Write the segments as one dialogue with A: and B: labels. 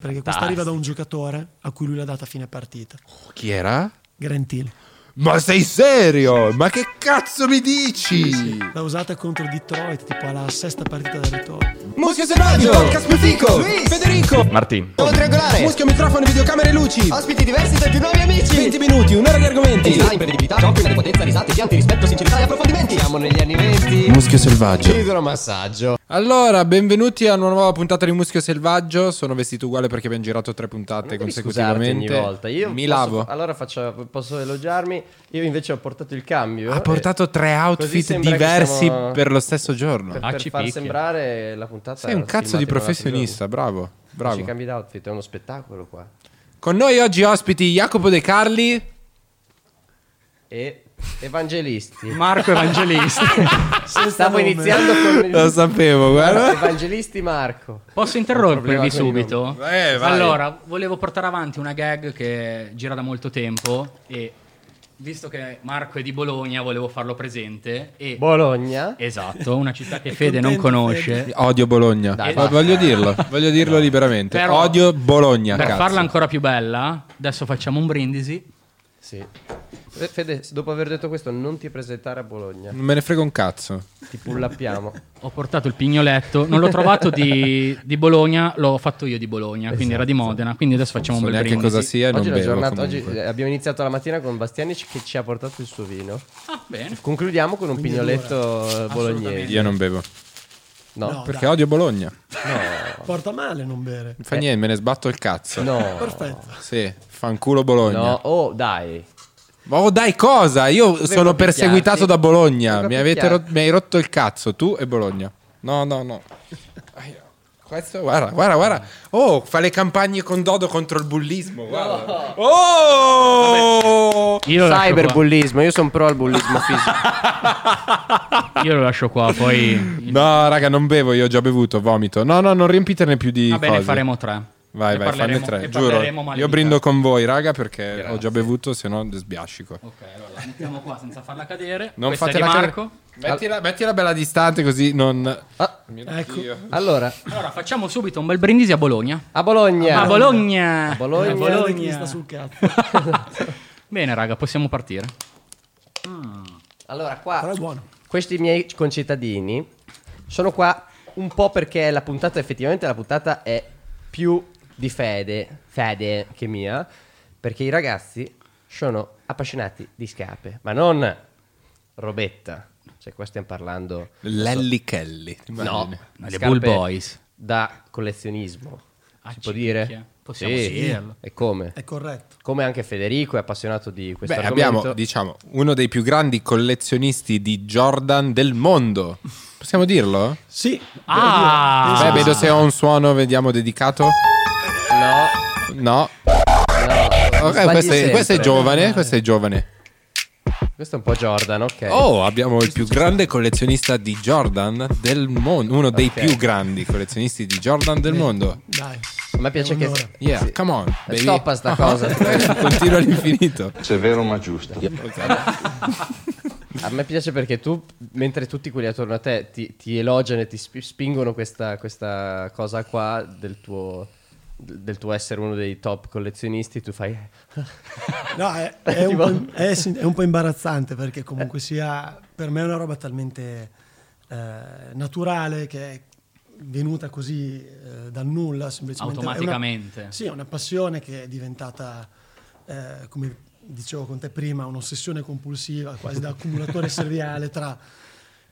A: Perché questa arriva da un giocatore a cui lui l'ha data a fine partita.
B: Chi era?
A: Grant Hill.
B: Ma sei serio? Ma che cazzo mi dici?
A: L'ha usata contro Detroit, tipo alla sesta partita del ritorno.
C: Muschio selvaggio, podcast Mutico,
D: Luis.
C: Federico,
E: Martin.
C: Nuovo triangolare,
B: Muschio, microfono, videocamere, luci.
F: Ah,
D: Ospiti diversi da più nuovi amici.
C: 20 minuti, un'ora di argomenti.
D: Design, imprevedibilità, giochi, potenza, risate, pianti, rispetto, sincerità e approfondimenti. Siamo negli anni 20.
C: Muschio selvaggio.
D: Idromassaggio.
B: Allora, benvenuti a una nuova puntata di Muschio Selvaggio. Sono vestito uguale perché abbiamo girato tre puntate
F: Non devi
B: consecutivamente.
F: scusarti ogni volta. Io
B: Mi
F: posso-
B: lavo.
F: Allora faccio- posso elogiarmi. Io invece ho portato il cambio. Eh,
B: Ha portato tre outfit diversi per lo stesso giorno.
F: Per,
B: Ah,
F: per
E: ci
F: far
E: picchia.
F: sembrare la puntata.
B: Sei un cazzo di professionista,
F: bravo.
B: bravo.
F: Ci
B: Bravo.
F: cambi d'outfit, è uno spettacolo qua.
B: Con noi oggi ospiti Jacopo De Carli.
F: E evangelisti.
E: Marco Evangelisti.
F: Stavo iniziando con il-
B: Lo sapevo, guarda.
F: Evangelisti Marco. Problema
E: Posso interrompervi
F: con i nomi.
E: subito?
B: Eh, vai.
E: Allora, volevo portare avanti una gag che gira da molto tempo e visto che Marco è di Bologna, volevo farlo presente e
F: Bologna.
E: Esatto, una città che Fede non
A: contento,
E: conosce.
B: Odio Bologna.
E: Dai,
B: Ma
E: basta.
B: voglio dirlo, voglio dirlo liberamente.
E: Però-
B: Odio Bologna.
E: Per
B: cazzo.
E: farla ancora più bella, adesso facciamo un brindisi.
F: Sì. Fe- Fede, dopo aver detto questo, non ti presentare a Bologna.
B: Non me ne frega un cazzo.
F: Ti pullappiamo.
E: Ho portato il pignoletto, non l'ho trovato di, di Bologna, l'ho fatto io di Bologna, quindi era di Modena, quindi adesso facciamo
B: Non so
E: un bel
B: neanche
E: brindisi.
B: cosa sia e non
F: Oggi, è la
B: bevo.
F: giornata, oggi
B: comunque.
F: eh, abbiamo iniziato la mattina con Bastianic che ci ha portato il suo vino.
E: Ah, bene.
F: Concludiamo con un
A: Quindi
F: pignoletto eh, bolognese.
B: Io non bevo.
F: No,
A: No.
B: Perché
A: dai.
B: odio Bologna.
A: Porta male non bere.
B: Fa
E: Eh.
B: niente, me ne sbatto il cazzo.
F: no,
A: Perfetto.
B: Sì, fanculo Bologna.
F: no. Oh, dai.
B: Ma oh, dai, cosa? Io sono
F: picchiarti.
B: perseguitato da Bologna.
F: Devo
B: Mi, avete
F: picchiarti.
B: rot- mi hai rotto il cazzo, tu e Bologna. No, no, no. Aia. Questo, guarda, guarda, guarda. Oh, fa le campagne con Dodo contro il bullismo. Guarda. Oh!
E: Io lo, lascio qua,
F: Cyberbullismo, io sono pro al bullismo fisico.
E: io lo lascio qua, poi
B: No, raga, non bevo, io ho già bevuto, vomito. No, no, non riempitene più di
E: Va bene,
B: cose.
E: faremo tre.
B: Vai,
E: E
B: vai, fanne
E: parleremo-
B: tre,
E: e
B: giuro.
E: parleremo male
B: Io
E: di
B: brindo
E: te.
B: con voi, raga, perché ho già bevuto, se no sbiascico.
E: Ok, allora la mettiamo qua senza farla cadere.
B: Non
E: Questa è
B: fate
E: di
B: la
E: Marco.
B: Mettila, mettila bella distante così non...
F: Ah,
A: Ecco.
F: allora,
E: Allora, facciamo subito un bel brindisi a Bologna.
F: a
B: Eh,
F: Bologna.
E: A Bologna.
F: A Eh, Bologna.
E: A
A: Guardate chi gli sta sul cazzo.
E: Bene, raga, possiamo partire.
F: Allora,
A: Però
F: qua
A: è buono.
F: questi miei concittadini sono qua un po' perché la puntata effettivamente la puntata è più di fede, fede che mia, perché i ragazzi sono appassionati di scape, ma non robetta. Cioè qua stiamo parlando
B: Lelly Kelly.
F: no,
E: Ma le
F: scarpe
E: Bull Boys.
F: da collezionismo.
E: Ah,
F: si può
E: cicchia.
F: dire?
E: Possiamo dirlo.
F: E come?
A: È corretto.
F: Come anche Federico è appassionato di questo
B: Beh,
F: argomento.
B: abbiamo, diciamo, uno dei più grandi collezionisti di Jordan del mondo. Possiamo dirlo?
A: Sì.
E: Ah!
B: Beh, vedo se ho un suono, vediamo, dedicato.
F: No,
B: No.
F: no.
B: Ok,
F: sbagli
B: questo è,
F: sempre.
B: questo è giovane, questo è giovane.
F: Questo è un po' Jordan, ok.
B: Oh, abbiamo il più grande collezionista di Jordan del mondo. Uno dei
F: Ok.
B: più grandi collezionisti di Jordan del mondo.
A: Dai.
F: A me piace
A: È
F: che.
A: un'ora.
B: Yeah, come on. Baby.
F: Stoppa sta cosa.
B: Continua all'infinito.
G: Severo ma giusto.
F: A me piace perché tu, mentre tutti quelli attorno a te ti, ti elogiano e ti sp- spingono questa, questa cosa qua del tuo, del tuo essere uno dei top collezionisti, tu fai.
A: No, è, è un
F: Tipo-
A: po', im- è sin- è un po' imbarazzante perché comunque sia per me è una roba talmente eh, naturale che è venuta così eh, dal nulla semplicemente. È una-
E: Automaticamente.
A: sì, è una passione che è diventata, eh, come dicevo con te prima, un'ossessione compulsiva, quasi da accumulatore seriale tra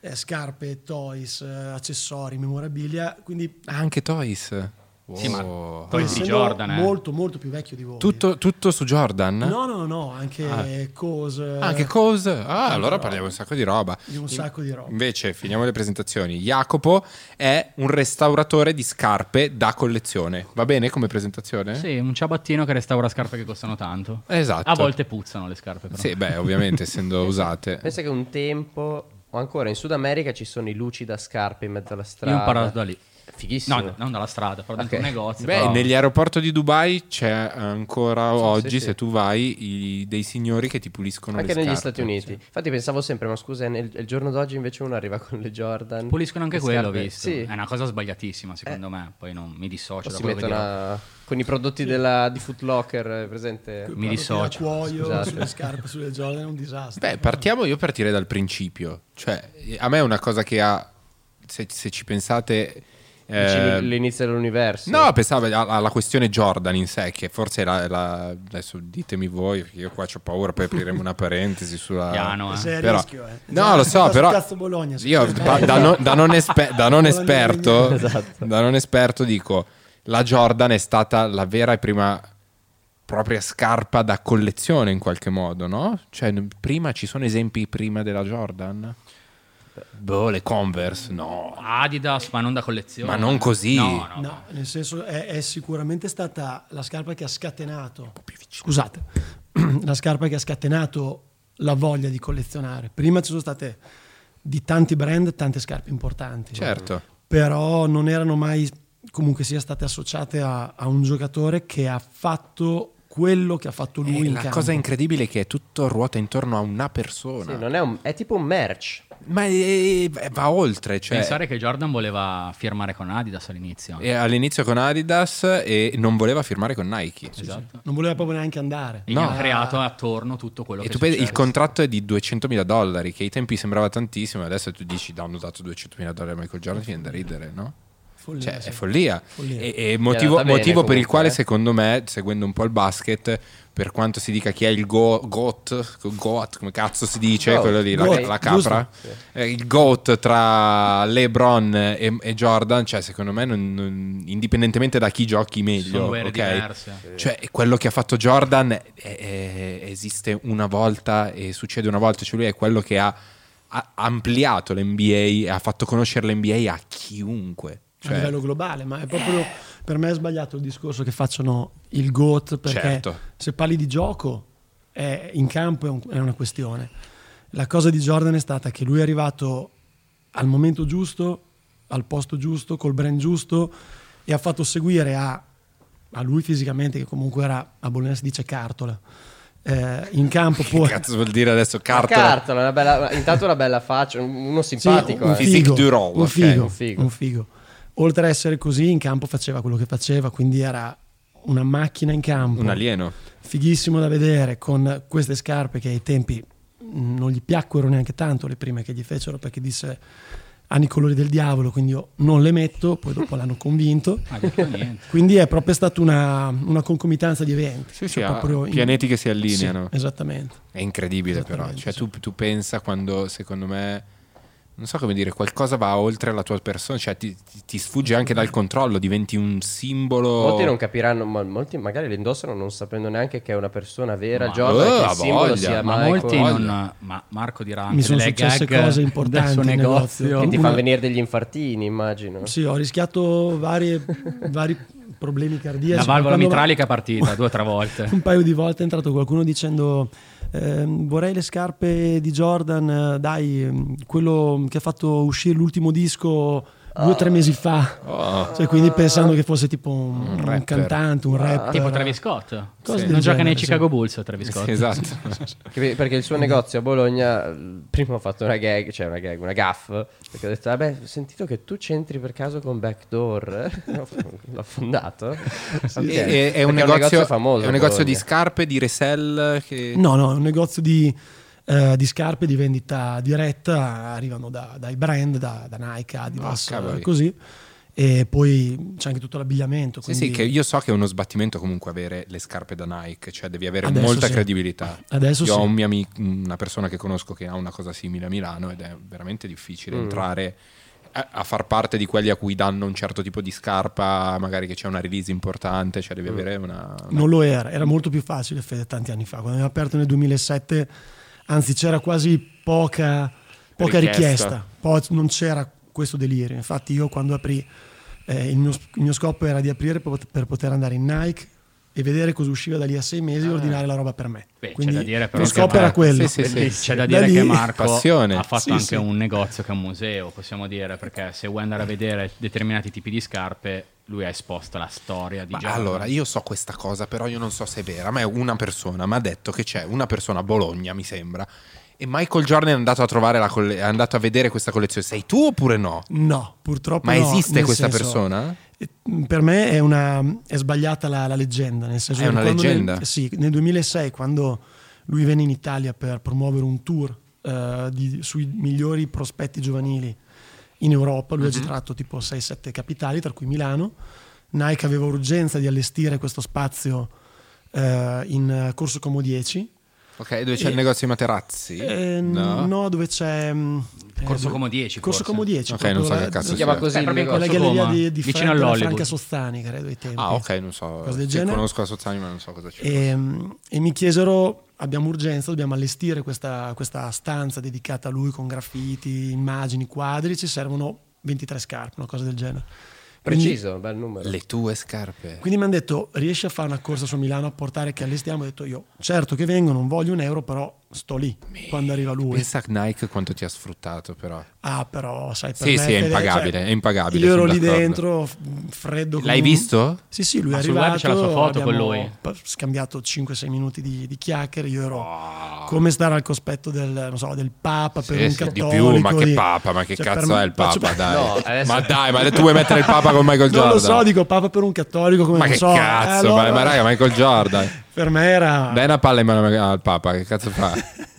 A: eh, scarpe, toys, eh, accessori, memorabilia. Quindi
B: Ah, anche Toys.
E: Sì, ma
B: Wow.
E: Toys di
A: essendo
E: Jordan. eh.
A: molto, molto più vecchio di voi.
B: tutto, tutto su Jordan?
A: No, no, no, anche cose.
B: Ah, che cosa? Ah, allora parliamo un sacco di roba.
A: di un sacco di roba.
B: Invece, finiamo le presentazioni. Jacopo è un restauratore di scarpe da collezione. Va bene come presentazione?
E: Sì, un ciabattino che restaura scarpe che costano tanto.
B: Esatto.
E: A volte puzzano le scarpe, però.
B: Sì, beh, ovviamente, essendo usate.
F: Pensa che un tempo, o ancora in Sud America, ci sono i lucida scarpe in mezzo alla strada.
E: Io ho imparato da lì.
F: Fighissimo.
E: No, non dalla strada, però dentro
F: Ok.
E: un negozio.
B: Beh,
E: però-
B: negli aeroporti di Dubai c'è ancora oggi,
F: sì.
B: se tu vai, i- dei signori che ti puliscono
F: Anche
B: le
F: negli
B: scarpe.
F: Stati Uniti. Infatti pensavo sempre, ma scusa, nel- il giorno d'oggi invece uno arriva con le Jordan.
E: Puliscono anche
F: le
E: quello, ho
F: scarpe.
E: visto. Eh.
F: Sì.
E: È una cosa sbagliatissima,
B: Eh.
E: secondo me. Poi non mi dissocio
F: Poi
E: da
F: si
E: quello che
F: mettono
E: dirò.
F: a- con i prodotti della, di Foot Locker, eh, presente?
E: Mi
A: A
E: dissocio.
A: cuoio,
F: Scusate.
A: sulle scarpe, sulle giorne, è un disastro.
B: Beh, partiamo io partirei dal principio. Cioè, a me è una cosa che ha, se, se ci pensate...
F: Dici
B: eh,
F: l'inizio dell'universo.
B: No, pensavo a- alla questione Jordan in sé, che forse la, la- adesso ditemi voi, perché io qua ho paura, poi apriremo una parentesi sulla...
E: Piano, eh.
A: Sei a
B: Però-
A: rischio, eh.
B: No, lo so,
A: Sta
B: però...
A: sul cazzo Bologna,
B: io
A: scusa.
B: pa- da, non- da non espe- da non
A: Bologna
B: esperto,
F: Esatto.
B: da non esperto dico, la Jordan è stata la vera e prima propria scarpa da collezione in qualche modo, no? Cioè, n- prima ci sono esempi prima della Jordan? Boh, le Converse, no.
E: Adidas, ma non da collezione.
B: Ma non così.
E: No, no.
A: No, nel senso è, è sicuramente stata la scarpa che ha scatenato. Scusate, la scarpa che ha scatenato la voglia di collezionare. Prima ci sono state di tanti brand tante scarpe importanti.
B: Certo.
A: Però non erano mai comunque sia state associate a, a un giocatore che ha fatto quello che ha fatto lui
B: Eh,
A: in
B: la
A: campo.
B: cosa incredibile è che è tutto ruota intorno a una persona.
F: Sì, non è, un- è tipo un merch.
B: Ma è- è- va oltre. Cioè,
E: Pensare che Jordan voleva firmare con Adidas all'inizio.
B: è all'inizio con Adidas e non voleva firmare con Nike.
E: Esatto.
A: Non voleva proprio neanche andare.
E: E gli ha creato attorno tutto quello
B: E
E: che
B: tu
E: è
B: pensi, il
E: successo.
B: contratto è di 200.000 dollari, che ai tempi sembrava tantissimo, e adesso tu dici, "No, hanno dato 200.000 dollari a Michael Jordan, ti viene da ridere, no?
A: Follia,
B: Cioè,
A: sì.
B: è follia.
A: Follia.
B: E, e motivo,
F: andata bene,
B: motivo per
F: comunque,
B: il quale,
F: eh.
B: secondo me, seguendo un po' il basket, per quanto si dica chi è il go, goat, goat, come cazzo si dice,
F: Goat.
B: quello lì, la-
A: Goat,
B: la, capra, Eh, il goat tra LeBron e, e Jordan, cioè, secondo me, non- non- indipendentemente da chi giochi meglio,
E: Sono guerre
B: ok?
E: diverse.
A: Eh.
B: Cioè, quello che ha fatto Jordan è- è- esiste una volta e succede una volta, cioè lui è quello che ha, ha ampliato l'NBA e ha fatto conoscere l'NBA a chiunque. Cioè,
A: a livello globale, ma è proprio per me è sbagliato il discorso che facciano il GOAT perché
B: Certo.
A: se parli di gioco è- in campo è, un- è una questione. La cosa di Jordan è stata che lui è arrivato al momento giusto, al posto giusto, col brand giusto e ha fatto seguire a, a lui fisicamente, che comunque era a Bologna si dice cartola, eh, in campo
B: che
A: poi...
B: cazzo vuol dire adesso cartola?
F: Una cartola, una bella- intanto una bella faccia, un- uno
A: Sì,
F: simpatico.
A: un,
F: eh.
B: figo. Physique du role,
A: un
B: ok.
A: figo,
F: Un figo.
A: un figo. Oltre ad essere così, in campo faceva quello che faceva, quindi era una macchina in campo.
B: Un alieno.
A: Fighissimo da vedere, con queste scarpe che ai tempi mh, non gli piacquero neanche tanto, le prime che gli fecero, perché disse hanno i colori del diavolo, quindi io non le metto, poi dopo l'hanno convinto.
E: Ah, detto niente.
A: Quindi è proprio stata una, una concomitanza di eventi.
B: Sì, sì,
A: Cioè,
B: ha-
A: proprio in-
B: pianeti che si
A: Sì,
B: allineano.
A: esattamente.
B: È incredibile però,
A: Esattamente,
B: cioè
A: sì.
B: tu, tu pensa quando secondo me, non so come dire, qualcosa va oltre la tua persona, cioè ti, ti- ti sfugge anche dal controllo, diventi un simbolo...
F: Molti non capiranno, ma molti magari le indossano non sapendo neanche che è una persona vera,
E: Ma-
F: Jordan,
B: Eh,
F: che
B: ha
F: il simbolo
B: voglia,
F: sia
E: Ma
B: ecco,
F: Michael.
E: molti
B: Michael.
E: non. Ma Marco dirà anche
A: Mi sono
E: delle
A: successe
E: gag
A: cose
E: dal
A: importanti
E: suo
A: in
E: negozio.
A: negozio.
F: Che ti
A: Una-
F: fa venire degli infartini, immagino.
A: Sì, ho rischiato varie- vari problemi cardiaci.
E: La valvola
A: Quando-
E: mitralica è partita due o tre volte.
A: un paio di volte è entrato qualcuno dicendo ehm, vorrei le scarpe di Jordan, eh, dai, ehm, quello che ha fatto uscire l'ultimo disco due o tre mesi fa. Cioè, quindi pensando che fosse tipo un, un
B: Ah. rapper.
A: cantante, un rapper.
E: Tipo Travis Scott.
A: Cosa del
E: Non gioca nei
A: genere, sì.
E: Chicago Bulls Travis Scott.
B: Sì, Esatto.
F: Che- Perché il suo negozio a Bologna, eh, prima ho fatto una gag, cioè una gag, una gaff, perché ho detto, vabbè, ho sentito che tu c'entri per caso con Backdoor, l'ho affondato. Ok.
B: E- e-
F: Perché
B: Eh, è un negozio,
F: famoso.
B: è un
F: a
B: negozio di
F: Bologna.
B: scarpe, di resell. Che...
A: No, no, è un negozio di, eh, di scarpe di vendita diretta, arrivano da- dai brand, da, da Nike, Adidas,
B: Ah, cavoli.
A: eh, così. E poi c'è anche tutto l'abbigliamento.
B: Sì, sì,
A: quindi-
B: che io so che è uno sbattimento comunque avere le scarpe da Nike, cioè devi avere
A: Adesso
B: molta
A: sì.
B: credibilità.
A: Adesso
B: io ho
A: sì.
B: un mio amico, una persona che conosco che ha una cosa simile a Milano ed è veramente difficile entrare a, a far parte di quelli a cui danno un certo tipo di scarpa, magari che c'è una release importante, cioè devi avere una... una-
A: Non lo era, era molto più facile Fede tanti anni fa, quando abbiamo aperto nel 2007, anzi c'era quasi poca, poca
B: Richiesta.
A: richiesta, Po- non c'era questo delirio, infatti io quando aprì, eh, il, mio, il mio scopo era di aprire per pot- per poter andare in Nike, e vedere cosa usciva da lì a sei mesi e ordinare la roba per me.
E: Ah. Beh,
A: Quindi
E: c'è da dire però
A: lo
E: che
A: scopo era
E: Marco-
A: quello.
B: Sì, sì, sì.
E: Quindi c'è
A: Da
E: da dire
A: lì-
E: che Marco
B: Passione.
E: ha fatto
A: Sì,
E: anche
A: sì.
E: un negozio che è un museo, possiamo dire, perché se vuoi andare a vedere determinati tipi di scarpe, lui ha esposto la storia di
B: Ma
E: Giacomo.
B: allora, io so questa cosa, però io non so se è vera, ma è una persona, mi ha detto che c'è una persona a Bologna, mi sembra, e Michael Jordan è andato a, trovare la colle- è andato a vedere questa collezione. Sei tu oppure no?
A: No, purtroppo
B: Ma
A: no,
B: esiste
A: nel
B: questa
A: senso-
B: persona?
A: Eh, Per me è, una, è sbagliata la, la leggenda. Nel senso
B: Ah, È
A: che
B: una
A: quando
B: leggenda?
A: Nel, sì, nel 2006, quando lui venne in Italia per promuovere un tour eh, di- sui migliori prospetti giovanili in Europa, lui
B: Mhm.
A: ha girato tipo 6-7 capitali, tra cui Milano. Nike aveva urgenza di allestire questo spazio eh, in eh, Corso Como 10.
B: Ok, dove c'è
A: Eh,
B: il negozio di materazzi?
A: Eh, no. dove c'è. mm,
E: Corso
A: eh,
E: Como 10,
A: Corso
E: forse.
A: Como 10.
B: Ok,
A: proprio
B: non so
A: la-
B: che cazzo
A: la-
B: sia.
F: chiama così
E: Eh,
F: il
E: proprio
A: con la
F: negozio.
E: Corso
A: galleria
E: Goma,
A: di, di
E: vicino
A: Franca-
E: all'Hollywood.
A: Franca Sostani, credo i tempi.
B: Ah, ok, non so.
A: Cose del
B: sì,
A: genere. Eh,
B: conosco la Sozzani, ma non so cosa c'è.
A: E, Ehm, e mi chiesero, abbiamo urgenza, dobbiamo allestire questa, questa stanza dedicata a lui con graffiti, immagini, quadri, ci servono 23 scarpe, una cosa del genere. Quindi-
F: Preciso, bel numero.
B: Le tue scarpe.
A: Quindi mi hanno detto, riesci a fare una corsa su Milano a portare che allestiamo? Ho detto io, certo che vengo, non voglio un euro, però sto lì quando arriva lui.
B: Pensa a Nike quanto ti ha sfruttato, però.
A: Ah, però sai per
B: Sì,
A: me,
B: sì, è
A: Fede,
B: impagabile,
A: cioè,
B: è impagabile,
A: Io
B: sono
A: ero lì
B: d'accordo.
A: dentro, f- freddo. come
B: L'hai
A: un-
B: visto?
A: Sì, sì, lui è
E: Ah, sul
A: arrivato.
E: web c'è la sua foto con
A: abbiamo
E: lui.
A: pa- scambiato 5-6 minuti di, di chiacchiere. Io ero come stare al cospetto del, non so, del Papa Ah, per
B: Sì,
A: un
B: sì, di
A: cattolico.
B: più, ma che
A: di-
B: papa, ma che
A: cioè, per
B: cazzo
A: me-
B: è il
A: faccio-
B: papa, dai.
F: No, adesso-
B: Ma dai, ma tu vuoi mettere il papa con Michael Jordan?
A: Non lo so, dico Papa per un cattolico come
B: Ma
A: non
B: che
A: so.
B: cazzo,
A: eh,
B: ma,
A: allora- Ah.
B: ma raga, Michael Jordan.
A: Per me era
B: Dai una palla in mano al papa, che cazzo fa?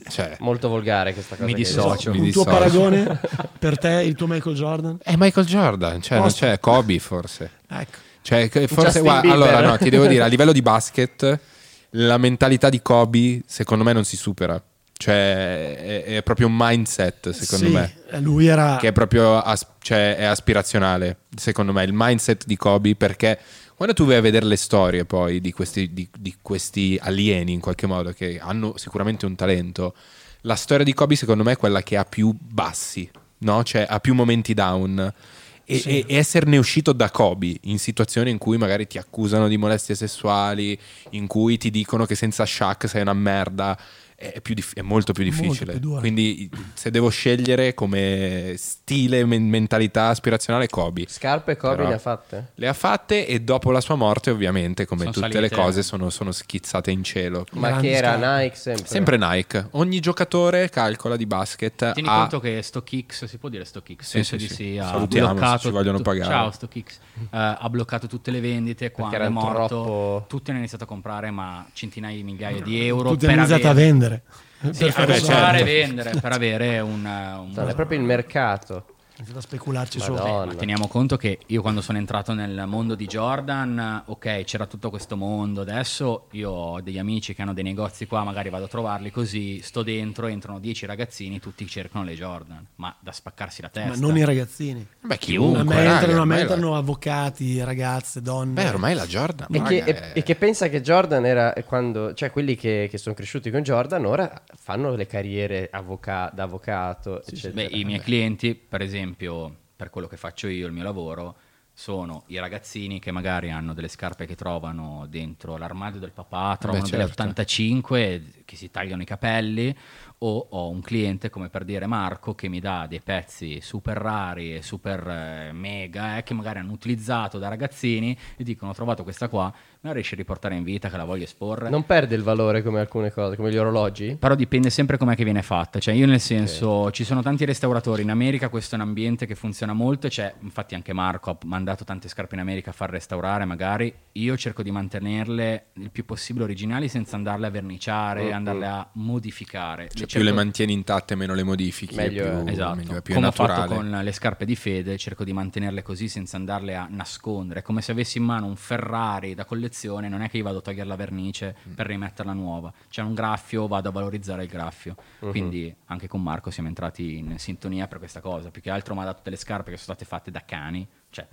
B: Cioè,
F: Molto volgare questa cosa.
E: Mi
F: che hai
E: dissocio.
F: detto.
B: mi
A: un tuo
B: dissocio.
A: paragone per te, il tuo Michael Jordan.
B: è Michael Jordan, cioè, non
A: Posso-
B: c'è Kobe forse.
A: Ecco.
B: Cioè, che forse,
F: Justin
B: guarda,
F: Bieber.
B: allora no, ti devo dire, a livello di basket, la mentalità di Kobe secondo me non si supera. Cioè, è, è proprio un mindset, secondo
A: Sì,
B: me.
A: eh, Lui era
B: che è proprio as- cioè, è aspirazionale, secondo me, il mindset di Kobe, perché quando tu vai a vedere le storie poi di questi, di- di questi alieni, in qualche modo, che hanno sicuramente un talento, la storia di Kobe secondo me è quella che ha più bassi, no? cioè ha più momenti down. E,
A: Sì.
B: e- e esserne uscito da Kobe in situazioni in cui magari ti accusano di molestie sessuali, in cui ti dicono che senza Shaq sei una merda, è, è più dif- è molto più
A: Molto
B: difficile.
A: più dura.
B: Quindi quindi se devo scegliere come stile, men- mentalità aspirazionale, Kobe.
F: Scarpe e Kobe
B: Però-
F: le ha fatte?
B: Le ha fatte e dopo la sua morte, ovviamente, come
E: Sono
B: tutte le
E: salite.
B: cose, sono, sono schizzate in cielo.
F: Ma
A: Grandi
F: che era
A: scarpe.
F: Nike sempre?
B: Sempre Nike. Ogni giocatore calcola di basket.
E: Tieni
B: ha-
E: conto che StockX, si può dire StockX?
B: Eh, ah. Sì,
E: Penso
B: sì,
E: di
B: sì.
E: sì, ha
B: Salutiamo, se
E: bloccato
B: ci vogliono
E: tu-
B: pagare.
E: Ciao StockX, Eh, ha bloccato tutte le vendite, quando
F: era
E: è morto
F: troppo-
E: tutti hanno iniziato a comprare ma centinaia di migliaia di euro
A: tutti
E: per
A: iniziato a
E: avere-
A: vendere.
E: Sì,
A: Per
E: a
B: certo.
A: fare soldi.
E: comprare e vendere per avere un, un-
F: No, è proprio il mercato.
A: Ho iniziato a specularci
F: Madonna.
A: sopra.
E: Ma teniamo conto che io quando sono entrato nel mondo di Jordan, ok, c'era tutto questo mondo, adesso io ho degli amici che hanno dei negozi qua, magari vado a trovarli così, sto dentro, entrano 10 ragazzini, tutti cercano le Jordan, ma da spaccarsi la testa.
A: Ma non i ragazzini.
B: Beh,
A: A
B: chiunque.
A: me
B: raga,
A: entrano, a me
B: ormai la-
A: entrano avvocati, ragazze, donne.
B: Beh, ormai la Jordan.
F: E che,
B: raga,
F: e-
B: è-
F: e che pensa che Jordan era quando, cioè quelli che, che sono cresciuti con Jordan ora fanno le carriere avvoca- da avvocato,
E: Beh,
F: eccetera.
E: i miei clienti, per esempio, per quello che faccio io, il mio lavoro, sono i ragazzini che magari hanno delle scarpe che trovano dentro l'armadio del papà, trovano delle
B: certo.
E: 85 che si tagliano i capelli, o ho un cliente, come per dire Marco, che mi dà dei pezzi super rari e super eh, mega, eh, che magari hanno utilizzato da ragazzini e dicono ho trovato questa qua, me la riesci a riportare in vita che la voglio esporre?
F: Non perde il valore come alcune cose, come gli orologi.
E: Però dipende sempre com'è che viene fatta. Cioè, io nel senso, ci sono tanti restauratori. In America questo è un ambiente che funziona molto. e C'è, infatti, anche Marco ha mandato tante scarpe in America a far restaurare, magari. Io cerco di mantenerle il più possibile originali senza andarle a verniciare, andarle a modificare.
B: cioè, più
E: cerco-
B: le mantieni intatte, meno le modifichi.
F: Meglio
B: è più,
F: è.
E: Esatto,
B: meglio, è più
E: come ho
B: naturale.
E: fatto con le scarpe di fede, cerco di mantenerle così senza andarle a nascondere. È Come se avessi in mano un Ferrari da collezione, non è che io vado a togliere la vernice
B: Mm.
E: per rimetterla nuova. C'è un graffio, vado a valorizzare il graffio.
B: Uh-huh.
E: Quindi anche con Marco siamo entrati in sintonia per questa cosa. Più che altro mi ha dato delle scarpe che sono state fatte da cani, cioè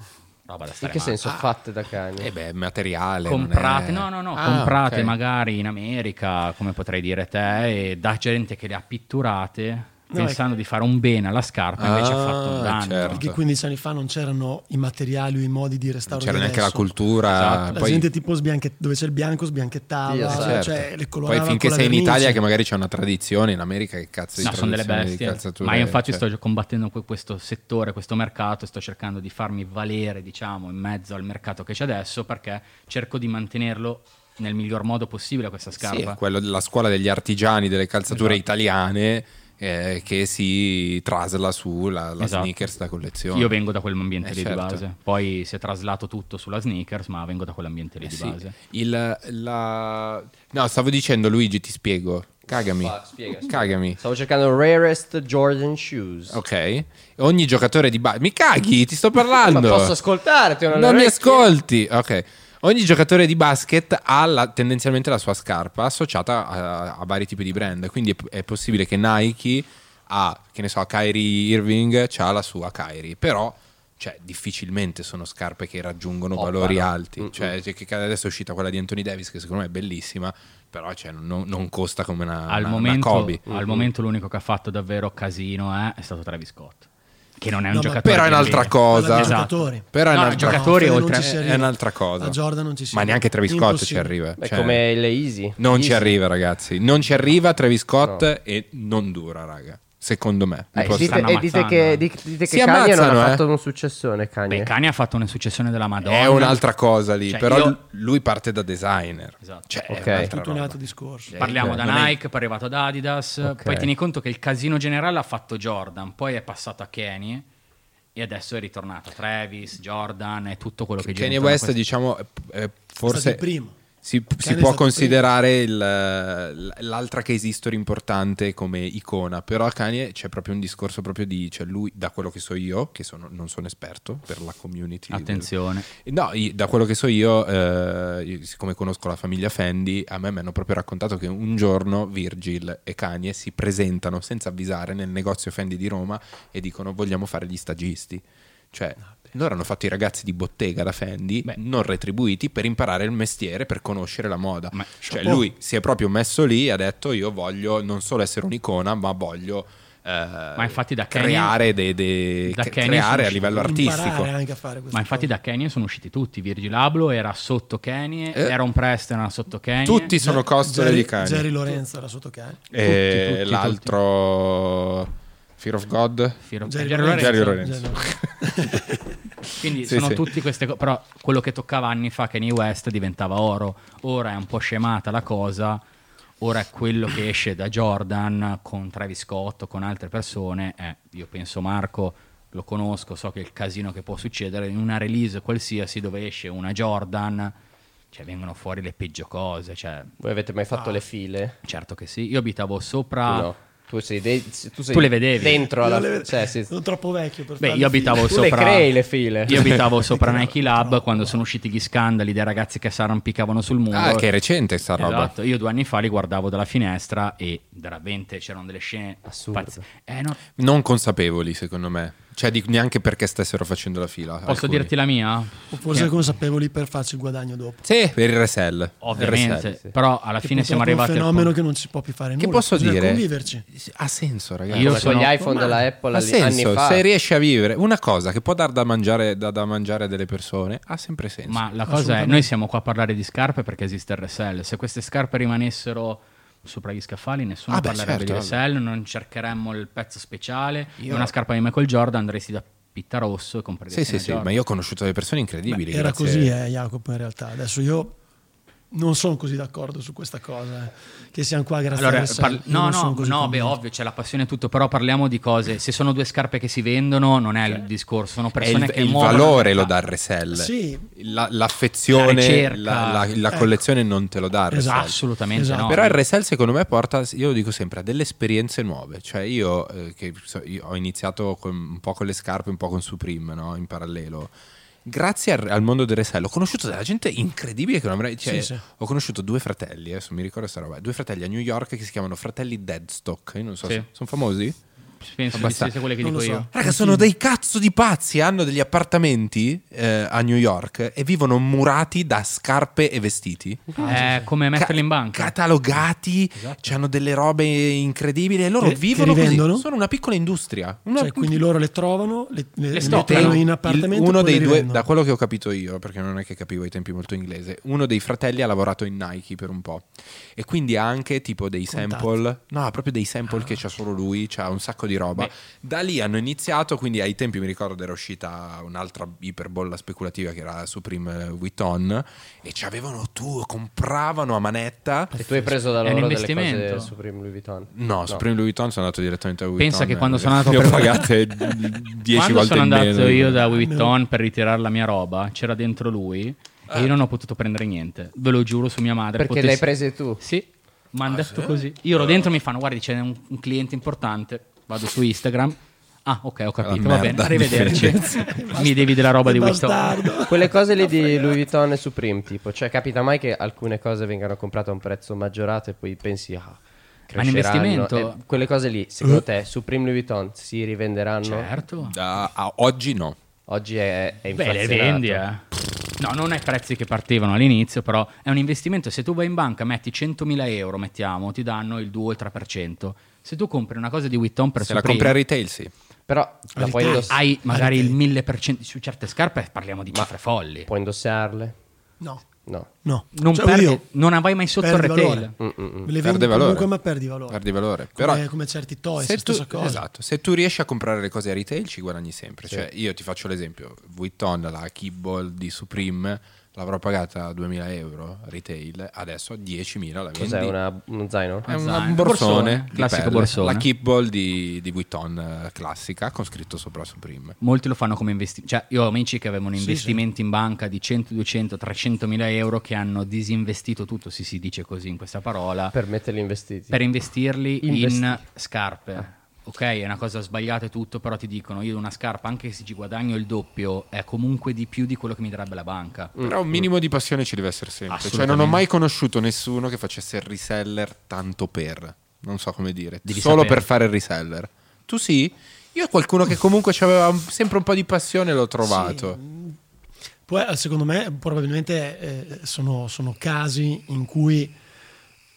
E: roba da
F: In
E: stare
F: che
E: male.
F: senso? Fatte da cani.
B: Ah, Eh beh, materiale. non
E: Comprate,
B: è-
E: no, no, no,
B: Ah,
E: comprate
B: ok.
E: magari in America, come potrei dire te, e da gente che le ha pitturate.
A: è-
E: pensando di fare un bene alla scarpa, invece ha
B: Ah,
E: fatto un danno.
B: certo.
A: Perché 15 anni fa non c'erano i materiali o i modi di
B: Non
A: restauro.
B: c'era
A: di
B: neanche la
A: adesso.
B: cultura.
E: Esatto.
A: La
B: Poi,
A: gente tipo sbianche- dove c'è il bianco sbianchettava,
F: Sì, esatto.
B: certo.
A: cioè le colorava
B: Poi finché
A: con la
B: sei in
A: vernice.
B: Italia, che magari c'è una tradizione, in America che cazzo di
E: No, sono delle
B: tradizione di
E: bestie.
B: calzature,
E: Ma io infatti
B: cioè.
E: sto combattendo que- questo settore, questo mercato, sto cercando di farmi valere, diciamo, in mezzo al mercato che c'è adesso, perché cerco di mantenerlo nel miglior modo possibile questa
B: Sì, è
E: scarpa.
B: quello della scuola degli artigiani delle calzature
E: Esatto.
B: italiane eh, che si trasla sulla la
E: Esatto.
B: sneakers da collezione.
E: Io vengo da quell'ambiente
B: Eh,
E: lì
B: certo.
E: di base. Poi si è traslato tutto sulla sneakers, ma vengo da quell'ambiente lì
B: Eh
E: di
B: sì.
E: base.
B: Il- la- No, stavo dicendo Luigi, ti spiego. Cagami.
F: Fa- spiega, spiega.
B: Cagami.
F: Stavo cercando Rarest Jordan Shoes.
B: Ok. Ogni giocatore di basket... Mi caghi, ti sto parlando.
F: Ma posso ascoltarti? ho le
B: Non mi
F: orecchie.
B: ascolti. Ok. Ogni giocatore di basket ha la- tendenzialmente la sua scarpa associata a, a vari tipi di brand. Quindi è, è possibile che Nike ha, che ne so, Kyrie Irving ha la sua Kyrie, però cioè, difficilmente sono scarpe che raggiungono
F: Oppano.
B: valori alti.
F: Mm-mm.
B: Cioè, cioè, che adesso è uscita quella di Anthony Davis, che secondo me è bellissima, però cioè, non, non costa come una,
E: al,
B: una- una
E: momento,
B: Kobe. Mm-hmm.
E: al momento l'unico che ha fatto davvero casino eh, è stato Travis Scott, che non è un
A: No, ma
E: giocatore.
B: Però è
E: di
B: un'altra
E: NBA.
A: Parla
B: cosa.
A: di
E: Esatto.
A: giocatori.
B: Però è
E: No,
B: un'altra
E: i giocatori
A: No,
E: oltre-
A: non ci si
B: è
A: arriva.
B: un'altra cosa.
A: A Jordan non ci si
B: Ma neanche Travis Scott ci
A: Impossibile.
B: arriva.
F: È
B: cioè-
F: come le Easy.
B: Non ci
F: Easy.
B: arriva, ragazzi. Non ci arriva Travis Scott e non dura, raga. Secondo me. Mi
F: Eh,
B: posso-
F: dite,
E: stanno
F: e dite che,
E: ammazzando.
F: di- dite che
B: Si
F: Kanye non
B: ammazzano,
F: ha
B: eh.
F: fatto un successone. Kanye.
E: Beh, Kanye ha fatto una successione della Madonna.
B: È un'altra cosa lì.
E: Cioè,
B: però
E: io-
B: l- lui parte da designer.
E: Esatto.
B: Cioè,
F: Ok.
B: è un'altra
A: tutto un
B: roba.
A: altro discorso.
E: Parliamo
B: Eh,
E: da
B: non è-
E: Nike, poi è arrivato ad Adidas,
F: Ok.
E: poi tieni conto che il casino generale l'ha fatto Jordan, poi è passato a Kenny e adesso è ritornato Travis, Jordan e tutto quello che gira.
B: Kanye
E: intorno a
B: West,
E: questo.
B: diciamo, eh, eh,
A: È stato
B: forse
A: il primo.
B: si, si
A: Kanye è stato il
B: può
A: primo.
B: considerare il, l- l'altra case history importante come icona, però a Kanye c'è proprio un discorso proprio di, cioè lui, da quello che so io, che sono- non sono esperto per la community. del-
E: Attenzione.
B: No, i- da quello che so io, eh, io, siccome conosco la famiglia Fendi, a me mi hanno proprio raccontato che un giorno Virgil e Kanye si presentano senza avvisare nel negozio Fendi di Roma e dicono vogliamo fare gli stagisti. Cioè, loro hanno fatto i ragazzi di bottega da Fendi,
E: Ah, Beh.
B: non retribuiti, per imparare il mestiere, per conoscere la moda.
E: Ma-
B: cioè,
A: Chapeau.
B: lui si è proprio messo lì e ha detto io voglio non solo essere un'icona, ma voglio... eh,
E: infatti da Kanye-
B: creare, de- de-
E: da
B: cre-
E: Kanye
B: creare
E: sono
B: a livello
E: usciti-
B: artistico
A: Imparare anche a fare queste
E: Ma infatti
A: cose.
E: da Kenny sono usciti tutti, Virgil Abloh era sotto Kenny,
B: Eh.
E: Aaron Preston era sotto Kenny.
B: tutti sono costole
A: Jerry,
B: di Kanye
A: Jerry Lorenzo era sotto Kanye.
B: e
E: Tutti, tutti,
B: l'altro Fear of God
E: Firo-
A: Jerry
E: Jerry
A: Lorenzo.
B: Jerry
E: Lorenzo.
B: Lorenzo.
E: Quindi
B: Sì,
E: sono
B: sì.
E: tutte queste cose. Però quello che toccava anni fa, Kanye West, diventava oro. Ora è un po' scemata la cosa. Ora è quello che esce da Jordan con Travis Scott o con altre persone. eh, io penso Marco, lo conosco, so che il casino che può succedere in una release qualsiasi dove esce una Jordan, cioè vengono fuori le peggio cose. Cioè,
F: Voi avete mai
B: Ah.
F: fatto le file?
E: certo che sì. Io abitavo
F: Tu
E: sopra.
F: no. Tu, sei de- tu, sei
E: Tu le vedevi?
F: Dentro alla...
A: Io le-
F: cioè, sì.
A: Sono troppo vecchio per
E: Beh,
A: farle
E: io abitavo
F: Tu le
E: sopra.
F: crei le file.
E: Io abitavo sopra Nike Lab quando sono usciti gli scandali dei ragazzi che si arrampicavano sul muro.
B: ah che è recente sta roba
E: Esatto, io due anni fa li guardavo dalla finestra e veramente c'erano delle scene
F: Assurde.
E: pazze- Eh, no,
B: non consapevoli secondo me cioè di- neanche perché stessero facendo la fila
E: posso
B: alcuni. Eh,
E: dirti la mia?
A: file. Forse
E: Che-
A: consapevoli per farci il guadagno dopo.
B: sì per il resell Il
E: Ovviamente,
B: resell.
E: però alla
A: Che
E: fine siamo
A: purtroppo
E: arrivati
A: è
E: al
A: un fenomeno
E: punto-
A: che non si può più fare
B: che
A: nulla.
B: posso
A: bisogna
B: dire
A: conviverci.
B: ha senso ragazzi
E: Io
F: Come
E: sono-
F: con gli iPhone della Apple
B: ha
F: lì- anni
B: senso
F: fa.
B: se riesci a vivere una cosa che può dar da mangiare da, da mangiare a delle persone ha sempre senso
E: Ma la cosa è, noi siamo qua a parlare di scarpe perché esiste il RSL. Se queste scarpe rimanessero sopra gli scaffali, nessuno
B: Ah, beh,
E: parlerebbe
B: certo,
E: di RSL, non cercheremmo il pezzo speciale.
B: Io-
E: Una scarpa di Michael Jordan andresti da Pitta Rosso e compreresti
B: sì sì
E: una
B: sì
E: Jordan.
B: ma io ho conosciuto delle persone incredibili
A: Era
B: grazie-
A: così, eh, Jacopo, in realtà. Adesso io non sono così d'accordo su questa cosa. eh, Che siamo qua grazie
E: Allora,
A: a RSL.
E: parli-
A: Io
E: no,
A: non sono
E: no,
A: così
E: no, beh,
A: convinto.
E: ovvio, c'è la passione e tutto, però parliamo di cose. Se sono due scarpe che si vendono, non è il discorso, sono
B: È il,
E: persone che
B: è il
E: muovono-
B: valore lo dà il resell
A: Sì.
B: La- l'affezione
E: La ricerca.
B: la, la- la
A: Ecco.
B: collezione non te lo dà il resell.
A: Esatto.
E: Assolutamente
A: Esatto.
E: no.
B: però il resell secondo me porta io lo dico sempre a delle esperienze nuove cioè io, eh, che so- io ho iniziato con- un po' con le scarpe un po' con Supreme no? in parallelo grazie al, al mondo del resell ho conosciuto della gente incredibile che non avrei cioè,
A: Sì, sì.
B: ho conosciuto due fratelli adesso mi ricordo questa roba due fratelli a New York che si chiamano fratelli Deadstock io non so
E: Sì.
B: se sono famosi
E: penso di
B: Abbastan-
E: sia quelle che
A: non
E: dico
A: lo so.
E: io.
B: Raga, sono dei cazzo di pazzi. Hanno degli appartamenti eh, a New York e vivono murati da scarpe e vestiti.
E: Eh, come metterli
B: Ca-
E: in banca.
B: Catalogati, hanno delle robe incredibili e loro
A: Esatto. Che- che
B: vivono così.
A: rivendono?
B: Sono una piccola industria. Una-
A: Cioè, quindi loro le trovano, le, le, le
E: stoccano.
A: mettono in
B: il-
A: appartamento.
B: uno
A: poi
B: dei
A: le
B: due,
A: rivendono.
B: da quello che ho capito io, perché non è che capivo i tempi molto inglese, uno dei fratelli ha lavorato in Nike per un po' e quindi ha anche tipo dei
A: Contatti.
B: sample, no, proprio dei sample che c'ha solo lui, c'ha un sacco di roba. Da lì hanno iniziato, quindi ai tempi mi ricordo era uscita un'altra iperbolla speculativa che era Supreme Vuitton e ci avevano tu, compravano a manetta.
F: E tu hai preso da
E: È un
F: loro delle
E: investimento.
F: cose Supreme Louis Vuitton?
B: No, Supreme Louis Vuitton sono andato direttamente a Louis
E: Pensa
B: Vuitton.
E: che quando
B: eh,
E: sono andato
B: le ho
E: per-
B: pagate 10
E: Quando
B: volte
E: sono
B: in
E: andato
B: meno. eh.
E: io da Louis Vuitton per ritirare la mia roba, c'era dentro lui e
B: Eh.
E: io non ho potuto prendere niente. Ve lo giuro su mia madre.
F: Perché
E: potessi-
F: l'hai prese tu?
E: Sì, mi hanno detto così. Io ero dentro e mi fanno, guardi, c'è un, un cliente importante, vado su Instagram. Ah, ok, ho capito, va bene,
B: merda,
E: arrivederci. mi devi della roba di Vuitton.
A: Bastardo.
F: Quelle cose lì di Louis Vuitton e Supreme, tipo, cioè capita mai che alcune cose vengano comprate a un prezzo maggiorato e poi pensi, ah,
E: Ma è un
F: cresceranno."
E: investimento.
F: E quelle cose lì, secondo te, Supreme Louis Vuitton si rivenderanno?
E: Certo.
B: Da- a- oggi no.
F: Oggi è, è
E: Beh, le
F: inflazionato.
E: vendi, eh. No, non ai prezzi che partivano all'inizio, però è un investimento. Se tu vai in banca, metti 100.000 euro, mettiamo, ti danno il 2 o il 3%. Se tu compri una cosa di Witton per
B: Se la
E: Supreme,
B: compri a retail, sì.
A: Boh.
F: Però la puoi,
A: Ah,
F: indoss-
E: hai magari il 1000% su certe scarpe, parliamo di cifre folli.
F: puoi indossarle?
A: No,
F: No.
A: no.
E: Non,
A: Cioè,
E: perdi-
A: io-
E: non vai mai sotto il
A: perdi
E: retail.
A: valore. Le
B: Perde
A: vendi
B: valore.
A: comunque, ma perdi valore.
B: Perdi valore.
A: Come-
B: Però
A: come, certi toys,
B: se
A: la stessa
B: tu,
A: cosa.
B: esatto, se tu riesci a comprare le cose a retail ci guadagni sempre. Cioè, io ti faccio l'esempio, Vuitton, la Keyball di Supreme, l'avrò pagata a 2000 euro retail, adesso a 10.000 la vendi.
F: Cos'è una- uno zaino?
B: È un
E: Zaino.
B: borsone,
E: Borsone,
B: di
E: classico
B: pelle.
E: borsone.
B: La Keyball di, di Vuitton eh, classica con scritto sopra Supreme.
E: Molti lo fanno come investimento. Cioè, io ho amici che avevano investimenti in banca di 100, 200, 300 mila euro che hanno disinvestito tutto, si, si dice così in questa parola,
F: Per metterli investiti.
E: per investirli in
F: Investi-
B: Ah.
E: scarpe. Ok, è una cosa sbagliata e tutto, però ti dicono io una scarpa, anche se ci guadagno il doppio, è comunque di più di quello che mi darebbe la banca.
B: Però un minimo di passione ci deve essere sempre. Cioè, non ho
E: Mm. Assolutamente.
B: mai conosciuto nessuno che facesse il reseller tanto per. Non so come dire.
E: Devi
B: solo
E: sapere.
B: per fare il reseller. Tu sì? Io qualcuno che comunque aveva sempre un po' di passione l'ho trovato.
A: Poi, eh, secondo me, probabilmente eh, sono, sono casi in cui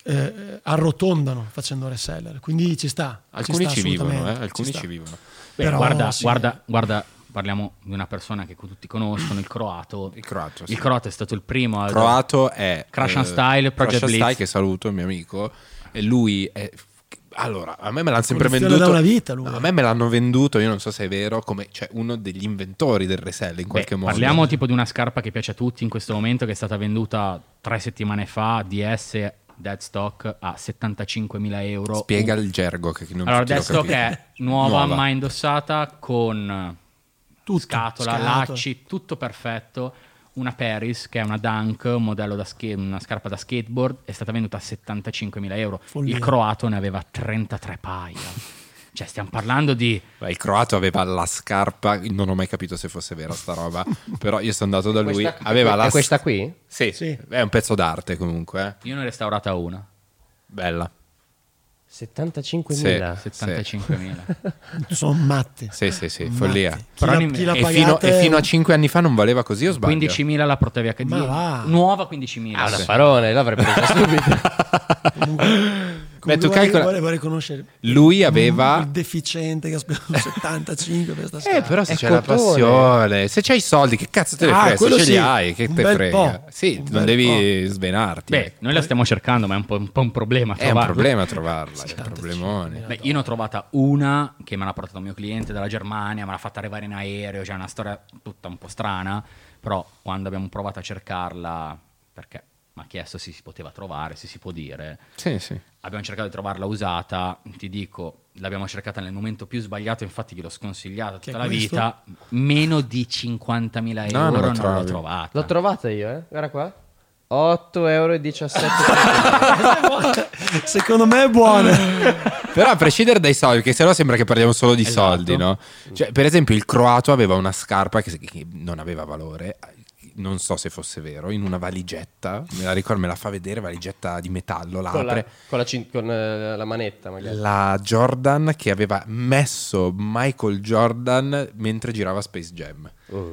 A: eh, arrotondano facendo reseller. Quindi ci sta.
B: Alcuni
A: sta
B: ci, vivono, eh,
A: assolutamente,
B: Alcuni
A: sta.
B: ci vivono.
E: Beh,
A: Però
E: guarda,
A: sì.
E: guarda, guarda, parliamo di una persona che tutti conoscono, il croato.
B: Il croato, sì.
E: Il croato è stato il primo. a-
B: Croato è eh,
E: Crash and Style, Project
B: Crash and
E: Blitz.
B: Style, che saluto, il mio amico. E lui è. Allora, a me me l'hanno sempre
A: Condizione
B: venduto.
A: da una vita, lui.
B: A me me l'hanno venduto, io non so se è vero, come cioè, uno degli inventori del resell in
E: Beh,
B: qualche modo.
E: Parliamo tipo di una scarpa che piace a tutti in questo momento, che è stata venduta tre settimane fa, DS Deadstock, a 75.000 euro.
B: Spiega
E: Un-
B: il gergo che non
E: Allora,
B: tutti lo
E: Deadstock
B: capiscono.
E: è nuova,
B: Nuova.
E: mai indossata, con
A: Tutto,
E: scatola,
A: scatola.
E: lacci, tutto perfetto. Una Paris, che è una Dunk, un modello da ske- una scarpa da skateboard, è stata venduta a 75.000 euro.
A: Follia.
E: Il croato ne aveva 33 paia. cioè, stiamo parlando di...
B: Beh, Il croato aveva la scarpa, non ho mai capito se fosse vera sta roba, però io sono andato da lui,
F: Questa-
B: aveva la
F: è questa qui?
B: Sì,
A: Sì.
B: è un pezzo d'arte comunque, eh.
E: Io ne ho restaurata una,
B: bella.
F: 75.000.
B: Sì.
E: 75.000.
A: Sono matti.
B: Sì, sì, sì,
A: Matti.
B: follia.
A: Chi
E: Però
A: la-
E: ne-
A: chi la
B: E fino,
A: pagate-
B: e fino a 5 anni fa non valeva così o sbaglio?
E: 15.000 la portavi a HD.
A: Ma va.
E: Nuova 15.000.
F: Ah, una farone, l'avrei presa subito.
B: Beh, tu
A: Comunque vorrei-
B: calcola-
A: Vorrei riconoscere
B: Lui aveva
A: il deficiente che ha speso 75 per sta
B: Eh,
A: scarpa.
B: però se
F: È
B: c'è la
F: cotone.
B: passione, se c'hai i soldi, che cazzo te ne
A: Ah,
B: frega? Se
A: quello
B: ce li
A: sì.
B: hai, che
A: Un
B: te
A: bel
B: frega?
A: po'.
B: Sì,
A: Un
B: non
A: bel
B: devi svenarti. ecco.
E: Beh, noi la stiamo cercando, ma è un po' un, po' un problema.
B: è un
E: trovarla.
B: problema trovarla, è un problemone.
E: Beh, io ne ho trovata una che me l'ha portata un mio cliente dalla Germania, me l'ha fatta arrivare in aereo, cioè una storia tutta un po' strana, però quando abbiamo provato a cercarla, perché mi ha chiesto se si poteva trovare, se si può dire,
B: Sì, sì.
E: abbiamo cercato di trovarla usata, ti dico, l'abbiamo cercata nel momento più sbagliato, infatti gliel'ho sconsigliata
A: Che è
E: tutta la
A: questo?
E: vita, meno di 50.000
B: No, non la
E: euro non, l'ho
B: trovi.
E: trovata.
F: L'ho trovata io, eh. Guarda qua. 8,17
A: Secondo me è buona.
B: Però a prescindere dai soldi, perché sennò sembra che parliamo solo di
F: Esatto.
B: soldi, no? Cioè, per esempio, il croato aveva una scarpa che, che non aveva valore, non so se fosse vero, in una valigetta, me la ricordo, me la fa vedere, valigetta di metallo, la
F: Con, la,
B: apre.
F: con la cin- con, eh, la manetta magari.
B: La Jordan che aveva messo Michael Jordan mentre girava Space Jam.
F: Uh.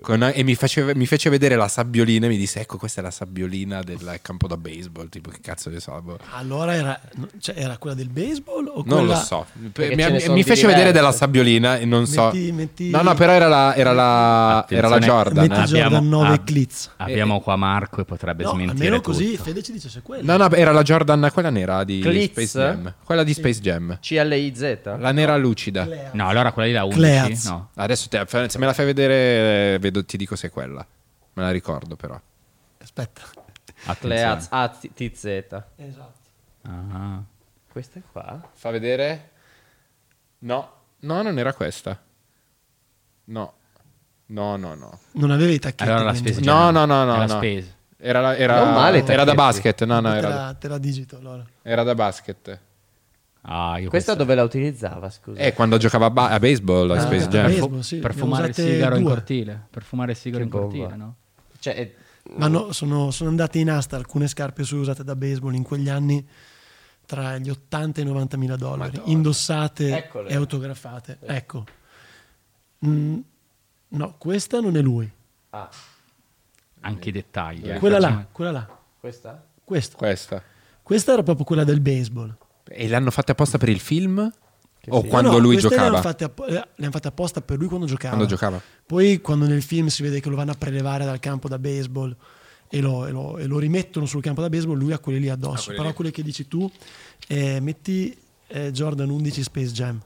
B: Con- e mi, faceva- mi fece vedere la sabbiolina e mi disse: Ecco, questa è la sabbiolina del campo da baseball. Tipo, che cazzo ne so. boh.
A: Allora era, no, cioè, era quella del baseball o
B: Non
A: quella...
B: lo so.
F: Perché
B: Mi,
F: ce ne
B: mi-
F: sono
B: mi
F: di
B: fece
F: diverse.
B: vedere della sabbiolina e non so.
A: Metti- metti-
B: No, no, però era la, era la, era la
E: Attenzione.
B: Jordan.
A: Metti
B: eh.
A: Jordan
E: Abbiamo-
A: 9
E: ab-
A: Clits.
E: Abbiamo qua Marco e potrebbe
A: No,
E: smentire
A: almeno
E: tutto.
A: così Fede ci dice se quella.
B: No, no, era la Jordan, quella nera di
F: Clitz?
B: Space Jam. Quella di Space Jam.
F: CLIZ?
B: La nera lucida.
E: No, allora quella di là 11,
A: Cleats.
E: no.
B: Adesso te- se me la fai vedere, eh, vedo- ti dico se è quella. Me la ricordo però.
A: Aspetta.
E: Attenzione.
F: CLEAZ ATZ.
A: Esatto.
E: Ah.
F: Questa qua?
B: Fa vedere? No. No, non era questa. No. No, no, no.
A: Non avevi i tacchetti.
E: Allora la
A: quindi.
E: spesa.
B: No, no, no, no.
E: Era
B: no.
E: Space.
B: Era, la- era-
F: Non male,
B: era da
F: tacchetti.
B: basket. No, no,
A: te,
B: era,
A: la, te la digito allora.
B: era da basket.
E: Ah, io
F: Questa dove la utilizzava, scusa?
B: Eh, quando giocava a, ba- a baseball a
A: Ah,
B: Space
A: a
B: Jam.
A: baseball.
E: Per, fu-
A: sì,
E: per
A: ne
E: fumare il
A: usate
E: sigaro in
A: due.
E: cortile. Per fumare il sigaro
F: Che
E: in cortile,
F: bomba.
E: no?
F: Cioè, eh,
A: Ma no, sono, sono andate in asta alcune scarpe su usate da baseball in quegli anni tra gli 80 e i 90 mila dollari, indossate
F: Eccole.
A: e autografate. Ecco. Mm, no, questa non è lui.
F: Ah,
E: Anche i dettagli. eh.
A: Quella là,
E: Facciamo-
A: quella là.
F: questa?
A: Questa.
B: Questa.
A: Questa era proprio quella del baseball.
B: E l'hanno fatta apposta per il film? o
F: sì.
B: quando
A: No, no,
B: lui
A: queste Le
B: giocava?
A: hanno, fatte appo- eh, le hanno fatte apposta per lui quando giocava.
B: Quando giocava.
A: Poi quando nel film si vede che lo vanno a prelevare dal campo da baseball e lo, e lo- e lo rimettono sul campo da baseball, lui ha quelli lì
B: Ah,
A: addosso. Però quelle che dici tu, eh, metti eh, Jordan 11 Space Jam.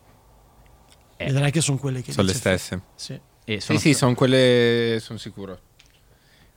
E: Eh.
A: Vedrai che sono quelle che
B: Sono le
A: dice-
B: stesse.
A: Sì.
F: Eh,
B: Sì,
E: E Eh, sono
B: sì, sono quelle, sono sicuro.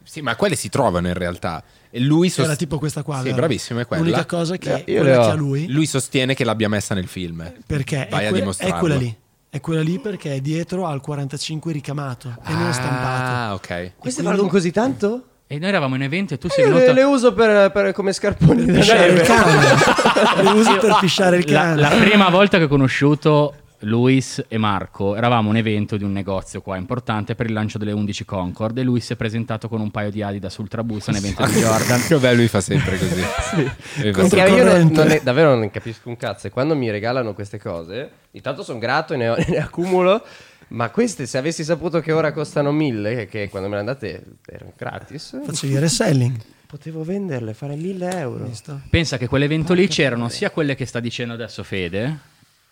B: Sì, ma quelle si trovano in realtà. E lui sost-
A: Era tipo questa qua.
B: Sì,
A: vero?
B: bravissima è quella.
A: L'unica cosa che,
F: Eh, io
A: quella
F: le ho.
A: che ha lui,
B: Lui sostiene che l'abbia messa nel film.
A: perché
B: Vai
A: è,
B: a
A: que-
B: dimostrarlo.
A: è quella lì. È quella lì perché è dietro al 45 ricamato e non è stampato.
B: Ah, ok.
F: Queste valgono così tanto?
E: E noi eravamo in un evento e
A: Eh,
E: tu sei
F: Io
E: venuto.
F: le, le uso per, per- come scarponi da
A: Fisciare il
F: neve.
A: cane. Lo usi per fisciare il
E: La,
A: cane.
E: la prima volta che ho conosciuto Luis e Marco eravamo a un evento di un negozio qua importante per il lancio delle 11 Concord e lui si è presentato con un paio di Adidas Ultra Boost a un evento di Jordan.
B: Vabbè, lui fa sempre così. Lui fa
F: Perché
B: sempre-
F: io non-
A: Controcorrente.
F: non ne- davvero non capisco un cazzo. E quando mi regalano queste cose, intanto sono grato e ne, ho- ne accumulo. Ma queste, se avessi saputo che ora costano mille, che, che quando me le andate erano gratis,
A: Facevi il reselling.
F: potevo venderle, fare mille euro.
A: Visto?
E: Pensa che quell'evento lì c'erano sia quelle che sta dicendo adesso Fede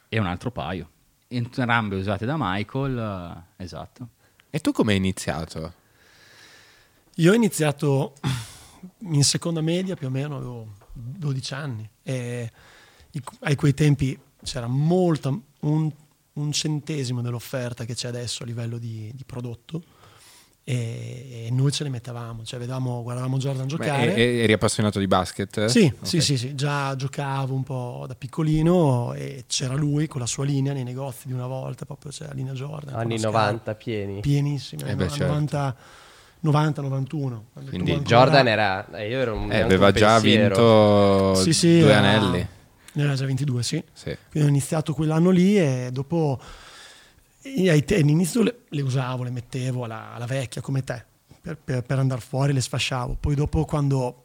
E: e un altro paio. Entrambe usate da Michael, eh, esatto.
B: E tu come hai iniziato?
A: Io ho iniziato in seconda media più o meno, avevo 12 anni e i- ai quei tempi c'era molta, un, un centesimo dell'offerta che c'è adesso a livello di, di prodotto e, e noi ce ne mettevamo, cioè vedevamo, guardavamo Jordan
B: Beh,
A: giocare.
B: e- eh? e- eri appassionato di basket?
A: Sì, sì, sì, sì, già giocavo un po' da piccolino e c'era lui con la sua linea nei negozi di una volta, proprio c'era la linea Jordan. con
F: Anni
A: la
F: 90 pieni.
A: pienissima,
B: Eh beh,
A: no-
B: certo.
A: 90, 90, 91. Quando
B: Quindi
A: tu ancora-
F: Jordan era. eh, Io ero un
B: Eh,
F: anche
B: aveva
F: un
B: già
F: pensiero.
B: vinto
A: Sì, sì,
B: due
A: era-
B: anelli.
A: Ne era già 22, sì.
B: Sì.
A: Quindi ho iniziato quell'anno lì e dopo e ai te- all'inizio le, le usavo, le mettevo alla, alla vecchia come te per, per, andare fuori, le sfasciavo. Poi dopo quando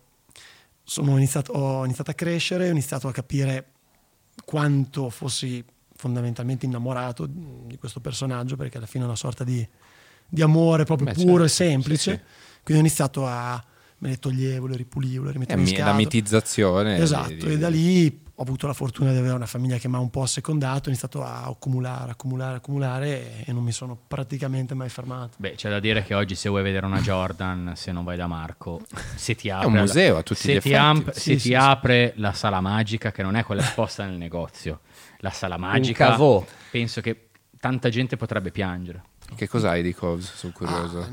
A: sono iniziato, ho iniziato a crescere, ho iniziato a capire quanto fossi fondamentalmente innamorato di questo personaggio perché alla fine è una sorta di, di amore proprio
B: Beh,
A: puro
B: certo,
A: e
B: sì,
A: semplice.
B: sì.
A: Quindi ho iniziato a me le toglievo, le ripulivo, le
B: Eh,
A: rimettevo in
B: mi- la
A: scatola.
B: mitizzazione. di-
A: Esatto,
B: di-
A: e da lì ho avuto la fortuna di avere una famiglia che mi ha un po' assecondato, ho iniziato a accumulare, accumulare, accumulare e, e non mi sono praticamente mai fermato.
E: Beh, c'è da dire che oggi se vuoi vedere una Jordan, se non vai da Marco, se ti apre...
B: un
E: la-
B: museo a tutti
E: se
B: gli
E: ti
B: effetti.
E: amp-
A: Sì,
E: se ti
A: sì, sì.
E: apre la sala magica, che non è quella esposta nel negozio, la sala magica...
F: cavò.
E: Penso che tanta gente potrebbe piangere.
B: Che cos'hai di Covs? Sono curioso.
E: Ah,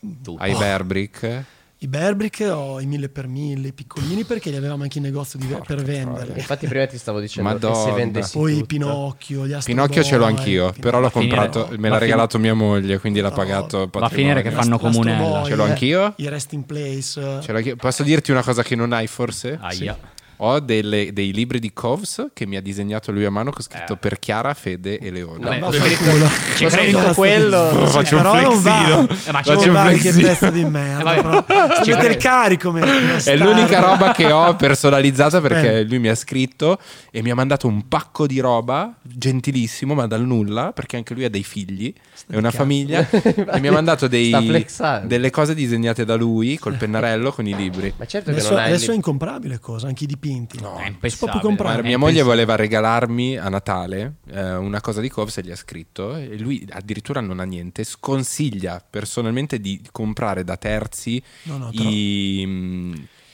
E: Tutto.
B: hai Verbrick?
A: Ah, mm, I Berbrick ho i mille per mille, i piccolini perché li avevamo anche in negozio di- per venderli.
F: Infatti, prima ti stavo dicendo che
B: Madonna.
F: se vendessi.
A: Poi
F: tutto-
A: Pinocchio, gli Astro
B: Pinocchio ce l'ho
A: Boy,
B: anch'io, però l'ho
E: Va a finire-
B: comprato, me
E: va
B: l'ha
E: a
B: regalato mia moglie, quindi l'ha pagato
E: Va a finire che
B: patrimonio.
E: fanno
A: l'Astro
E: comunella.
A: Boy,
B: Ce l'ho anch'io.
A: I Rest in Place.
B: Ce l'ho anch'io. Posso dirti una cosa che non hai forse?
E: Aia.
B: Sì. Ho delle- dei libri di Coves che mi ha disegnato lui a mano, che ho
E: Eh.
B: scritto per Chiara, Fede e Leone.
F: No.
E: Ci credo.
F: detto quello.
B: Faccio un
A: però non va.
B: flexino.
E: Eh, ma ci
A: Non
B: Faccio un
A: va, che
B: flexino.
A: testa di merda.
E: Eh, vabbè.
A: però. Ci mette
E: Ci
A: il
E: credo.
A: carico. come- come
B: È
A: star.
B: l'unica roba che ho personalizzata perché
F: Eh.
A: Bene.
B: lui mi ha scritto e mi ha mandato un pacco di roba, gentilissimo, ma dal nulla, perché anche lui ha dei figli e una famiglia. e mi ha mandato dei-
F: Sta flexando.
B: delle cose disegnate da lui col pennarello con i libri.
F: Ma certo che
A: Adesso,
F: non hai.
A: adesso è
F: lib-
A: incomprabile cosa, anche i dipinti.
B: No.
E: È
B: Ma
E: impensabile.
A: proprio comprare.
B: Ma
E: È
B: mia moglie
E: impensabile.
B: voleva regalarmi a Natale eh, una cosa di Cobbs e gli ha scritto e lui addirittura non ha niente, sconsiglia personalmente di comprare da terzi
A: No, no, tro-
B: i... mm,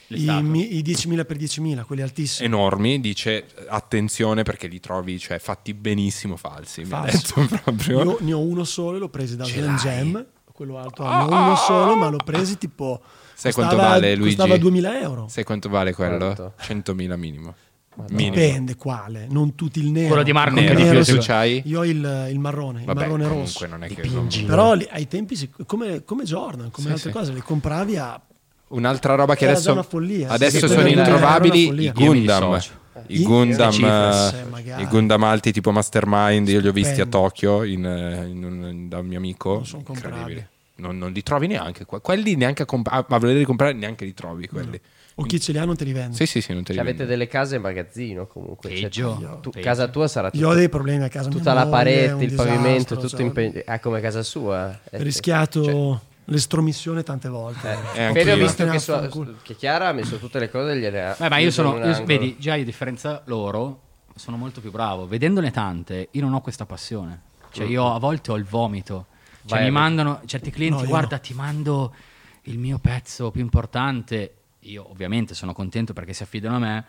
E: Le
A: I,
E: statue.
A: mi- i 10.000 per 10.000, quelli altissimi.
B: enormi, dice attenzione perché li trovi cioè, fatti benissimo falsi. Mi ha
A: Falso.
B: detto proprio.
A: Io ne ho uno solo e l'ho preso da
B: Ce
A: Slam
B: l'hai? Ah,
A: Jam. Quello altro ne ho uno solo, ma l'ho preso tipo.
B: Sai
A: costava-
B: quanto vale Luigi?
A: Costava 2.000 euro.
B: Sai quanto vale quello?
F: Quanto?
B: 100.000 minimo. minimo.
A: Dipende quale, non tutti il nero.
E: Quello di Marco
A: Il
B: Nero,
A: nero,
B: di più
A: sì.
B: tu c'hai?
A: Io ho il, il marrone, il
B: Vabbè,
A: marrone
B: comunque
A: rosso.
B: non è che-
A: Però li- ai tempi, si- come, come Jordan, come
B: Sì,
A: altre
B: sì.
A: cose, le compravi a
B: Un'altra roba che
A: Era
B: adesso,
A: già una follia, sì,
B: adesso
F: sì,
B: sono
F: quella era-
A: era
B: introvabili
A: una
B: i
A: follia.
E: Io mi
B: Gundam.
E: dissocio.
B: I
A: Eh,
B: Gundam,
A: cifre, se
B: eh,
A: magari.
B: i Gundam alti tipo Mastermind, io li ho visti a
A: Stupendo.
B: Tokyo in, eh, in un- da un mio amico.
A: Non sono comprabili.
B: Incredibili. Non, non li trovi neanche. qua. Quelli neanche a, comp- ah, a- a volerli comprare neanche li trovi. Quelli.
A: o chi ce li ha non te li vende.
B: Sì, sì, sì, non te li
F: Cioè, avete
B: vendi.
F: delle case in magazzino comunque. Cioè,
E: Peggio.
F: tu-
E: Peggio.
F: casa tua sarà
B: esatto.
A: Io ho
F: tutta,
A: dei problemi a casa mia
F: tutta la
A: moglie, è
F: parete,
A: un
F: il pavimento,
A: disastro,
F: tutto
A: cioè,
F: impe- È come casa sua.
A: ho
F: Eh,
A: rischiato
F: cioè,
A: l'estromissione tante volte.
B: Eh,
F: Fede,
B: anch'io.
F: ho visto
A: Vattene
F: che,
A: a
F: sua-
A: fanculo.
F: che Chiara ha messo tutte le cose e gliele ha.
E: Beh, ma io
F: chiuse in
E: sono,
F: eh, un
E: io-
F: angolo.
E: vedi, già io a differenza loro sono molto più bravo. Vedendone tante, io non ho questa passione. Cioè, io a volte ho il vomito. Cioè,
F: Vai,
E: mi
F: vai.
E: mandano certi clienti,
A: No, io
E: guarda,
A: no.
E: ti mando il mio pezzo più importante. Io ovviamente sono contento perché si affidano a me,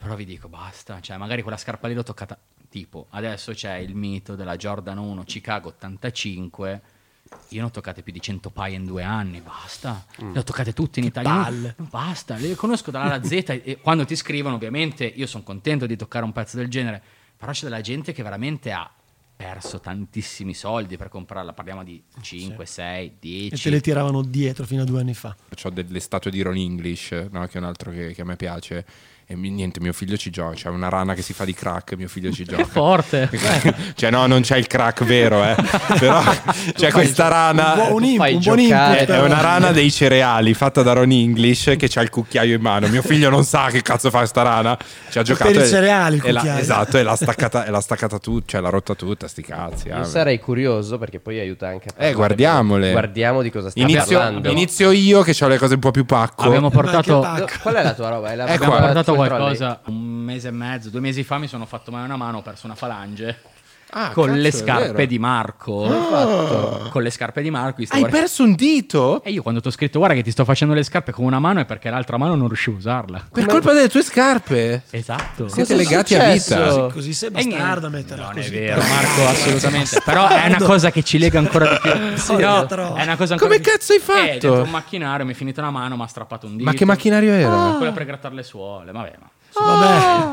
E: però vi dico basta. Cioè, magari quella scarpa lì l'ho toccata. Tipo, adesso c'è il mito della Jordan 1 Chicago 85. Io ne ho toccate più di 100 paia in due anni, basta. Le ho toccate tutte in Italia. Non-
A: Mm. palle.
E: non basta, le conosco dalla alla Z e quando ti scrivono, ovviamente, io sono contento di toccare un pezzo del genere, però c'è della gente che veramente ha perso tantissimi soldi per comprarla, parliamo di 5,
A: Eh,
E: 6,
A: E te le
E: 10.
A: tiravano dietro fino a due anni fa.
B: Ho delle statue di Ron English, no? che è un altro che, che a me piace. E mi- niente, mio figlio ci gioca. C'è una rana che si fa di crack, mio figlio ci gioca.
E: forte.
B: cioè, no, non c'è il crack vero, eh. Però c'è questa
A: Un,
B: rana. Eh,
A: buon- un,
F: tu
A: in-
F: fai
A: un buon
F: giocare,
A: input.
B: È una rana dei cereali fatta da Ron English che c'ha il cucchiaio in mano. Mio figlio non sa che cazzo fa sta rana. Ci ha giocato.
A: Per i
B: e-
A: cereali il
B: e l'ha-
A: cucchiaio.
B: Esatto, e l'ha staccata, e l'ha staccata tutta, cioè l'ha rotta tutta, sti cazzi.
F: Io
B: vabbè.
F: sarei curioso perché poi aiuta anche a parlare.
B: Eh, guardiamole.
F: Guardiamo di cosa stiamo
B: Inizio,
F: parlando.
B: inizio io che ho le cose un po' più pacco.
E: Abbiamo
A: Eh, Ma che
E: portato,
A: palle.
F: No, Qual è la tua roba? È la-
B: Ecco
E: abbiamo
B: qua.
E: portato
F: i tuoi
E: qualcosa un mese e mezzo, due mesi fa mi sono fatto mai una mano, ho perso una falange.
B: Ah,
E: con
B: cazzo,
E: le
B: è
E: scarpe
B: vero. Ah!
E: di Marco. Con le scarpe di Marco. gli stavo
B: Hai perso un dito?
E: E io quando ti ho scritto guarda che ti sto facendo le scarpe con una mano è perché l'altra mano non riuscivo a usarla.
B: Per colpa delle tue scarpe?
E: Esatto.
B: Siete
F: è
B: legati a
F: successo?
B: vita.
A: Così sei
E: E niente.
A: bastardo a metterla
E: Non
A: così.
E: è vero, Marco, assolutamente. Però è una cosa che ci lega ancora di più.
A: Sì,
E: No,
A: però-
E: è una cosa ancora
B: Come
E: di più.
B: cazzo hai
E: Eh,
B: fatto?
E: dentro un macchinario mi è finita una mano, mi ha strappato un dito. Ah.
B: Ma che macchinario era?
E: Quella per grattare le suole, vabbè, ma
F: Ah!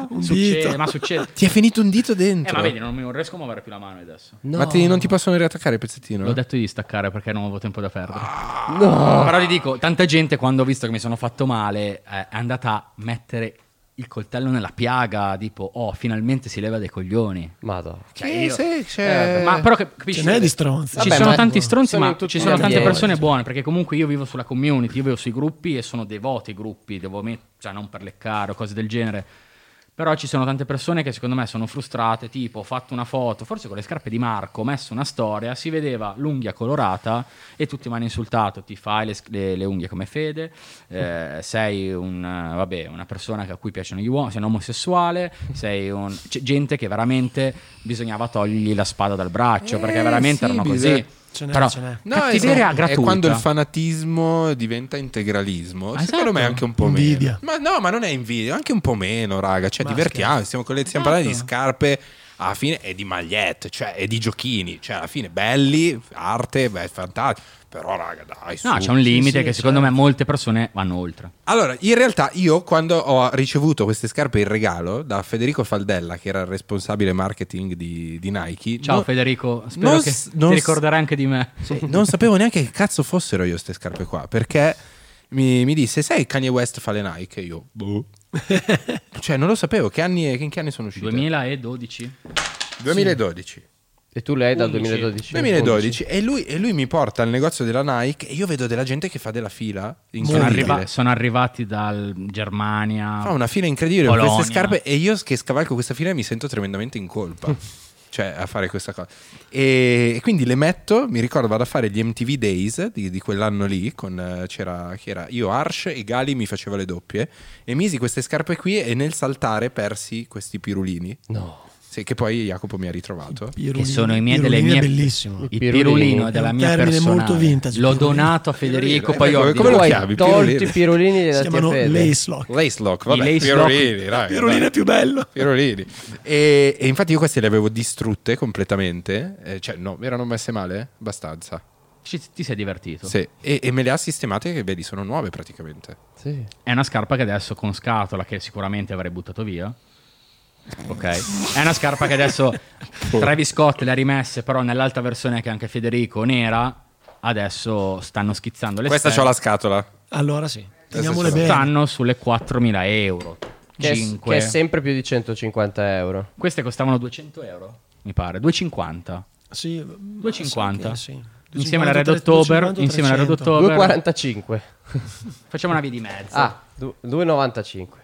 A: Vabbè, un
E: succede,
A: dito.
E: ma succede.
B: Ti è finito un dito dentro.
E: Eh, ma vedi, non, mi- non riesco a muovere più la mano adesso.
B: Ma ti- non ti possono riattaccare il pezzettino?
E: L'ho detto di staccare perché non avevo tempo da perdere.
B: Ah.
E: Però ti dico, tanta gente quando ho visto che mi sono fatto male eh, è andata a mettere il coltello nella piaga, tipo, oh, finalmente si leva dei coglioni.
F: Madonna.
B: Sì, sì, c'è...
E: Cioè, Eh, ma però cap- capisci?
A: Ce n'è Cioè, di stronzi.
E: Ci
F: Vabbè,
E: sono
F: ma-
E: tanti stronzi,
F: sono
E: ma
F: in tutti
E: ci
F: gli
E: sono tante
F: ambienti.
E: persone buone, perché comunque io vivo sulla community, io vivo sui gruppi e sono devoto ai gruppi, devo met- cioè non per leccare o cose del genere. Però ci sono tante persone che secondo me sono frustrate, tipo ho fatto una foto, forse con le scarpe di Marco, ho messo una storia, si vedeva l'unghia colorata e tutti mi hanno insultato, ti fai le, sc- le- le unghie come Fede, eh, sei un, eh, vabbè, una persona che- a cui piacciono gli uomini, sei un omosessuale, sei un... c'è gente che veramente bisognava togliergli la spada dal braccio,
B: Eh,
E: perché
B: sì,
E: veramente erano
B: bisogna-
E: così.
A: Ce n'è,
E: Però
A: ce n'è.
B: No,
E: cattiveria
B: esatto.
E: gratuita.
B: È quando il fanatismo diventa integralismo.
E: Ah,
B: Secondo
E: esatto.
B: me è anche un po'
A: Invidia.
B: meno. Ma no, ma non è invidia, è anche un po' meno, raga. Cioè,
A: Ma
B: divertiamo, stiamo, con le- stiamo parlando di
E: Esatto.
B: scarpe alla fine e di magliette, cioè e di giochini, cioè alla fine belli, arte, beh, fantastico. Però raga, dai, su.
E: No, c'è un limite che secondo
B: certo.
E: me molte persone vanno oltre.
B: Allora, in realtà io quando ho ricevuto queste scarpe in regalo da Federico Faldella, che era il responsabile marketing di, di Nike,
E: Ciao
B: no-
E: Federico, spero
B: non
E: che
B: s-
E: ti
B: non s-
E: ricorderai anche di me.
B: Sì, non sapevo neanche che cazzo fossero io queste scarpe qua, perché mi, mi disse, sai Kanye West fa le Nike? E io, boh. cioè, non lo sapevo. Che anni, in che anni sono uscite?
E: 2012?
B: 2012.
F: E tu l'hai dal
E: 11.
F: 2012.
B: 2012 e lui, e lui mi porta al negozio della Nike e io vedo della gente che fa della fila
E: Sono,
B: incredibile.
E: arriva- sono arrivati dal Germania.
B: Fa una fila incredibile con
E: Ah. Polonia.
B: queste scarpe e io che scavalco questa fila mi sento tremendamente in colpa. cioè, a fare questa cosa. E, e quindi le metto, mi ricordo vado a fare gli MTV Days di, di quell'anno lì, con, eh, c'era chi era? io Arsh e Gali mi faceva le doppie e misi queste scarpe qui e nel saltare persi questi pirulini.
F: No.
B: Sì, che poi Jacopo mi ha ritrovato.
E: Che sono i miei delle
A: Pirulini
E: mie
A: è bellissimo.
E: Il
F: Pirulini.
E: pirulino è
A: È
E: della
A: un
E: mia
A: termine
E: persona.
A: molto vintage,
E: L'ho
A: pirulino.
E: donato a Federico,
B: Eh,
E: poi ho
B: come- come lo
F: Tu hai
B: chiami?
F: tolto
B: Pirulini.
F: i pirulini della
A: Si chiamano
F: tua fede.
A: lace lock.
B: Lace lock, vabbè,
E: I lace
B: pirulini, raga,
A: Pirulino
B: dai.
A: è più bello.
B: Pirolini. E, e infatti io queste le avevo distrutte completamente, eh, cioè no, erano messe male abbastanza.
E: Ci- ti sei divertito.
B: Sì, E, e me le ha sistemate che vedi sono nuove praticamente.
F: Sì.
E: È una scarpa che adesso con scatola, che sicuramente avrei buttato via. Ok. È una scarpa che adesso
B: Boh.
E: Travis Scott le ha rimesse, però nell'altra versione che anche Federico nera, adesso stanno schizzando le
B: Questa
E: stelle.
B: c'ho la scatola.
A: Allora sì, teniamole
B: ce l'ho.
A: bene.
E: Stanno sulle 4.000 euro.
F: Che, è,
E: 5.
F: che è sempre più di 150 euro.
E: Queste costavano 200 euro, mi pare. 2,50.
A: Sì,
E: 2,50.
A: sì, sì.
E: Insieme alla
A: 2,50,
E: Red October,
A: 300.
E: insieme alla Red October,
F: 2,45.
E: facciamo una via di mezzo.
F: Ah, du- 2,95.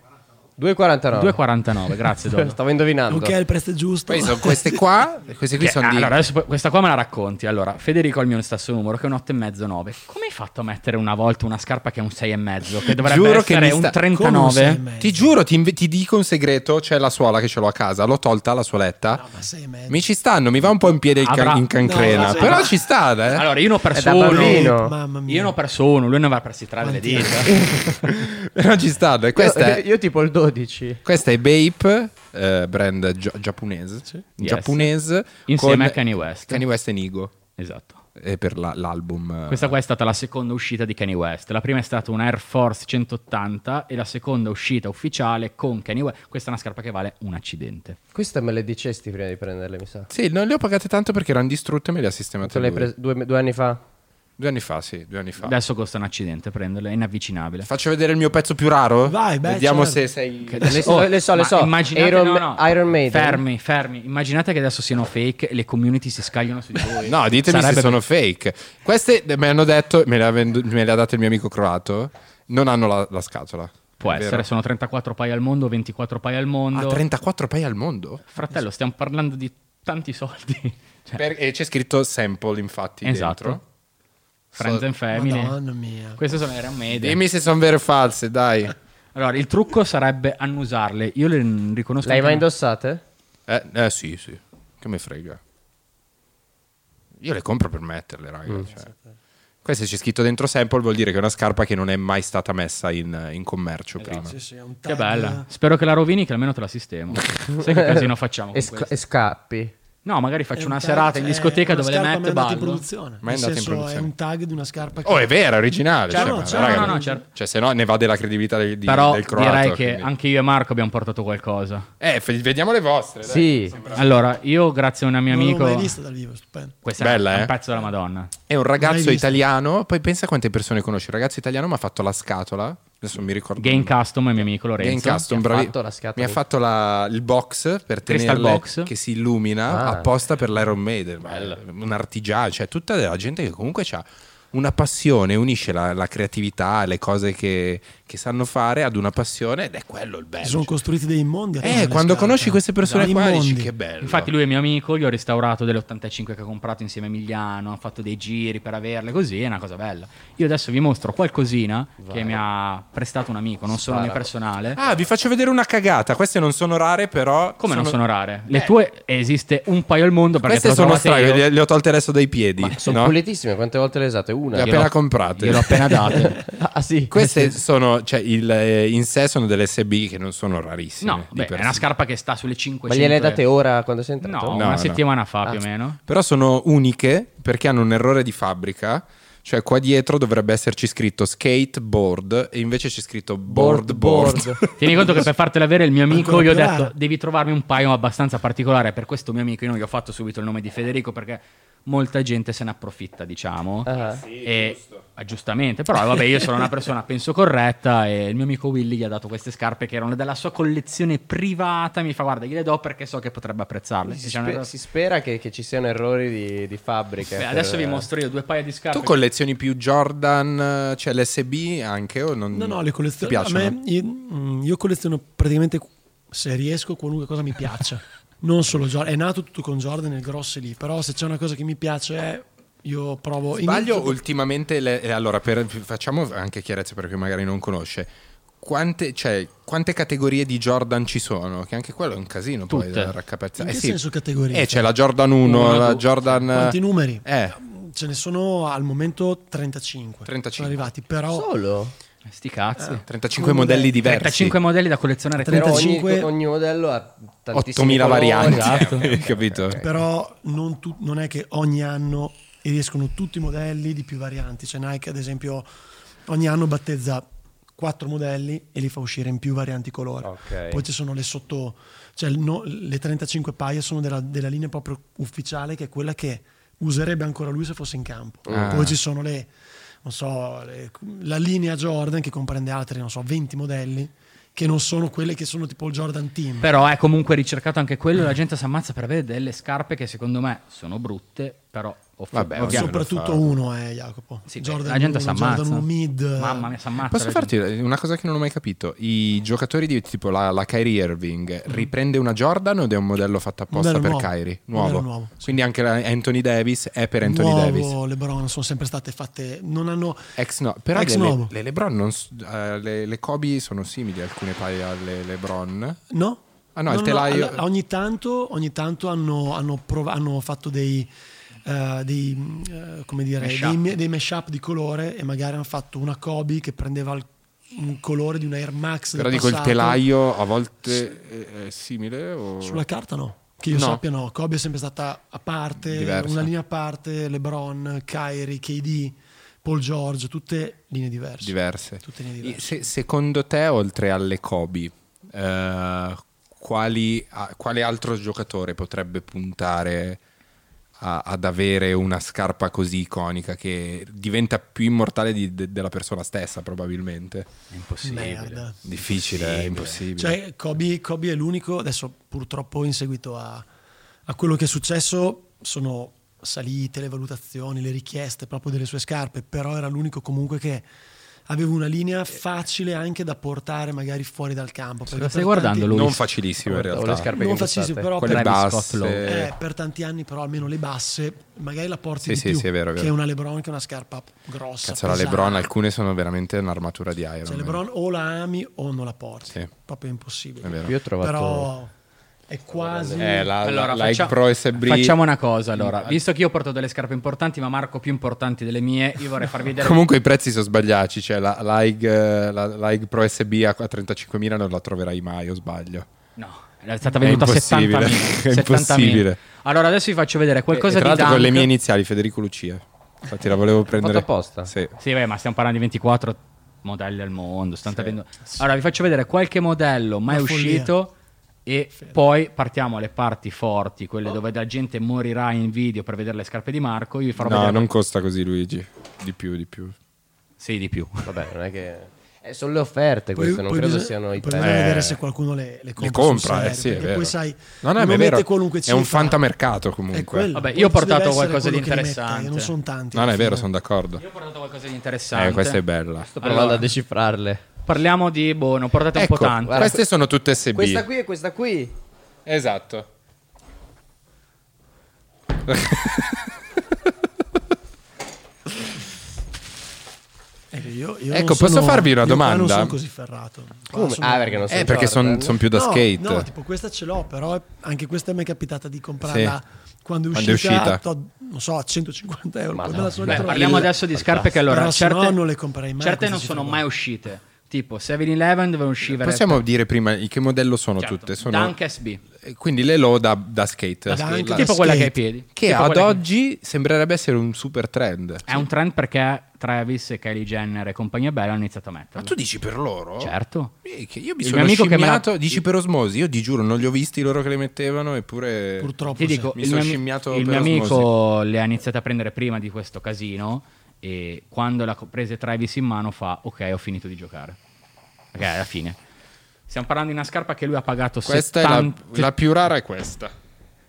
F: 2,49.
E: 2,49, grazie Don.
F: Stavo indovinando.
A: Ok, il prezzo è giusto.
B: Poi sono queste qua, e queste qui
E: Che-
B: sono di...
E: allora, adesso poi- questa qua me la racconti. Allora, Federico ha il mio stesso numero, che è un 8,5 9. Come hai fatto a mettere una volta una scarpa che è un 6,5? Che dovrebbe
B: Giuro che
E: essere
B: mi sta-
E: un
A: Come un
E: 39?
A: sei e mezzo?
B: Ti giuro, ti, inve- ti dico un segreto, c'è la suola che ce l'ho a casa, l'ho tolta la suoletta.
A: No, Ah, ma sei e mezzo.
B: Mi ci stanno, mi va un po' in piede il can-
E: Avrà-
B: in cancrena,
A: No, sì.
B: però ci sta, eh.
E: Allora, io ne ho
F: È
E: perso
F: da
E: uno.
F: bambino.
A: Mamma mia.
E: Io ne ho perso uno, lui ne aveva persi tre delle
A: Quanti-
E: dita.
B: però ci sta, eh.
F: Io,
B: questa è...
F: io tipo il 12.
B: Questa è Bape, eh, brand gia- giapponese,
E: Yes.
B: giapponese
E: Insieme
B: con
E: a Kanye West.
B: Kanye West e Nigo,
E: Esatto.
B: eh, per la- l'album. eh.
E: Questa qua è stata la seconda uscita di Kanye West. La prima è stata una Air Force 180 e la seconda uscita ufficiale con Kanye West. Questa è una scarpa che vale un accidente.
F: Questa me le dicesti prima di prenderle, mi sa.
B: Sì, non le ho pagate tanto perché erano distrutte e me le ha
F: Tu
B: sistemate
F: le hai
B: lui.
F: prese due, due anni fa?
B: Due anni fa, sì, due anni fa.
E: Adesso costa un accidente prenderla, è inavvicinabile.
B: Faccio vedere il mio pezzo più raro?
A: Vai, beh,
B: Vediamo
A: certo.
B: se sei...
E: Che
F: Le so, le so, le
E: Oh, ma
F: so.
E: immaginate-
F: Iron-
E: no, no.
F: Iron Maiden.
E: Fermi, fermi. Immaginate che adesso siano fake e le community si scagliano su di voi.
B: No, ditemi
E: Sarebbe-
B: se sono fake. Queste mi hanno detto, me le ha, vendu- me le ha date il mio amico croato, non hanno la, la scatola.
E: Può
B: È vero.
E: essere, sono 34 paia al mondo, 24 paia al
B: Ah,
E: mondo.
B: 34 paia al mondo?
E: Fratello, stiamo parlando di tanti soldi. Cioè,
B: Per- e c'è scritto sample, infatti,
E: Esatto.
B: dentro.
E: Friends and Family.
A: Madonna mia.
E: Queste sono Iron Maiden.
B: Dimmi se sono vere o false, dai.
E: Allora, il trucco sarebbe annusarle. Io le n- riconosco.
F: L'hai
E: anche-
F: mai indossate?
B: Eh, eh, sì, sì. Che me frega. Io le compro per metterle, raga.
E: Mm.
B: cioè. Queste c'è scritto dentro sample, vuol dire che è una scarpa che non è mai stata messa in, in
E: Eh,
B: commercio prima.
A: Sì, sì, è un
E: Che
A: tag.
E: bella. Spero che la rovini, che almeno te la sistemo. Sai che casino facciamo? con
F: E, sca-
E: queste?
F: e scappi.
E: No, magari
A: È
E: faccio
A: un
E: una
A: tag,
E: serata in
A: cioè,
E: discoteca
A: una
E: dove le
A: scarpa
E: metto
A: mai
E: e
A: andata in
E: ballo.
A: produzione.
B: Mai
A: Nel
B: andata in
A: senso,
B: produzione.
A: È un tag di una scarpa che
B: Oh, è vera, è originale.
E: Certo,
B: cioè, ma,
E: certo,
B: raga,
E: no, no, certo.
B: cioè, se no ne va della credibilità del- di-
E: Però
B: del croato.
E: direi che
B: quindi.
E: anche io e Marco abbiamo portato qualcosa.
B: Eh, f- vediamo le vostre. dai.
F: Sì.
E: Allora, io grazie a un mio
A: non l'ho
E: amico...
A: mai vista dal vivo, è stupendo.
E: Questa
B: Bella,
E: è un
B: eh?
E: pezzo della Madonna.
B: È un
A: Mai
B: ragazzo
A: visto.
B: italiano, poi pensa quante persone conosci. Il ragazzo italiano mi ha fatto la scatola. Adesso non mi ricordo.
E: Game Custom è mio amico Lorenzo.
B: Game Custom,
F: mi ha
B: bravi-
F: fatto la scatola.
B: mi ha fatto la- il box per
E: Crystal
B: tenerle
E: box.
B: che si illumina
F: Ah.
B: apposta per l'Iron Maiden, ma è un artigiano, cioè tutta della gente che comunque ha una passione, unisce la, la creatività, le cose che, che sanno fare ad una passione ed è quello il bello.
A: Si sono
B: Cioè,
A: costruiti dei mondi. attorno
B: eh,
A: alle
B: quando
A: scarpe.
B: conosci queste persone
A: Dai
B: qua dici
A: mondi.
B: che bello.
E: Infatti lui è mio amico, gli ho restaurato delle 85 che ho comprato insieme a Emiliano, ho fatto dei giri per averle così, è una cosa bella. Io adesso vi mostro qualcosina che mi ha prestato un amico, non sono mio personale.
B: Ah, vi faccio vedere una cagata, queste non sono rare però...
E: Come non sono rare? Le tue esiste un paio al mondo perché
B: Eh. Queste
E: te lo
B: sono
E: trovate
B: strane,
E: io.
B: le, le ho tolte adesso dai piedi.
F: Sono
B: no?
F: pulitissime. Quante volte le hai usate?
B: Le ho
F: Una.
B: appena
E: gliel'ho-
B: comprate.
E: Gliel'ho appena date.
F: Ah, sì.
B: Queste sono, cioè, il, eh, in sé sono delle SB che non sono rarissime.
E: No,
B: di
E: beh,
B: per
E: è una
B: sé.
E: scarpa che sta sulle 500.
F: Ma gliele hai date ora quando sei entrato?
E: No,
B: No,
E: una
B: no.
E: settimana fa
F: Ah.
E: più o meno.
B: Però sono uniche perché hanno un errore di fabbrica. Cioè, qua dietro dovrebbe esserci scritto skateboard e invece c'è scritto board board.
E: Tieni conto che per fartela avere il mio amico,
A: Ancora
E: gli ho
A: più
E: detto
A: rara.
E: devi trovarmi un paio abbastanza particolare. Per questo mio amico, io non gli ho fatto subito il nome di Federico perché molta gente se ne approfitta, diciamo.
F: Ah.
E: E- ah, giustamente, però vabbè, io sono una persona penso corretta e il mio amico Willy gli ha dato queste scarpe che erano della sua collezione privata. Mi fa guarda, gliele do perché so che potrebbe apprezzarle.
F: Si,
E: Cioè,
F: spe-
E: una-
F: si spera che, che ci siano errori di, di fabbrica.
E: Beh,
F: per-
E: adesso vi mostro io due paia di scarpe.
B: Tu collezioni più Jordan, eh, cioè l'SB anche o non?
A: No, no, le
B: Ti
A: colleziono. A
B: piacciono?
A: me, io, mm, io colleziono praticamente, se riesco, qualunque cosa mi piaccia. non solo Jordan. È nato tutto con Jordan e grossi lì, però se c'è una cosa che mi piace, io provo...
B: Sbaglio
A: inizio-
B: ultimamente, le- eh, allora per- facciamo anche chiarezza per chi magari non conosce, quante, cioè, quante categorie di Jordan ci sono? Che anche quello è un casino poi
E: Tutte.
B: da raccapezzare.
A: In che
B: eh, sì.
A: senso categorie?
B: Eh, c'è la Jordan 1,
E: Uno,
B: la
E: due.
B: Jordan...
A: Quanti Ah, numeri?
B: Eh,
A: Ce ne sono al momento 35.
B: 35.
A: Sono arrivati, però...
F: Solo?
E: Eh, Sti cazzi.
A: ah,
B: 35 modelli diversi.
E: 35 modelli da collezionare.
A: Tre-
F: Però ogni,
A: 35
F: ogni modello ha tantissimi
B: 8000
F: colori.
B: varianti,
F: Esatto.
B: capito?
A: Però non, tu- non è che ogni anno riescono tutti i modelli di più varianti. Cioè Nike, ad esempio, ogni anno battezza quattro modelli e li fa uscire in più varianti colore.
F: Ok.
A: Poi ci sono le sotto, cioè il no- le 35 paia sono della, della linea proprio ufficiale, che è quella che userebbe ancora lui se fosse in campo.
B: Ah.
A: Poi ci sono le, non so, le- la linea Jordan che comprende altri, non so, 20 modelli che non sono quelle che sono tipo il Jordan Team.
E: Però è comunque ricercato anche quello. La gente si ammazza per avere delle scarpe che secondo me sono brutte, però off-
B: Vabbè, ovvio.
E: ovvia-
A: Soprattutto
B: farlo.
A: uno è Jacopo.
E: Sì, beh,
A: Jordan
E: la gente
A: uno,
E: si ammazza.
A: Jordan eh, uno mid.
E: Mamma mia, si ammazza.
B: Posso
E: la
B: farti
E: gente.
B: una cosa che non ho mai capito? I giocatori di tipo la, la Kyrie Irving riprende una Jordan o è un modello fatto apposta
A: Mm. Modello
B: per
A: nuovo.
B: Kyrie?
A: Modello
B: Nuovo.
A: nuovo, sì.
B: Quindi anche la Anthony Davis è per Anthony
A: Nuovo,
B: Davis.
A: LeBron sono sempre state fatte. Non hanno.
B: Ex no, però
A: Ex
B: le, le-
A: nuovo.
B: le LeBron, non s- eh, le, le Kobe sono simili alcune paia alle LeBron.
A: No?
B: Ah, no, il telaio-
A: alla- ogni tanto, ogni tanto hanno, hanno prov- hanno fatto dei. eh, dei mm, eh, come dire
E: Mashup.
A: dei, me- dei mashup di colore e magari hanno fatto una Kobe che prendeva il un colore di una Air Max del
B: Però dico il
A: passato.
B: telaio a volte è, è simile o...
A: sulla carta no che io
B: No.
A: sappia no Kobe è sempre stata a parte
B: Diversa.
A: una linea a parte LeBron Kyrie KD Paul George tutte linee diverse
B: diverse.
A: Tutte linee diverse.
B: Se- secondo te, oltre alle Kobe, eh, quali- a- quale altro giocatore potrebbe puntare a- ad avere una scarpa così iconica che diventa più immortale di- de- della persona stessa, probabilmente?
E: È impossibile.
A: Merda.
B: Difficile, è impossibile.
A: Cioè, Kobe, Kobe è l'unico, adesso purtroppo in seguito a, a quello che è successo sono salite le valutazioni, le richieste proprio delle sue scarpe, però era l'unico comunque che aveva una linea facile anche da portare magari fuori dal campo. perché
E: lo stai
A: per tanti-
E: guardando, Lui-
B: non facilissimo in
F: Guarda, ho
B: realtà.
F: le scarpe
A: Non
F: che mi
A: facilissimo,
F: state.
A: però
B: Quelle
A: per,
E: Travis
B: basse.
E: Scott Lowe.
A: eh, per tanti anni però almeno le basse magari la porti
B: Sì,
A: di
B: sì,
A: più,
B: sì, è vero, è
A: che
B: vero.
A: una Lebron che è una scarpa grossa.
B: Cazzo, la
A: pesante.
B: LeBron, alcune sono veramente un'armatura di Iron
A: Cioè,
B: Man.
A: LeBron o la ami o non la porti,
B: Sì.
A: proprio impossibile.
B: È vero.
F: Io ho trovato...
A: Però è quasi.
B: Eh, la,
E: Allora,
B: la- la
E: faccia-
B: Pro SB
E: facciamo una cosa allora. Visto che io porto delle scarpe importanti, ma Marco più importanti delle mie, io vorrei farvi vedere.
B: Comunque i prezzi sono sbagliati, cioè la Ligue, eh, la Ligue Pro SB a a 35.000 non la troverai mai, o sbaglio.
E: No, è stata venduta a
B: impossibile,
E: 70.000.
B: è
E: 70.000.
B: impossibile.
E: Allora adesso vi faccio vedere qualcosa
B: E tra
E: di
B: l'altro
E: Dunk.
B: con le mie iniziali, Federico Lucia. Infatti la volevo prendere
F: apposta?
B: Sì.
E: Sì, beh, ma stiamo parlando di 24 modelli al mondo. stanno avendo- Allora vi faccio vedere qualche modello mai
A: Una follia.
E: uscito. E poi partiamo alle parti forti,
A: Oh.
E: quelle dove la gente morirà in video per vedere le scarpe di Marco. Io vi farò
B: No,
E: vedere.
B: non costa così Luigi, di più, di più.
E: Sì, di più.
F: Vabbè, non è che... eh, sono le offerte
A: Poi-
F: queste, non
A: poi
F: credo
A: bisogna-
F: siano i
A: poi
F: prezzi.
A: bisogna vedere
B: Eh,
A: se qualcuno le, le compra. sul
B: Le compra,
A: serio,
B: eh sì, è
A: perché
B: vero.
A: poi sai,
B: No, no,
A: non
B: è
A: mette
B: vero.
A: qualunque
B: È
A: cifra.
B: un fantamercato, comunque.
A: È quello.
E: Vabbè,
A: Poi
E: io ho
A: ci deve
E: portato
A: essere
E: qualcosa
A: quello
E: di
A: che li mette,
E: interessante.
A: eh, non sono tanti.
B: Non
A: alla
B: è vero,
A: fine.
B: sono d'accordo.
E: Io ho portato qualcosa di interessante.
B: Eh, questa è bella.
F: Sto provando
E: Allora.
F: a decifrarle.
E: Parliamo di, boh, ne ho portate
B: Ecco,
E: un po' tante.
F: guarda.
B: queste sono tutte SB.
F: Questa qui e questa qui.
B: Esatto.
A: Eh, io- io
B: Ecco,
A: non
B: posso farvi una
A: io qua
B: domanda?
A: Non sono così ferrato. Qua
F: Come?
A: sono-
F: Ah, perché non sono
B: Eh, perché sono
F: Jordan.
B: più da
A: no,
B: skate.
A: No, tipo questa ce l'ho, però è- anche questa mi è capitata di comprarla quando è
B: Quando è
A: uscita,
B: uscita.
A: a to- non so, a 150 euro.
F: Ma
A: poi
F: no.
A: me la sono
E: Beh,
A: ritrovata.
E: parliamo adesso di scarpe che allora
A: Però se
E: certe
A: no non le comprerei mai
E: Certe
A: a queste
E: non sono
A: cifre
E: mai
A: qua.
E: uscite. tipo 7-Eleven dove usciva
B: Possiamo dire prima i- che modello sono
E: Certo,
B: tutte? Sono... eh,
E: Dunk SB.
B: Quindi le low da, da skate.
A: Da skate.
B: La-
E: tipo quella che hai ai
A: skate.
E: piedi.
B: Che
E: Tipo
B: ad
E: quella
B: oggi sembrerebbe essere un super trend.
E: È un trend perché Travis e Kylie Jenner e compagnia bella hanno iniziato a
B: Ma
E: metterlo.
B: tu dici per loro?
E: Certo.
B: Minchia, Io mi
E: Il
B: sono
E: mio amico che me l'ha-
B: scimmiato, dici per osmosi, io ti giuro, non li ho visti loro che le mettevano, eppure...
A: Purtroppo
E: Ti
A: sì.
E: dico,
B: Mi
E: il
B: sono
E: mio, ami-
B: scimmiato
E: il
B: per
E: mio amico
B: osmosi.
E: le ha iniziate a prendere prima di questo casino e quando l'ha co- prese Travis in mano fa ok ho finito di giocare. Ok, alla fine. Stiamo parlando di una scarpa che lui ha pagato
B: Questa
E: 70...
B: è la, la più rara è questa.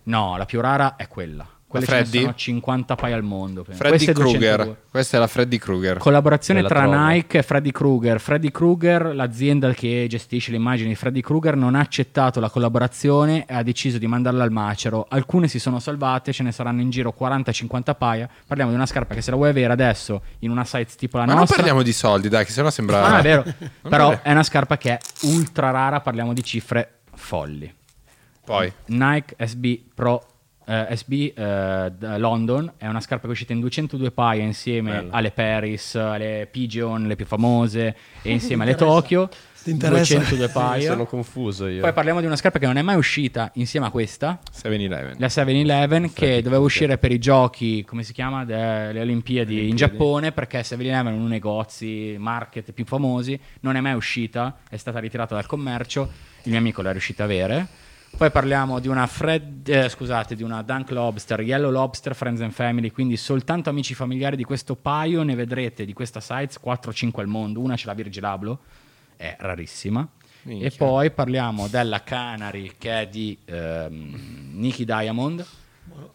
E: No, la più rara è quella. Quelle ce ne
B: Freddy?
E: sono 50 paia al mondo. penso.
B: Freddy
E: Questa è 202.
B: Krueger. Questa è la Freddy Krueger.
E: Collaborazione
F: Me la
E: tra
F: trovo.
E: Nike e Freddy Krueger. Freddy Krueger, l'azienda che gestisce le immagini di Freddy Krueger, non ha accettato la collaborazione e ha deciso di mandarla al macero. Alcune si sono salvate, ce ne saranno in giro 40-50 paia. Parliamo di una scarpa che se la vuoi avere adesso in una site tipo la
B: Ma non
E: nostra...
B: parliamo di soldi, dai, che sennò sembra...
E: Ma non è vero, però
B: vero.
E: è una scarpa che è ultra rara, parliamo di cifre folli.
B: Poi,
E: Nike SB Pro eh, SB eh, d- London è una scarpa che è uscita in 202 paia insieme alle Paris, alle Pigeon, le più famose e insieme alle
A: interessa.
E: Tokyo.
A: Ti interessa?
E: 202 paia.
F: Sono confuso io.
E: Poi parliamo di una scarpa che non è mai uscita insieme a questa,
B: 7-Eleven.
E: la 7-Eleven che doveva uscire per i giochi, come si chiama, delle Olimpiadi, in Giappone, perché 7-Eleven è uno dei negozi, market più famosi, non è mai uscita, è stata ritirata dal commercio, il mio amico l'ha riuscita a avere. Poi parliamo di una Fred, eh, scusate, di una Dunk Lobster, Yellow Lobster Friends and Family, quindi soltanto amici familiari di questo paio ne vedrete di questa sites 4-5 al mondo, una ce l'ha Virgil Abloh, è rarissima.
B: Minchia.
E: E poi parliamo della Canary che è di ehm, Nicky Diamond,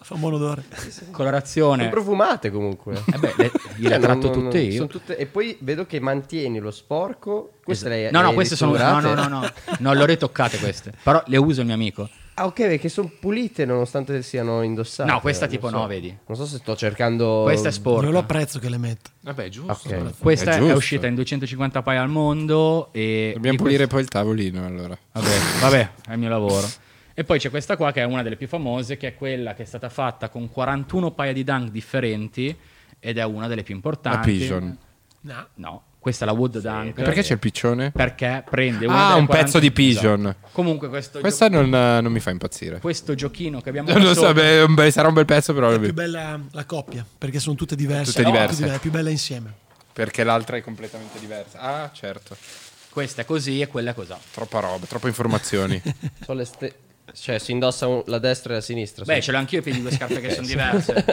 A: Fa un buon odore.
E: colorazione.
F: Sono profumate comunque.
E: Eh beh, le- gliele
F: non-
E: tratto
F: non-
E: tutte io.
F: sono tutte- E poi vedo che mantieni lo sporco. Queste
E: Esatto.
F: le-
E: no,
F: le
E: no, queste sono. No,
F: restaurate?
E: no, no, no, non le ho ritoccate queste. Però le uso il mio amico.
F: Ah, ok, perché sono pulite nonostante siano indossate.
E: No, questa
F: Non
E: tipo
F: so.
E: no, vedi.
F: Non so se sto cercando.
E: Questa è sporca.
A: Io lo apprezzo che le mette.
B: Vabbè, giusto.
F: Ok.
B: È
E: Questa è,
B: giusto.
E: uscita in 250 paia al mondo. E
B: Dobbiamo
E: e
B: pulire
E: questa-
B: poi il tavolino, allora.
E: Vabbè, vabbè, è il mio lavoro. E poi c'è questa qua che è una delle più famose, che è quella che è stata fatta con 41 paia di dunk differenti ed è una delle più importanti.
B: La Pigeon.
A: No.
E: No, questa è la Wood Dunk.
B: E perché c'è il piccione?
E: Perché prende una
B: Ah,
E: delle
B: un pezzo
E: 40
B: di Pigeon.
E: Comunque questo,
B: Questa
E: gio-
B: non, non mi fa impazzire.
E: questo giochino che abbiamo
B: Non lo
E: fatto
B: so, beh, è un bel- sarà un bel pezzo, però.
A: È più bella la coppia, perché sono tutte diverse.
B: Tutte diverse.
A: È più bella insieme.
B: Perché l'altra è completamente diversa. Ah, certo.
E: questa è così e quella è così.
B: Troppa roba, troppe informazioni.
A: Eh,
F: Sono le ste- Cioè, si indossa un- la destra e la sinistra.
E: Beh,
F: sono-
E: ce l'ho anch'io i piedi di due scarpe che sono diverse.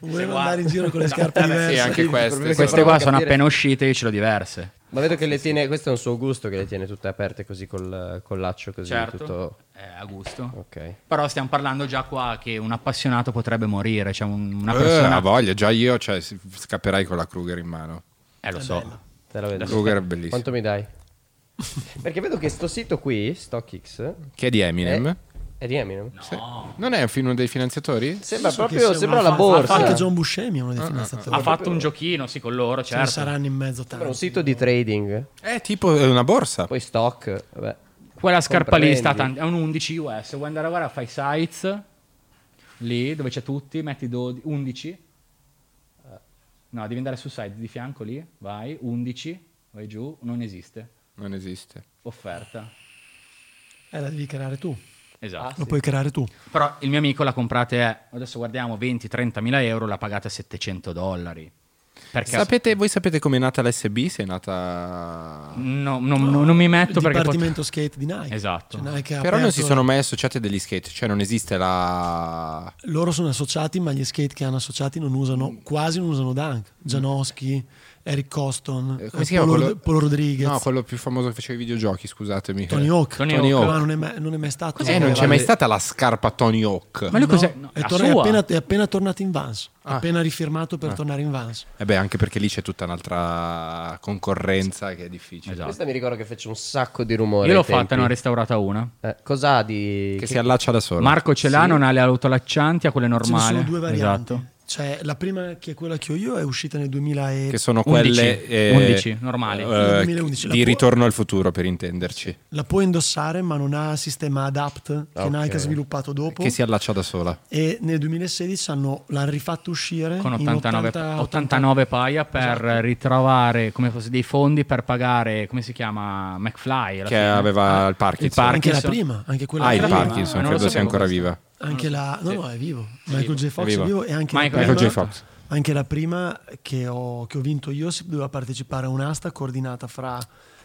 A: Volevo
E: guarda-
A: Eh, andare in giro con le
E: No,
A: scarpe
E: vabbè, sì,
A: diverse.
B: e anche queste.
E: Queste qua sono
F: capire-
E: appena uscite, io ce l'ho diverse.
F: Ma vedo che le tiene. Questo è un suo gusto che le tiene tutte aperte così col col laccio così.
E: Certo,
F: Tutto.
E: eh, a gusto.
F: Ok.
E: Però stiamo parlando già qua che un appassionato potrebbe morire, cioè un- una
B: Eh,
E: persona...
B: ha voglia, già io cioè, si- scapperai con la Kruger in mano.
E: eh, lo so.
F: Te la vedo.
B: Kruger è bellissimo.
F: Quanto mi dai? Perché vedo che sto sito qui, StockX,
B: Che è di Eminem.
F: è, è di Eminem.
B: Sì. Non è un film dei finanziatori?
A: Penso
F: Sembra
A: che
F: proprio
A: sia
F: sembra
A: una
F: la
A: fan-
F: borsa.
A: Anche John Buscemi è uno dei finanziatori.
E: Ah, Ha fatto un giochino, sì, con loro,
A: Ce ne
E: certo.
A: saranno in mezzo tanti.
F: Sembra un sito di trading,
B: È tipo eh, una borsa.
F: poi stock, vabbè.
E: Quella scarpa lì è, stata,
F: Comprendi.
E: è un 11 US. Vuoi andare a guardare, fai sites lì dove c'è tutti, metti 12 11. No, devi andare su site di fianco lì, vai, 11, vai giù, non esiste.
B: Non esiste.
E: Offerta.
A: Eh, la devi creare tu.
E: Esatto.
A: Lo puoi creare tu.
F: Certo,
E: Però il mio amico l'ha comprate, eh, adesso guardiamo, 20-30 mila euro, l'ha pagata 700 dollari. Perché
B: Sapete, voi sapete com'è nata l'SB? Se è nata...
E: No, no, no, non mi metto
A: Il
E: perché... pot-
A: dipartimento skate di Nike.
E: Esatto.
A: Cioè, Nike ha
B: Però non si
A: aperto-
B: sono mai associate degli skate, cioè non esiste la...
A: Loro sono associati, ma gli skate che hanno associati non usano, quasi non usano Dunk. Janowski, Eric Coston,
B: eh,
A: eh, Polo, Polo Rodriguez,
B: No, quello più famoso che faceva i videogiochi, scusatami.
A: Tony Hawk.
E: Tony
B: Tony Hawk.
A: Ma non è mai, non è mai stato.
B: Eh, non c'è mai stata la scarpa Tony Hawk.
E: Ma
A: No,
E: lui cos'è? No,
A: è,
E: la
A: tor- è
E: sua.
A: appena, è appena tornato in Vans.
B: Ah.
A: Appena rifirmato per tornare in Vans.
B: Eh beh, anche perché lì c'è tutta un'altra concorrenza che è difficile.
E: Esatto.
F: Questa mi ricordo che fece un sacco di rumore.
E: Io l'ho
F: ai tempi.
E: fatta e ne ho restaurata una.
F: Eh, cos'ha di
B: Che si allaccia da solo.
E: Marco ce l'ha, non ha le autolaccianti, ha quelle
A: Ce ne
E: normali.
A: sono due varianti.
E: Esatto.
A: Cioè, la prima che è quella che ho io è uscita nel 2000 e...
B: Che sono
E: 11,
B: quelle...
E: 11, normali.
B: eh,
A: 2011, la
B: di
A: pu-
B: ritorno al futuro, per intenderci.
A: La puoi indossare, ma non ha sistema adapt che
F: Ah, ok.
A: Nike ha sviluppato dopo.
B: Che si allaccia da sola.
A: E nel 2016 hanno- l'hanno rifatto uscire
E: con
A: in
E: 89,
A: 80
E: 89 paia per
A: Esatto.
E: ritrovare come fosse, dei fondi per pagare, come si chiama, McFly. alla
B: Che
E: fine. Ah,
B: aveva il Parkinson.
A: Anche la
E: Parkinson.
A: prima, anche quella
B: Ah, il
A: prima.
B: Parkinson,
E: Eh, non lo
B: credo sia
E: sapevo
B: ancora
E: questo.
B: viva.
A: Anche la... No,
E: Sì.
A: no, è vivo.
E: È
A: Michael J.
E: vivo.
A: Fox
B: È
A: è
B: vivo.
A: vivo, e anche la
E: Michael-
A: prima-
B: Michael J. Fox.
A: Anche la prima che ho, che ho vinto io si doveva partecipare a un'asta coordinata fra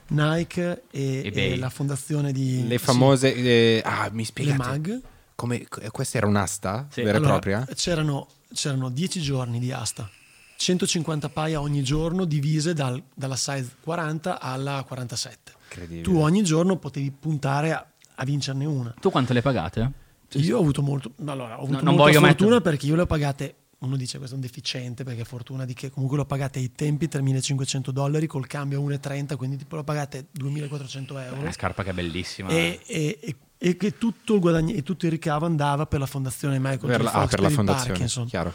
A: Nike e,
E: eBay.
A: e la fondazione di...
B: Le
A: sì,
B: famose... eh, ah, mi
A: le
B: spiegate.
A: MAG.
B: Come, eh, questa era un'asta
E: Sì.
B: vera e
A: Allora,
B: propria?
A: C'erano, c'erano 10 giorni di asta, 150 paia ogni giorno divise dal- dalla size 40 alla 47.
B: Incredibile.
A: Tu ogni giorno potevi puntare a, a vincerne una.
E: Tu quanto le pagate?
A: Io ho avuto molto, allora, ho avuto
E: non
A: molta
E: voglio
A: fortuna
E: mettere-
A: perché io le ho pagate, uno dice questo è un deficiente perché fortuna di che, comunque le ho pagate ai tempi 3.500 dollari col cambio a 1,30, quindi tipo le ho pagate 2.400 euro
E: Una scarpa che è bellissima.
A: Eh? e, e- e- e che tutto il, guadagno, e tutto il ricavo andava per la fondazione Michael
B: Per
A: J.
B: la,
A: Fox
B: ah, per la
A: il
B: fondazione,
A: Parkinson.
B: chiaro.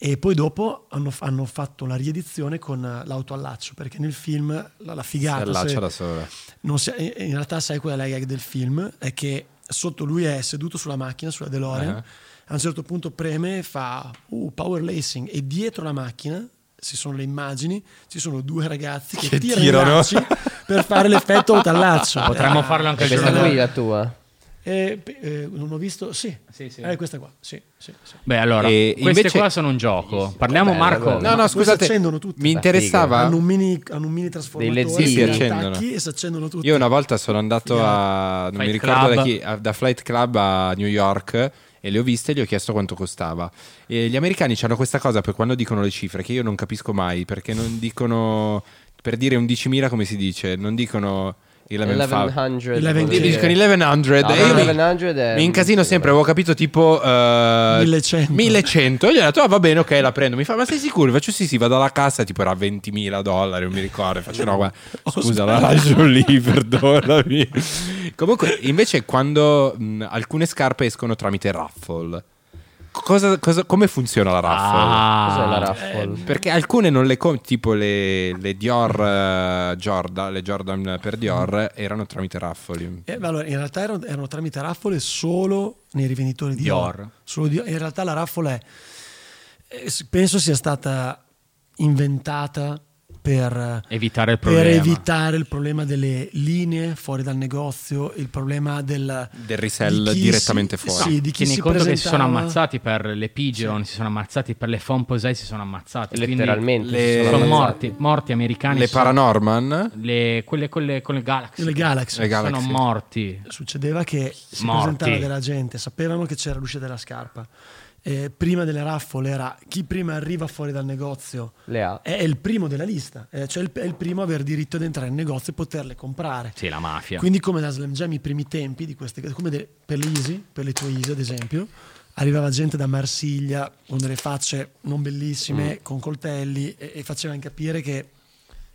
A: E poi dopo hanno, hanno fatto la riedizione con eh, l'autoallaccio, perché nel film la, la
B: si
A: figata,
B: allaccia
A: se-
B: da sola.
A: non si- eh, in in realtà sai qual è la gag del film, è che sotto lui è seduto sulla macchina, sulla DeLorean,
B: Ah.
A: a un certo punto preme e fa uh, power lacing e dietro la macchina ci sono le immagini, ci sono due ragazzi che,
B: Che
A: tirano,
B: tirano.
A: i lacci per fare l'effetto autoallaccio.
E: Potremmo
A: Eh,
E: farlo anche
F: È questa
E: giorno-
F: qui la tua?
A: eh, pe- eh, non ho visto, sì,
E: Sì, sì.
A: Eh, questa qua, sì, sì, sì.
E: Beh, allora,
B: E
E: queste
B: invece-
E: qua sono un gioco. Parliamo,
F: Bella,
E: Marco.
F: bella.
B: No, no,
A: Ma
B: scusate,
A: si accendono tutte.
B: mi
A: Ah,
B: interessava...
A: Hanno un mini, hanno un mini trasformatore,
F: Dei LED,
B: si
A: dei
B: accendono.
A: attacchi e si accendono tutti.
B: Io una volta sono andato a. non mi
E: Fight
B: ricordo da
E: Club.
B: chi. a- da Flight Club a New York. E le ho viste e gli ho chiesto quanto costava. E gli americani hanno questa cosa per quando dicono le cifre che io non capisco mai perché non dicono. Per dire 11.000 come si dice, non dicono 11.000.
F: 1100.
A: Eleven-
F: vuol
B: Io
F: dire-
B: dicono 1100
F: No,
B: e io mi-
F: 1100 è-
B: mi incasino sempre, avevo capito tipo eh,
A: 1100.
B: 1100. Io gli ho detto ah, va bene, ok, la prendo. Mi fa "Ma sei sicuro?" Faccio sì, sì, vado alla cassa, tipo era 20.000 dollari, non mi ricordo. Faccio no, guarda, scusa, la lascio lì, perdonami. Comunque, invece quando mh, alcune scarpe escono tramite raffle. Cosa, cosa- come funziona la raffle?
F: Cos'è la
E: Ah,
F: raffle?
A: Eh.
B: Perché alcune non le compri, tipo le, le Dior eh, Jordan, le Jordan per Dior erano tramite raffoli.
A: Eh, beh, allora, in realtà erano, erano tramite raffole solo nei rivenditori di
E: Dior.
A: Dior. Solo Dior. In realtà la raffola è, eh, s- penso sia stata inventata per, eh,
E: evitare il
A: per
E: problema.
A: evitare il problema delle linee fuori dal negozio, il problema del,
B: Del resell
A: di chi
B: direttamente
A: si-
B: fuori.
A: Sì, di chi
E: Tieni
A: si
E: conto che si sono
A: presentava.
E: ammazzati per le pigeon, si sono ammazzati per le Fonposei, si sono ammazzati. quindi
F: Letteralmente.
B: le-
F: si
E: Sono
B: Eh,
E: morti, morti americani.
B: Le
E: sono-
B: Paranorman?
E: le- quelle con le, con le Galaxy.
A: Le Galaxy.
B: Le Galaxy.
E: Sono morti.
A: succedeva che si
E: Morti.
A: presentava della gente, sapevano che c'era l'uscita della scarpa. Eh, prima delle raffole era chi prima arriva fuori dal negozio
F: Le ha.
A: è il primo della lista, eh, cioè il- è il primo a aver diritto ad entrare in negozio e poterle comprare.
E: Sì, la mafia.
A: Quindi come la Slam Jam i primi tempi di queste come delle- per le Easy, per le tue Easy ad esempio, arrivava gente da Marsiglia con delle facce non bellissime, con coltelli e, e facevano capire che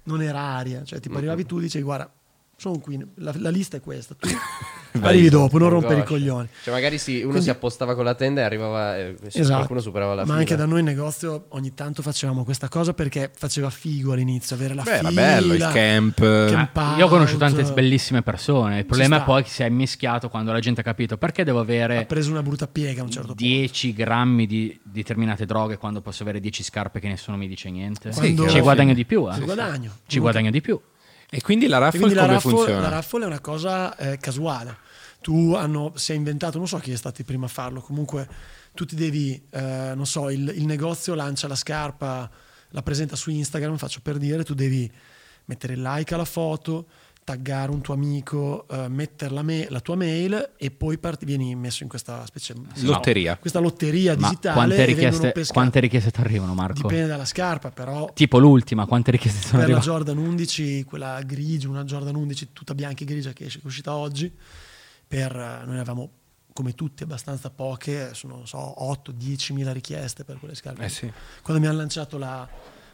A: non era aria, cioè tipo arrivavi tu e dicevi guarda, sono qui, la, la lista è questa, tu arrivi dopo, non rompere i
F: Angoscia.
A: coglioni.
F: Oh, Cioè, magari sì, uno
A: Quindi-
F: si appostava con la tenda e arrivava. eh, se
A: Esatto.
F: Qualcuno superava la
A: Ma
F: fila.
A: anche da noi in negozio ogni tanto facevamo questa cosa perché faceva figo all'inizio avere la
B: Beh, era
A: fila.
B: bello il camp.
A: camp-
E: Ah, Io ho conosciuto
A: Out.
E: tante bellissime persone. Il problema è
A: sta.
E: poi che si è mischiato quando la gente ha capito perché devo
A: Ha
E: avere
A: preso una brutta piega a un certo punto.
E: 10 grammi di determinate droghe quando posso avere 10 scarpe che nessuno mi dice niente.
A: Sì, Quando-
E: Ci
A: chiaro.
E: guadagno di più. eh.
A: Ci guadagno.
E: Ci guadagno di più.
B: E quindi la
A: E
B: raffle
A: quindi
B: come
A: la raffle,
B: funziona?
A: la raffle è una cosa eh, casuale. Tu hanno, si è inventato, non so chi è stato il primo a farlo, comunque tu ti devi, eh, non so, il, il negozio lancia la scarpa, la presenta su Instagram, faccio per dire, tu devi mettere il like alla foto, taggare un tuo amico, eh, mettere la, me- la tua mail e poi parti- vieni messo in questa specie
B: Lotteria.
A: questa lotteria
E: Ma
A: digitale
E: quante
A: e vengono
E: richieste,
A: pescate.
E: quante richieste ti arrivano, Marco?
A: Dipende dalla scarpa, però
E: Tipo l'ultima, quante richieste sono
A: per la
E: arrivate?
A: Jordan 11, quella grigia, una Jordan 11 tutta bianca e grigia che esce- che è uscita oggi, per, eh, noi ne avevamo come tutti abbastanza poche, sono non so, 8-10 mila richieste per quelle scarpe.
B: Eh sì.
A: Quando mi hanno lanciato la,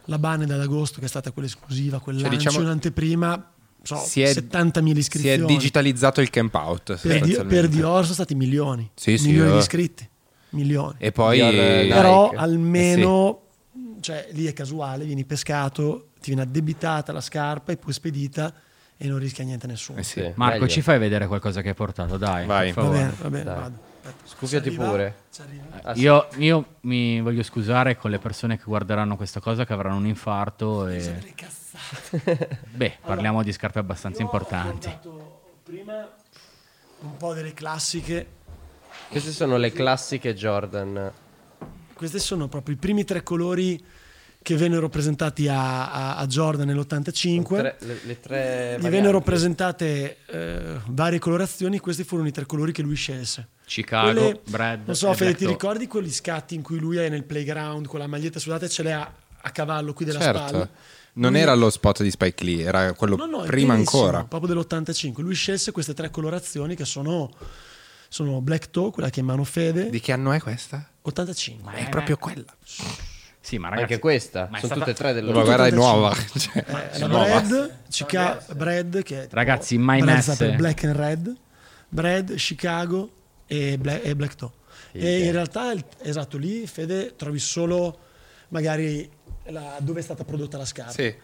A: la Baned ad agosto, che è stata quella esclusiva, quel
B: Cioè,
A: lancio
B: diciamo-
A: in anteprima, so,
B: Si è-
A: 70.000
B: Si è
A: iscrizioni.
B: digitalizzato il camp out.
A: per, Di- per
B: sostanzialmente.
A: Dior sono stati milioni,
B: Sì, sì,
A: milioni
B: eh.
A: di iscritti. milioni.
B: E poi...
F: Dior, eh, Nike.
A: Però
F: Eh
A: almeno, cioè, lì è casuale, vieni pescato, ti viene addebitata la scarpa e poi spedita e non rischia niente a nessuno.
B: Eh sì. Eh sì.
E: Marco,
F: meglio.
E: ci fai vedere qualcosa che hai portato, dai.
B: Vai.
E: per
A: Va
E: favore.
A: bene, va bene,
F: Dai.
A: vado. Aspetta.
F: Scufiati
A: Ci arriva?
F: pure.
A: Ci arriva?
F: Ah, sì.
E: Io, io mi voglio scusare con le persone che guarderanno questa cosa, che avranno un infarto. E... Beh, parliamo di scarpe eh, abbastanza
A: Io ho
E: importanti.
A: portato prima un po' delle classiche.
F: Queste sono le classiche Jordan.
A: Questi sono proprio i primi tre colori che vennero presentati a, a- a Jordan nell'85.
F: Tre- le, le tre
A: Gli
F: varianti.
A: vennero presentate eh, varie colorazioni, questi furono i tre colori che lui scelse.
E: Chicago,
A: Quelle-
E: Brad.
A: Non so,
E: e
A: Fede,
E: Black
A: ti
E: Dog.
A: ricordi quegli scatti in cui lui è nel playground con la maglietta sudata e ce l'è a, a cavallo qui della
B: Certo.
A: spalla?
B: Non
A: Lui-
B: era lo spot di Spike Lee, era quello
A: No, no, è
B: prima
A: bellissimo,
B: ancora.
A: Proprio dell'85. Lui scelse queste tre colorazioni che sono, sono Black Toe, quella che è in mano Fede,
B: Di che anno è questa?
A: 85.
E: Ma
B: È proprio quella.
E: Sì, ma ragazzi,
F: Anche questa.
E: ma è
F: Sono
E: stata-
F: tutte e tre
B: Ma
F: delle
B: guarda, è
A: 85.
B: nuova. Cioè,
A: Eh,
B: è
A: la
B: nuova.
A: Bread, Chica- Bread, che è tipo-
E: Ragazzi, mai
A: Bread
E: messe.
A: sta per Black and Red, Bread, Chicago e, Bla- e Black Toe. E in realtà, il- esatto, lì Fede trovi solo magari la- dove è stata prodotta la scarpa.
B: Sì.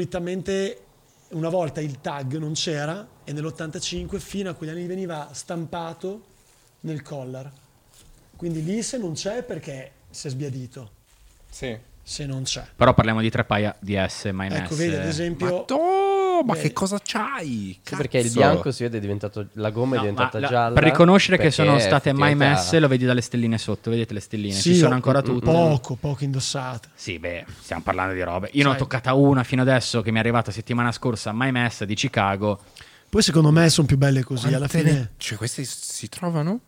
A: Solitamente una volta il tag non c'era e nell'85 fino a quegli anni veniva stampato nel collar. Quindi lì se non c'è è perché si è sbiadito,
B: Sì.
A: se non c'è.
E: Però parliamo di tre paia di S, mai
A: Ecco,
E: S.
A: vedi ad esempio...
B: Madò, ma
A: Eh.
B: che cosa c'hai?
F: Sì, perché il
B: Cazzo.
F: bianco si vede è diventato la gomma
E: No,
F: è diventata
E: ma la-
F: gialla.
E: per riconoscere che sono
F: perché
E: state mai
F: effettivamente-
E: messe, lo vedi dalle stelline sotto. Vedete le stelline?
A: Sì,
E: Ci sono
A: ho-
E: ancora tutte.
A: Poco, poco indossate.
E: Sì, beh, stiamo parlando di robe. Io ne ho
A: Sai-
E: toccata una fino adesso che mi è arrivata settimana scorsa, mai messa di Chicago.
A: Poi secondo me sono più belle così alla
B: Quante
A: fine.
B: ne- Cioè, questi si trovano?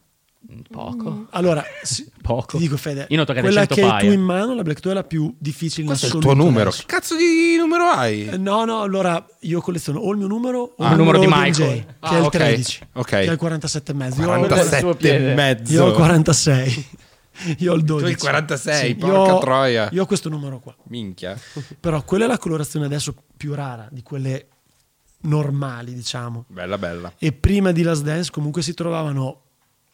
A: Mm.
E: Poco.
A: Allora, sì,
E: Poco.
A: ti dico Fede,
E: Io ne ho toccate
A: quella
E: 100
A: che hai
E: paia.
A: tu in mano, la Black Toe è la più difficile
B: Questo è
A: in
B: il
A: assoluto.
B: tuo numero.
A: adesso.
B: Che cazzo di numero hai?
A: Eh, No, no, allora io colleziono o il mio numero o
E: Ah,
A: il
E: il numero di
A: MJ,
E: Michael.
A: che
B: Ah,
A: è il
B: ok,
A: 13,
B: ok.
A: che è il 47 e mezzo. Io ho-
F: il suo
B: 47
F: piede.
B: e mezzo.
A: Io ho il 46. Io ho il 12.
B: il 46,
A: Sì,
B: porca
A: io ho-
B: troia.
A: Io ho questo numero qua.
B: Minchia.
A: Però quella è la colorazione adesso più rara di quelle normali, diciamo.
B: Bella, bella.
A: e prima di Last Dance comunque si trovavano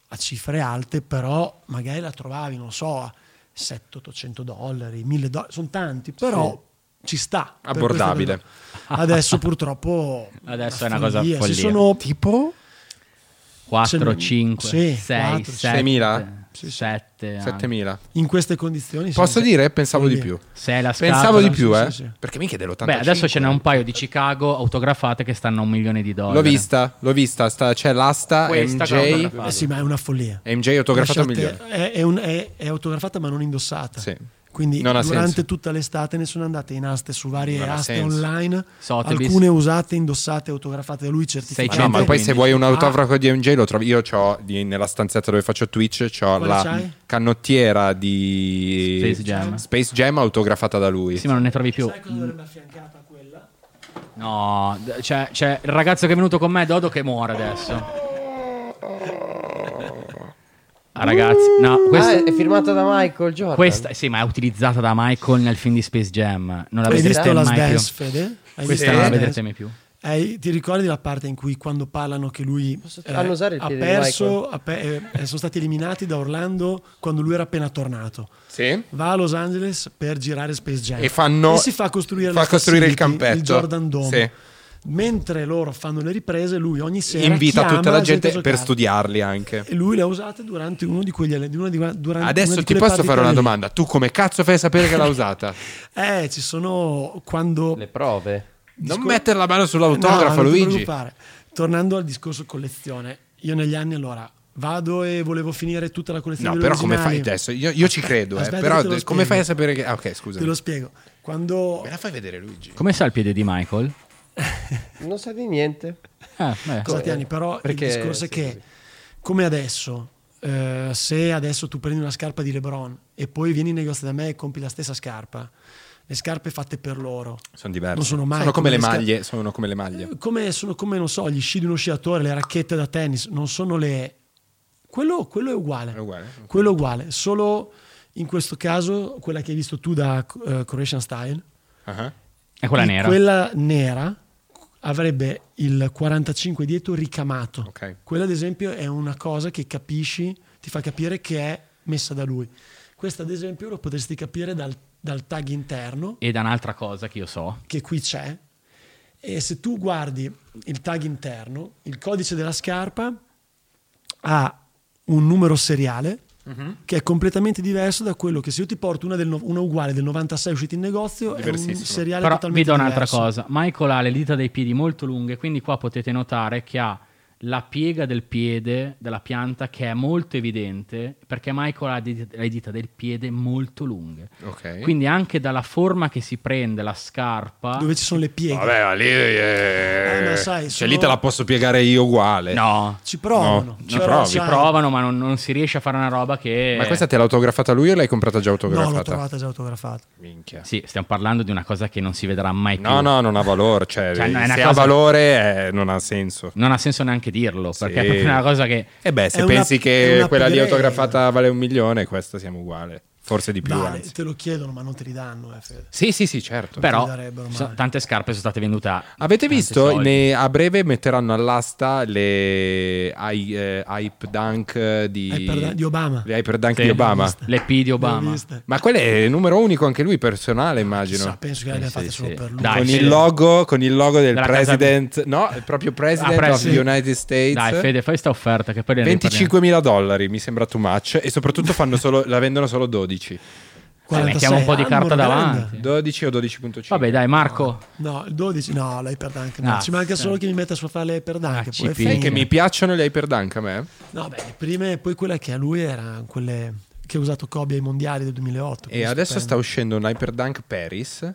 A: a cifre alte, però magari la trovavi, non so, a 700-800 dollari, 1000 dollari, sono tanti, però ci sta. per
B: Abbordabile.
A: questa cosa. Adesso purtroppo...
E: Adesso è una cosa follia.
A: Ci sono
B: Tipo?
E: 4,
A: Se-
E: 5,
A: sì,
E: 6,
A: quattro,
B: 6.000?
E: 7, 7.
B: 7000?
A: in queste condizioni...
B: Posso
A: sempre-
B: dire? Pensavo di
A: follia.
B: più.
E: Se è la
B: Pensavo
E: scatola,
B: di più,
A: sì,
B: eh.
A: sì, sì.
B: Perché mica è dell'85.
E: Beh, adesso ce n'è un paio di Chicago autografate che stanno a un milione di dollari.
B: L'ho vista, l'ho vista. sta- c'è l'asta
E: Questa che ho
B: MJ.
E: autografato.
A: Eh sì, ma è una follia.
B: MJ autografata a un
A: Lasciate-
B: milione.
A: È, è un- è- è autografata ma non indossata.
B: Sì.
A: Quindi
B: Non ha
A: durante
B: senso.
A: tutta l'estate ne sosono andate in aste su varie
B: Non ha
A: aste
B: senso.
A: online,
E: Sotheby's.
A: alcune usate, indossate, autografate da lui, certificate.
B: Ma no, ma poi se
E: 115.
B: vuoi un autografo di MJ lo trovi. Io ho nella stanzetta dove faccio Twitch, ho
A: Quale
B: la
A: c'hai?
B: canottiera di
E: Space Jam.
B: Space Jam autografata da lui.
E: Sì, ma non ne trovi più.
A: Sai cosa dovrebbe affiancata a quella?
E: No, d- c'è, c'è il ragazzo che è venuto con me, Dodo, che muore adesso. Ah, ragazzi, no,
F: Ah,
E: questa,
F: è firmata da Michael Jordan.
E: questa- sì, ma è utilizzata da Michael nel film di Space Jam. Non la
A: Hai
E: vedrete
A: visto la
E: mai più.
A: dance, Fede? Hai
E: Questa
A: visto
E: non la
A: Last
E: vedrete
A: Dance?
E: mai più.
A: Eh, ti ricordi la parte in cui quando parlano che lui eh,
F: Posso- fanno usare il
A: ha
F: piede di
A: perso, ha pe- eh, sono stati eliminati da Orlando quando lui era appena tornato.
B: Sì?
A: Va a Los Angeles per girare Space Jam
B: E fanno-
A: si fa costruire,
B: fa
A: la
B: costruire il
A: facility,
B: campetto.
A: il Jordan Dome.
B: Sì.
A: Mentre loro fanno le riprese, lui ogni sera
B: Invita
A: chiama
B: tutta la gente,
A: a giocare.
B: per studiarli anche.
A: E lui le ha usate durante uno di quegli alle- di una di- durante una
B: Adesso
A: di
B: ti
A: quelle
B: posso
A: partite
B: fare una
A: lì.
B: domanda. Tu come cazzo fai a sapere che l'ha usata?
A: Eh, ci sono quando
F: Le prove.
B: Non
A: Discor-
B: mettere la mano
A: No,
B: sull'autografo,
A: non ti
B: Luigi.
A: preoccupare. Tornando al discorso collezione, io negli anni allora vado e volevo finire tutta la collezione.
B: No,
A: degli
B: però come fai
A: originali.
B: adesso? Io, io ci credo, eh,
A: Aspetta
B: però
A: che te lo
B: de- come
A: spiego.
B: fai a sapere che... Ah, ok, scusa.
A: Te lo spiego. Quando
B: Me la fai vedere, Luigi?
E: Come sa il piede di Michael?
F: Non sa di niente.
E: Eh, beh.
A: cosa ti anni, però
F: Perché-
A: il discorso è
F: sì,
A: che
F: sì.
A: come adesso eh, se adesso tu prendi una scarpa di LeBron e poi vieni in negozio da me e compri la stessa scarpa, le scarpe fatte per loro
B: Sono diverse.
A: non sono mai
B: Sono come, le
A: sca-
B: maglie. Sono come le maglie.
A: come, sono come, non so, gli sci di uno sciatore, le racchette da tennis, non sono le... Quello, quello è uguale.
B: È uguale, ok.
A: Quello è uguale, solo in questo caso quella che hai visto tu da eh, Croatian Style,
B: Ah.
E: È quella
A: di
E: nera.
A: quella nera avrebbe il 45 dietro ricamato.
B: Ok.
A: Quella ad esempio è una cosa che capisci, ti fa capire che è messa da lui. Questa, ad esempio, lo potresti capire dal, dal tag interno,
E: E da un'altra cosa che io so,
A: che qui c'è. E se tu guardi il tag interno, il codice della scarpa ha un numero seriale
E: Mhm.
A: che è completamente diverso da quello che se io ti porto una, del no- una uguale del 96 uscita in negozio è un
B: Diversissimo.
A: seriale
E: però vi
A: totalmente
E: do un'altra
A: diverso.
E: cosa. Michael ha le dita dei piedi molto lunghe, quindi qua potete notare che ha la piega del piede della pianta che è molto evidente perché Michael ha di- le dita del piede molto lunghe.
B: Ok.
E: Quindi anche dalla forma che si prende la scarpa
A: Dove ci sono le pieghe.
B: Vabbè, ma lì. eh,
A: Eh, ma sai,
B: cioè,
A: sono-
B: lì te la posso piegare io uguale.
E: No,
A: Ci provano.
B: No,
A: ci
B: ci provi,
A: sai-
E: provano, ma non, non si riesce a fare una roba che.
B: Ma questa te l'ha autografata lui o l'hai comprata già
A: eh. No,
B: autografata?
A: l'ho trovata già autografata.
B: Minchia.
E: Sì, stiamo parlando di una cosa che non si vedrà mai più.
B: No, no, non ha valore. Cioè,
E: Cioè, non è una
B: se ha
E: cosa-
B: valore, eh, non ha senso.
E: Non ha senso neanche dirlo, perché è
B: Sì.
E: proprio una cosa che.
B: E beh, se
A: È una-
B: pensi
A: è
B: che
A: una
B: quella lì
A: upgrade.
B: autografata vale un milione, questa siamo uguale. Forse di più,
A: Vale,
B: anzi.
A: te lo chiedono, ma non te li danno. Eh, Fede.
B: Sì, sì, sì, certo.
E: Però
A: ti darebbero
E: so-
A: mai.
E: tante scarpe sono state vendute. a
B: Avete
E: tanti
B: visto?
E: soldi.
B: Ne- a breve metteranno all'asta le I- eh, Hype Dunk eh, di,
A: Hyper- di Obama.
B: Le Hyper Dunk
E: Sì.
B: di Obama.
E: Le P di
A: Le ho
E: Obama.
A: viste.
B: Ma quello è il numero unico anche lui personale, immagino.
A: Chissà, penso che l'abbiano
E: Eh, Sì,
A: fatta
E: sì,
A: solo
E: sì.
A: per lui.
E: Dai,
B: con,
E: Fede.
B: il logo, con il logo del
E: Della Casa-
B: president, no, il proprio president
E: Ah,
B: of
E: president.
B: the United States.
E: Dai, Fede, fai sta offerta che poi ne riparliamo.
B: 25.000 dollari mi sembra too much e soprattutto fanno solo- la vendono solo 12
E: Eh, mettiamo un po' di carta davanti.
B: 12 o 12.5
E: Vabbè, dai, Marco.
A: No, il 12, no, l'hyperdunk no.
E: Ah,
A: Ci manca
E: sì.
A: solo che mi metta su a fare le
E: Ah,
A: hyperdunk.
E: ci
A: poi è
E: pica.
B: sai
A: finita.
B: che mi piacciono gli hyperdunk a me
A: No, beh, le prime, poi quella che a lui era quelle che ha usato Kobe ai mondiali del 2008.
B: e
A: quindi
B: adesso sta
A: stupendo.
B: uscendo un hyperdunk Paris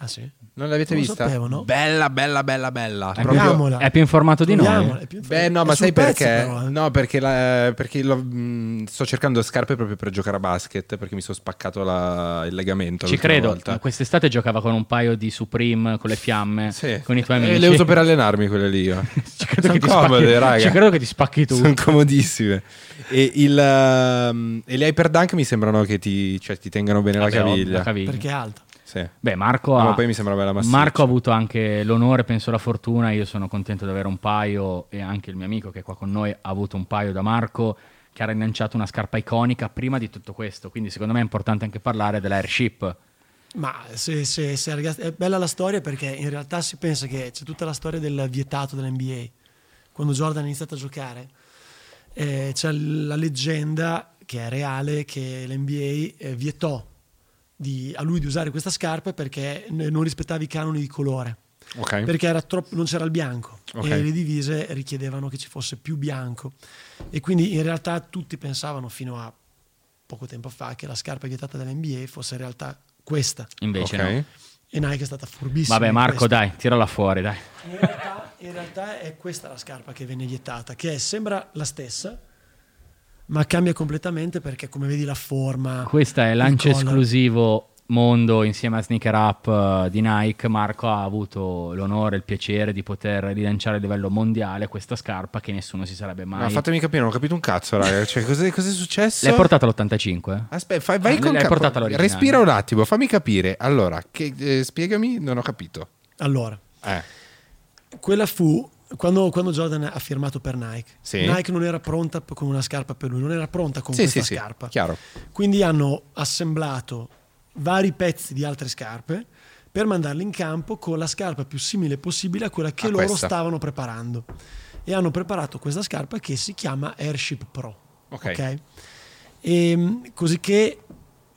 A: Ah, sì?
B: non l'avete
A: Non lo
B: vista?
A: sapevo, no.
B: bella bella bella bella
E: È
B: Proprio-
A: Abbiamo- Troviamola.
E: più, è più informato di
A: Troviamola,
E: noi.
A: è più
B: Beh, no,
A: è
B: ma
A: sul
B: sai
A: pezzo,
B: perché?
A: però, eh.
B: No, perché, la- perché lo- mh, sto cercando scarpe proprio per giocare a basket perché mi sono spaccato la- il legamento.
E: Ci
B: l'ultima
E: credo.
B: volta.
E: Quest'estate giocava con un paio di Supreme con le fiamme.
B: Sì.
E: Con i tuoi
B: Eh,
E: amici.
B: le uso per allenarmi quelle lì. Io.
E: Ci credo,
B: Sono
E: che ti
B: comode,
E: spacchi,
B: raga.
E: ci credo che ti spacchi tu.
B: Sono comodissime. E, il, ehm, e le hyperdunk mi sembrano che ti, cioè, ti tengano bene
E: Vabbè,
B: la
E: ovvio,
B: caviglia.
E: la caviglia.
A: Perché è alta.
B: Sì.
E: Beh, Marco
B: No,
E: ha,
B: ma poi mi sembra bella massiccia.
E: Marco ha avuto anche l'onore, penso la fortuna. Io sono contento di avere un paio e anche il mio amico che è qua con noi ha avuto un paio da Marco che ha rilanciato una scarpa iconica prima di tutto questo. Quindi secondo me è importante anche parlare dell'airship.
A: Ma se, se- se, ragazzi, è bella la storia perché in realtà si pensa che c'è tutta la storia del vietato dell'NBA. Quando Jordan ha iniziato a giocare, eh, c'è la leggenda che è reale che l'NBA eh, vietò di- a lui di usare questa scarpa perché n- non rispettava i canoni di colore.
B: Ok.
A: Perché era troppo- non c'era il bianco
B: Ok.
A: e le divise richiedevano che ci fosse più bianco. E quindi in realtà tutti pensavano fino a poco tempo fa che la scarpa vietata dall'NBA fosse in realtà questa.
E: Invece
B: Ok.
E: no.
A: E Nike è stata furbissima.
E: Vabbè,
A: in
E: Marco,
A: questo.
E: dai, tirala fuori, dai.
A: In realtà, in realtà è questa la scarpa che viene vietata, che è- sembra la stessa, ma cambia completamente perché, come vedi, la forma.
E: Questa è
A: Ah, il
E: lancio
A: collar.
E: esclusivo mondo insieme a Sneaker Up eh, di Nike. Marco ha avuto l'onore e il piacere di poter rilanciare a livello mondiale questa scarpa che nessuno si sarebbe mai.
B: Ma fatemi capire, non ho capito un cazzo, raga. Cioè, cos'è, cos'è successo?
E: L'hai portata all'85?
B: Aspetta, fai- vai
E: Ah,
B: con
E: l'hai
B: calma.
E: portata all'originale.
B: Respira un attimo, fammi capire. Allora, che- eh, spiegami, non ho capito.
A: Allora,
B: Eh,
A: quella fu quando, quando Jordan ha firmato per Nike.
B: Sì.
A: Nike non era pronta p- con una scarpa per lui, non era pronta con
B: Sì,
A: questa
B: sì, sì,
A: scarpa.
B: chiaro.
A: Quindi hanno assemblato vari pezzi di altre scarpe per mandarli in campo con la scarpa più simile possibile a quella che
B: A
A: loro
B: questa.
A: stavano preparando. E hanno preparato questa scarpa che si chiama Airship Pro.
B: Ok.
A: ok? Ehm, così che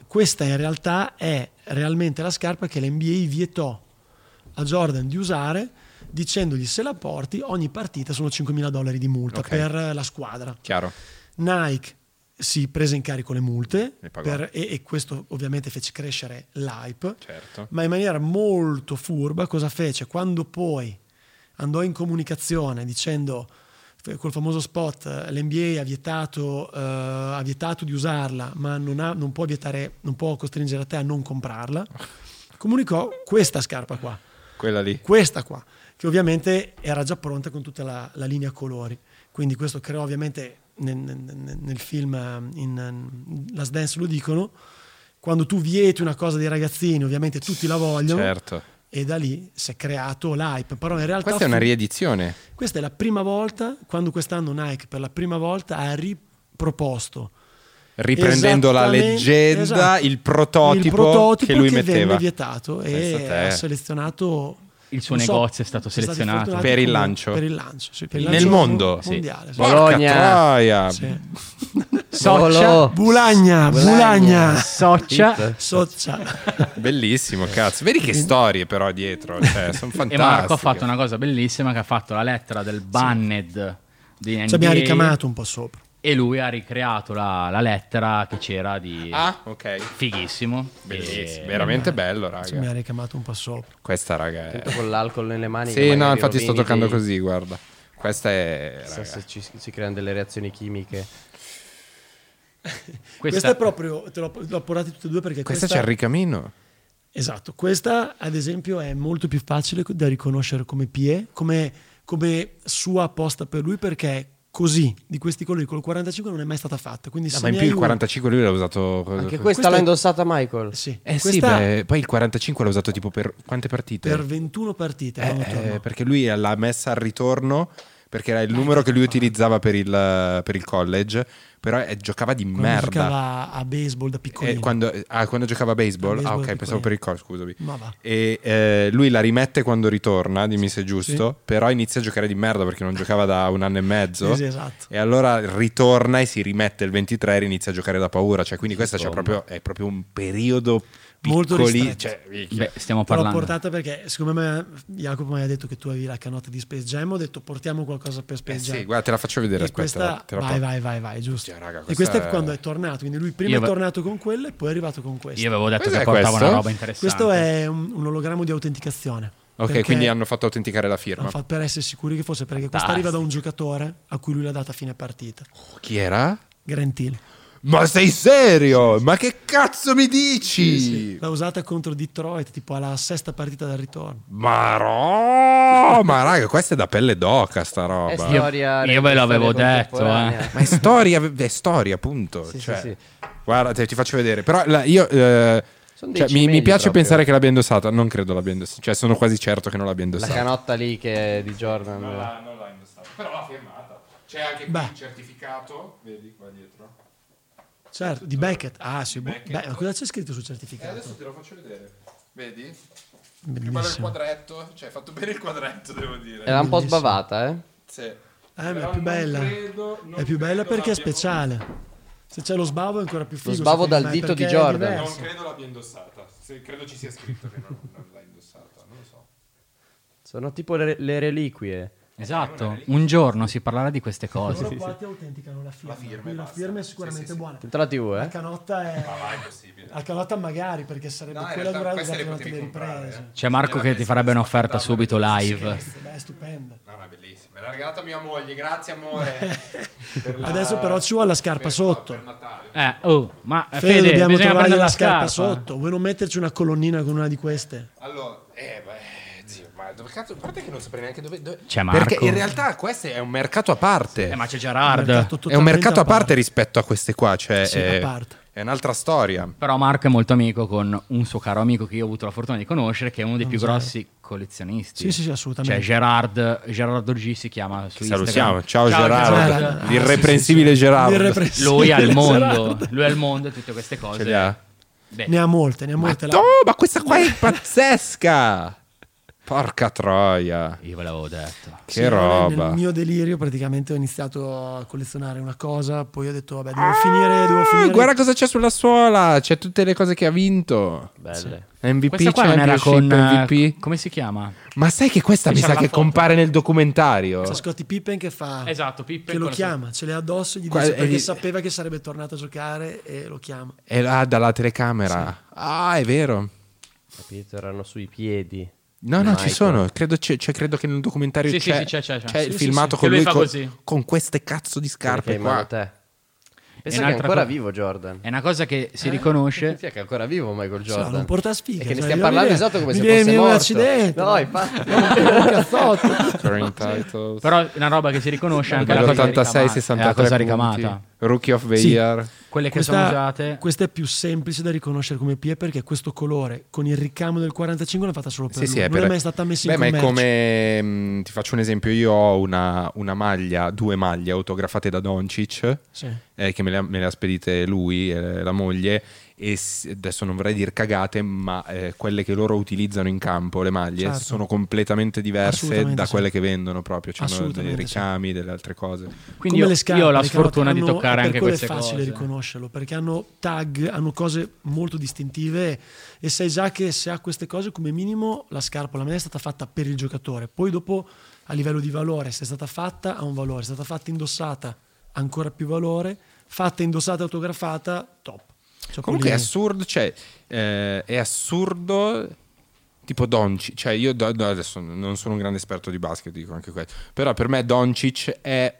A: questa in realtà è realmente la scarpa che l'NBA vietò a Jordan di usare dicendogli se la porti ogni partita sono 5.000 dollari di multa
B: Ok.
A: per la squadra.
B: chiaro.
A: Nike si prese in carico le multe
B: Le pagò.
A: per- e, e questo ovviamente fece crescere l'hype,
B: Certo.
A: ma in maniera molto furba cosa fece? Quando poi andò in comunicazione dicendo f- col famoso spot eh, l'NBA ha vietato, eh, ha vietato di usarla ma non, ha- non può vietare, non può costringere a te a non comprarla, comunicò questa scarpa qua
B: Quella lì.
A: questa qua, che ovviamente era già pronta con tutta la, la linea colori. Quindi questo creò ovviamente nel, nel- nel film eh, in eh, Last Dance lo dicono, quando tu vieti una cosa dei ragazzini ovviamente tutti la vogliono
B: Certo.
A: e da lì si è creato l'hype. Però in realtà
B: Questa è una
A: fu-
B: riedizione.
A: questa è la prima volta, quando quest'anno Nike per la prima volta ha riproposto
B: riprendendo la
A: Esattamente-
B: leggenda,
A: esatto.
B: il, prototipo
A: Il prototipo
B: che lui
A: venne
B: metteva
A: vietato
B: Pensa a
A: e
B: te.
A: ha selezionato
E: Il suo
A: non
E: negozio è stato
A: sono stati
E: selezionato.
A: fortunati
B: Per il
A: come-
B: lancio.
A: per il lancio, sì, per il
B: Nel
A: lancio
B: mondo. Ah.
E: Sì.
A: mondiale. sì.
B: Porca
F: Bologna.
B: troia.
A: Sì.
F: Solo-
A: Bulagna, Bulagna,
F: Bulagna.
E: Soccia
A: Soccia.
B: Bellissimo, cazzo. Vedi che storie però dietro, cioè, sono fantastiche.
E: e Marco ha fatto una cosa bellissima che ha fatto la lettera del banned di NBA
A: Ci abbiamo ricamato un po' sopra.
E: e lui ha ricreato la, la lettera che c'era di
B: Ah, ok.
E: fighissimo
B: Bellissimo,
E: E-
B: veramente bello, raga.
A: Ci abbiamo ricamato un po' sopra.
B: Questa, raga, è...
F: con l'alcol nelle mani. che
B: Sì, no,
F: magari
B: infatti sto
F: rovini
B: toccando
F: dei-
B: così, guarda. Questa è...
F: Chissà
B: raga.
F: se ci, si creano delle reazioni chimiche.
A: Questa,
E: questa,
A: è proprio, te l'ho, l'ho portate tutte e due perché
B: Questa
A: questa,
B: c'è il ricamino.
A: Esatto, questa ad esempio è molto più facile da riconoscere come PE, come, come sua apposta per lui perché così di questi colori col 45 non è mai stata fatta. Quindi se
B: ma in
A: ne
B: più
A: hai
B: il
A: uno-
B: 45 lui l'ha usato...
F: Anche questa,
A: Questa
F: l'ha
A: è-
F: indossata Michael.
A: Sì,
B: Eh sì,
A: questa
B: beh, poi il 45 l'ha usato tipo per quante partite?
A: per 21 partite.
B: Eh,
A: quando tornò.
B: eh, perché lui l'ha messa al ritorno perché era il numero che lui utilizzava per il, per il college, però eh, giocava di
A: Quando
B: merda.
A: giocava a baseball da
B: Eh,
A: piccolino.
B: quando, ah, quando giocava a baseball?
A: Baseball
B: ah, ok,
A: piccolino.
B: pensavo per il college, scusami.
A: Ma va.
B: E eh, lui la rimette quando ritorna, dimmi se è giusto, però inizia a giocare di merda perché non giocava da un anno e mezzo.
A: Sì, sì, esatto.
B: E allora ritorna e si rimette il 23 e inizia a giocare da paura. Cioè, quindi questo c'è proprio, è proprio un periodo
A: Molto
B: piccoli,
A: ristretto.
B: cioè, minchia.
E: beh, stiamo
A: Te l'ho
E: parlando
A: portata perché siccome me- Jacopo mi ha detto che tu avevi la canotta di Space Jam, ho detto portiamo qualcosa per
B: Eh
A: Space Jam.
B: sì, guarda, te la faccio
A: e
B: vedere. aspetta,
A: questa
B: te la
A: vai,
B: porto.
A: vai, vai, vai, giusto.
B: Cioè, raga,
A: e questo
B: questa
A: è
B: è-
A: quando è tornato, quindi lui prima
E: Io
A: è
E: ave-
A: tornato con quello e poi è arrivato con questo.
E: io avevo detto
B: Cos'è
E: che portava
B: questo?
E: una roba interessante
A: Questo è un, un ologrammo di autenticazione.
B: Ok,
A: perché
B: quindi hanno fatto autenticare la
A: l'hanno
B: firma.
A: fatto per essere sicuri che fosse perché questa arriva da un giocatore a cui lui l'ha data a fine partita.
B: Chi era?
A: Grant Hill.
B: Ma sei serio? Ma che cazzo mi dici?
A: L'ha usata contro Detroit, tipo alla sesta partita del ritorno.
B: Ma ro- ma raga, questa è da pelle d'oca sta
F: È
B: roba.
F: storia.
E: io ve l'avevo
F: storia
E: detto,
F: contemporanea.
B: Ma è storia, è storia, appunto.
F: Sì, sì,
B: Cioè,
F: sì.
B: Guarda, te- ti faccio vedere. Però la- io. eh,
F: Sono dei
B: cioè, mi, mi
F: cimeli
B: piace
F: proprio.
B: pensare che l'abbia indossata. Non credo l'abbia indossata. Cioè, sono quasi certo che non l'abbia
F: La
B: indossata.
F: canotta lì che è di Jordan.
B: Però Ah, l'ha firmata. C'è anche
A: qui Beh. il
B: certificato. Vedi qua dietro.
A: Certo, di Beckett. Ah, sì, boh. Beh, ma cosa c'è scritto sul certificato?
B: Eh, te lo faccio vedere. Vedi?
A: Bellissimo.
B: quadretto. Cioè, hai fatto bene il quadretto, devo dire.
F: Era un po'
A: Bellissimo.
F: sbavata, eh.
A: Eh, ma è più bella. È più bella perché è speciale. Se c'è lo sbavo è ancora più figo.
F: sbavo
A: secondo
F: dal
A: me,
F: dito
A: perché
F: di
A: è
F: Jordan.
A: diverso.
B: credo l'abbia indossata. credo ci sia scritto che non, l'ha indossata. Non lo so.
F: Sono tipo le, le reliquie.
E: esatto un giorno si parlerà di queste cose
A: Loro qua ti autenticano la firma. quindi La firma, è sicuramente buona.
F: Dentro la TV,
A: La
F: eh.
A: canotta è...
B: Ah,
A: La canotta magari perché sarebbe quella durata
B: queste le
A: durante
B: potevi
A: le
B: comprare, eh.
A: riprese.
E: c'è Marco che ti farebbe un'offerta subito live
A: Beh, è stupenda.
B: No, no, è bellissima. Me l'ha regalata mia moglie. Grazie, amore. Per la-
A: Adesso però ci vuole la scarpa sotto.
B: per Natale.
E: eh, oh, ma
A: Fede,
E: Fede,
A: dobbiamo
E: bisogna
A: trovare
E: prendere
A: la
E: la
A: scarpa,
E: scarpa
A: sotto. Vuoi non metterci una colonnina con una di queste?
B: Allora, eh, beh, zio, ma dove cazzo? A parte che non saprei neanche dove. dove...
E: C'è Cioè, Marco.
B: Perché in realtà questo è un mercato a parte.
E: eh, ma c'è
A: Mercato
E: Gerard
B: È un
A: totalmente
B: mercato a parte rispetto a queste qua. Cioè,
A: Sì,
B: è...
A: a parte.
B: è un'altra storia.
E: Però Marco è molto amico con un suo caro amico che io ho avuto la fortuna di conoscere, che è uno dei più grossi collezionisti.
A: Ah, Sì, sì, sì, assolutamente.
E: Cioè Gerard, Gerardo G si chiama su
B: Salutiamo.
E: Instagram.
B: Ciao,
A: Gerardo.
B: Gerardo.
A: Gerardo.
B: L'irreprensibile
A: Ah, sì, sì, sì.
B: Ah, Gerardo.
A: L'irreprensibile
E: Lui al mondo,
A: Gerardo. Eh.
E: lui al mondo e tutte queste cose.
B: Ce li ha?
E: Beh,
A: Ne ha molte, ne ha molte. La-
B: No, ma questa qua è pazzesca. Porca troia.
E: io ve l'avevo detto.
A: Sì,
B: Che
A: allora,
B: roba.
A: Nel mio delirio praticamente ho iniziato a collezionare una cosa, poi ho detto vabbè devo finire, devo finire.
B: Ah, Guarda cosa c'è sulla suola. C'è tutte le cose che ha vinto.
F: Belle.
B: MVP,
E: Questa qua non era con... eh,
B: Championship, MVP.
E: Come si chiama?
B: Ma sai che questa
E: Qui
B: mi
E: c'era
B: sa
E: la
B: che
E: foto.
B: compare nel documentario?
A: C'è Scottie Pippen che fa...
E: Esatto,
A: Che
E: Pippen
A: lo
E: con la sua-
A: chiama, ce l'ha addosso e gli
B: Qua-
A: dice
B: è
A: perché
B: lì-
A: sapeva che sarebbe tornato a giocare e lo chiama.
B: È là dalla telecamera. Ah, è vero.
F: Capito? Erano sui piedi.
B: No, no,
F: Michael.
B: ci sono. Credo, c'è- c'è- credo che nel documentario
E: Sì, sì,
B: c'è,
E: sì, c'è, c'è, c'è. Sì,
B: il
E: sì,
B: filmato
E: sì.
B: con
E: Che
B: lui,
E: lui fa
B: con,
E: così.
B: con queste cazzo di scarpe
F: Perché in mano
B: qua.
F: te. Pensa
E: E
F: che è
E: un'altra
F: ancora
E: co-
F: vivo Jordan.
E: È una cosa che
A: Eh,
E: si
F: Sì,
E: riconosce.
F: che è ancora vivo Michael
A: Cioè,
F: Jordan.
A: non porta sfiga.
F: E che ne
A: cioè,
F: stiamo
A: io
F: parlando
A: mi-
F: esatto come
A: mi
F: se
A: viene-
F: fosse
A: mi viene
F: morto.
A: un accidente.
F: No, infatti.
B: Turn titles.
E: Però è una roba che si riconosce anche la cosa
B: 86,
A: Eh,
E: ricamata. È la cosa
B: 63
E: ricamata.
B: punti. Rookie of the
A: Sì.
B: Year.
E: Quelle che sono usate.
A: Questa è più semplice da riconoscere come PIE perché questo colore con il ricamo del 45 l'ha fatta solo per
B: Sì,
A: lui.
B: sì, è
A: non
B: per-
A: è mai stata messa
B: Beh,
A: in
B: ma è
A: commercio.
B: come mh, ti faccio un esempio: io ho una, una maglia, due maglie autografate da Doncic.
A: Sì.
B: eh, che me le, ha, me le ha spedite lui e la moglie e s- adesso non vorrei dire cagate ma eh, quelle che loro utilizzano in campo le maglie
A: Certo.
B: sono completamente diverse
A: Assolutamente
B: da
A: sì.
B: quelle che vendono proprio c'hanno dei
A: Assolutamente sì.
B: ricami delle altre cose
E: Quindi
A: Come
E: io,
A: le scarpe,
E: io ho la
A: le canotte
E: sfortuna di
A: hanno-
E: toccare
A: per
E: anche
A: quello
E: queste
A: è facile
E: cose.
A: riconoscerlo perché hanno tag, hanno cose molto distintive e sai già che se ha queste cose come minimo la scarpa, la media è stata fatta per il giocatore, poi dopo a livello di valore se è stata fatta ha un valore, se è stata fatta indossata ancora più valore, fatta indossata e autografata top. Cioè,
B: comunque è
A: quelli-
B: assurdo cioè eh, è assurdo tipo Doncic cioè io do- do- adesso non sono un grande esperto di basket dico anche questo però per me Doncic è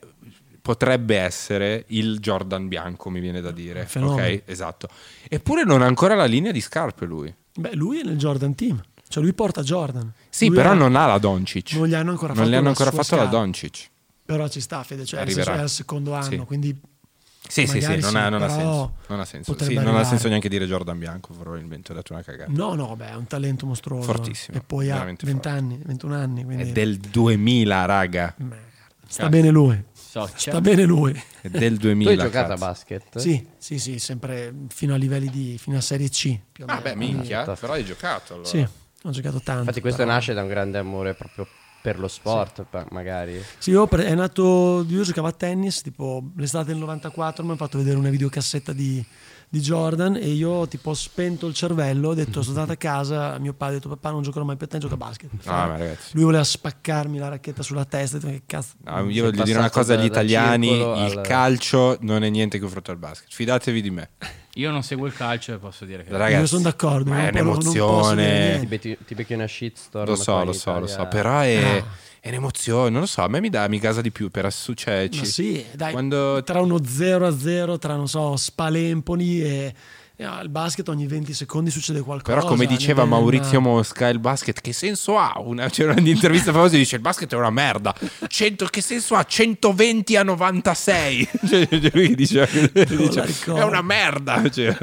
B: potrebbe essere il Jordan bianco mi viene da dire
A: Ah, fenomeno.
B: ok esatto eppure non ha ancora la linea di scarpe lui
A: Beh, lui è nel Jordan team, cioè lui porta Jordan.
B: Sì,
A: Lui
B: però
A: ha-
B: non ha la Doncic.
A: Non gli hanno ancora
B: Non
A: fatto
B: gli hanno
A: la
B: ancora
A: sua
B: fatto la
A: scala.
B: Doncic.
A: Però ci sta, Fede, cioè nel senso
B: Arriverà.
A: è al secondo anno,
B: Sì.
A: quindi
B: Sì, sì, sì,
A: Magari
B: non, ha,
A: sì,
B: non ha
A: però
B: senso. Non ha senso.
A: potrebbe
B: Sì, non ha
A: arrivare. Mm,
B: senso neanche dire Jordan Bianco, probabilmente ho detto una cagata.
A: No, no, beh, è un talento mostruoso.
B: Ecco. Fortissimo,
A: E poi ha
B: veramente
A: 20 anni, 21 anni,
B: È
A: quindi
B: del 2000, raga.
A: Merda. sta bene lui.
E: Social.
B: Certo.
A: Sta bene lui.
B: È del
F: Tu
B: 2000.
F: hai giocato a
B: cazzo.
F: basket?
A: Sì, sì, sì, sempre fino a livelli di fino a serie C, più o
B: Ah,
A: meno.
B: beh, minchia, però hai giocato allora.
A: Sì, ho giocato tanto.
F: Infatti questo
A: però.
F: nasce da un grande amore proprio per lo sport, pa- magari.
A: Sì, io pre- è nato io giocavo a tennis, tipo l'estate del 94 mi hanno fatto vedere una videocassetta di di Jordan e io tipo ho spento il cervello, ho detto sono andato a casa, mio padre ha detto papà non giocherò mai più a tennis, gioco a basket.
B: Ah, ma ragazzi.
A: Lui voleva spaccarmi la racchetta sulla testa, ho detto, che cazzo.
B: Ah, io voglio
F: passato
B: dire una cosa agli
F: dal
B: italiani, il
F: circolo al-
B: calcio non è niente in confronto al basket. Fidatevi di me.
E: Io non seguo il calcio e posso dire che.
B: Ragazzi,
A: Io sono d'accordo,
B: ma
A: non
B: è
A: po- non posso dire
B: un'emozione.
A: niente.
F: Ti, becchi- ti becchi una shitstorm.
B: Lo
F: qua
B: so,
F: in
B: lo so, lo so,
F: Italia.
B: però
A: Ah.
B: è, è un'emozione, non lo so, a me mi, dà, mi gasa di più per assu- cioè,
A: Ma
B: ci-
A: sì, dai,
B: quando
A: tra uno 0 a 0, tra non so, spalemponi e, e al basket ogni 20 secondi succede qualcosa.
B: Però come
A: ne
B: diceva
A: prende
B: Maurizio
A: una-
B: Mosca, il basket che senso ha? Una, c'era un'intervista famosa che dice il basket è una merda, 100 che senso ha? 120 a 96, Cioè, lui diceva, diceva,
A: ricordo.
B: è una merda, Cioè,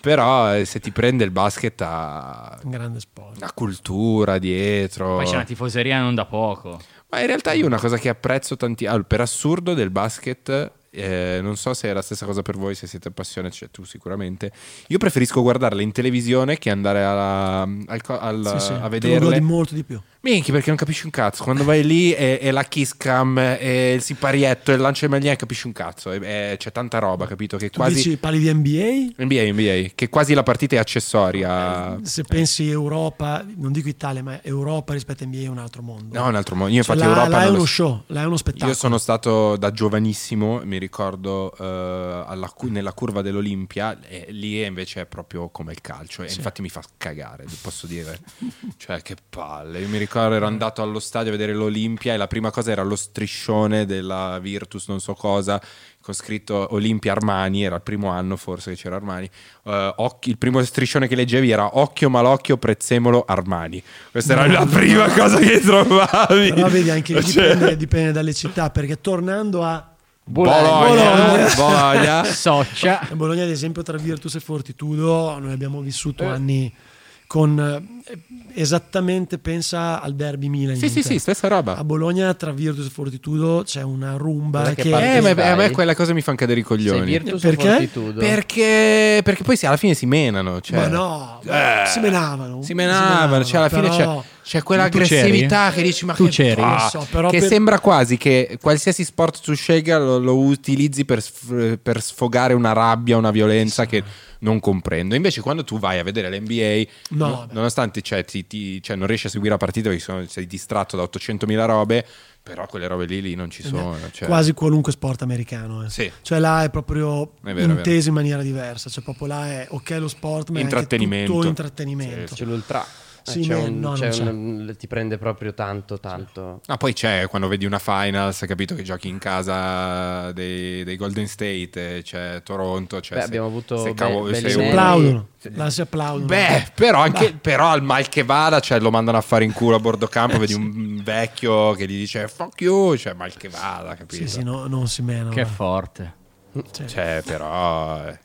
B: però eh, se ti prende il basket ha
A: un grande sport.
B: una cultura dietro.
E: Poi c'è una tifoseria non da poco.
B: Ma in realtà io una cosa che apprezzo tanti... allora, per assurdo del basket, eh, non so se è la stessa cosa per voi, se siete appassionati, cioè tu sicuramente. Io preferisco guardarle in televisione che andare alla- al co- al-
A: Sì, sì, te
B: a
A: lo
B: vederle.
A: godi molto di più.
B: Minchia, perché non capisci un cazzo. Quando vai lì e, e la kiss cam, e il siparietto, e il lancio di maglietta, capisci un cazzo. E- e c'è tanta roba, capito? Che
A: Tu
B: quasi...
A: dici parli di NBA?
B: NBA, NBA, che quasi la partita è accessoria.
A: Se pensi Europa, non dico Italia, ma Europa rispetto a NBA è un altro mondo.
B: No, un altro mondo. Io
A: Cioè,
B: infatti
A: là,
B: Europa...
A: là è
B: non lo
A: uno
B: so.
A: show, là è uno spettacolo.
B: Io sono stato da giovanissimo, mi ricordo, eh, alla cu- nella curva dell'Olimpia, e lì è invece è proprio come il calcio, e infatti mi fa cagare, posso dire. cioè, che palle. Io mi ricordo, ero andato allo stadio a vedere l'Olimpia e la prima cosa era lo striscione della Virtus, non so cosa, con scritto Olimpia Armani, era il primo anno forse che c'era Armani. Eh, occhi- il primo striscione che leggevi era Occhio Malocchio Prezzemolo Armani. Questa era la prima cosa che trovavi.
A: Però vedi anche lì
B: Cioè-
A: dipende, dipende dalle città, perché tornando a
B: Bologna, eh?
A: Ah.
B: Bologna.
E: Socia.
A: A Bologna, ad esempio, tra Virtus e Fortitudo, noi abbiamo
B: Eh.
A: vissuto anni con eh, esattamente pensa al derby Milan.
B: Sì, sì,
A: Inter.
B: sì, stessa roba.
A: A Bologna, tra Virtus e Fortitudo, c'è una rumba
F: Cos'è
A: che,
F: che
A: che
F: parte?
B: Eh, ma a me
F: Vai.
B: quella cosa mi fa cadere i
F: Sei
B: coglioni.
F: Virtus
A: Perché?
F: o Fortitudo?
B: Perché, perché poi si- alla fine si menano. Cioè, eh.
A: Ma no, ma si menavano.
B: Si menavano. Cioè, alla fine
A: però-
B: c'è, c'è quell'aggressività che dici: Ma
E: Tu
B: che
E: c'eri?
B: pa-
A: Lo Ah, so, però
B: che
A: per-
B: sembra quasi che qualsiasi sport tu scelga lo, lo utilizzi per, sf- per sfogare una rabbia, una violenza che non comprendo. Invece, quando tu vai a vedere l'NBA,
A: No,
B: no-
A: beh.
B: nonostante cioè, ti- ti- cioè, non riesci a seguire la partita perché sono- sei distratto da 800.000 robe, però quelle robe lì, lì non ci sono. cioè.
A: Eh, Quasi qualunque sport americano, eh.
B: Sì.
A: cioè là è proprio
B: È vero, è vero.
A: inteso in maniera diversa. Cioè, proprio là è ok lo sport, ma è anche
B: Intrattenimento.
A: tutto intrattenimento.
F: C'è l'ultra. Eh,
A: Sì,
F: c'è
A: me-
F: un-
A: no, non
F: c'è
A: c'è.
F: un- ti prende proprio tanto, tanto.
B: Ah, poi c'è quando vedi una finals, hai capito che giochi in casa dei, dei Golden State, eh, c'è Toronto, c'è
F: Beh, abbiamo avuto Be-
B: cavo-
A: Si
F: Bellinelli.
B: uno-
A: applaudono, là si applaudono.
B: Beh, però, anche, però al mal che vada, cioè, lo mandano a fare in culo a bordo campo, vedi un vecchio che gli dice fuck you, cioè mal che vada, capito?
A: sì, sì, no, non si menano.
E: Che
A: eh.
E: forte.
A: Cioè,
B: Cioè, però, eh,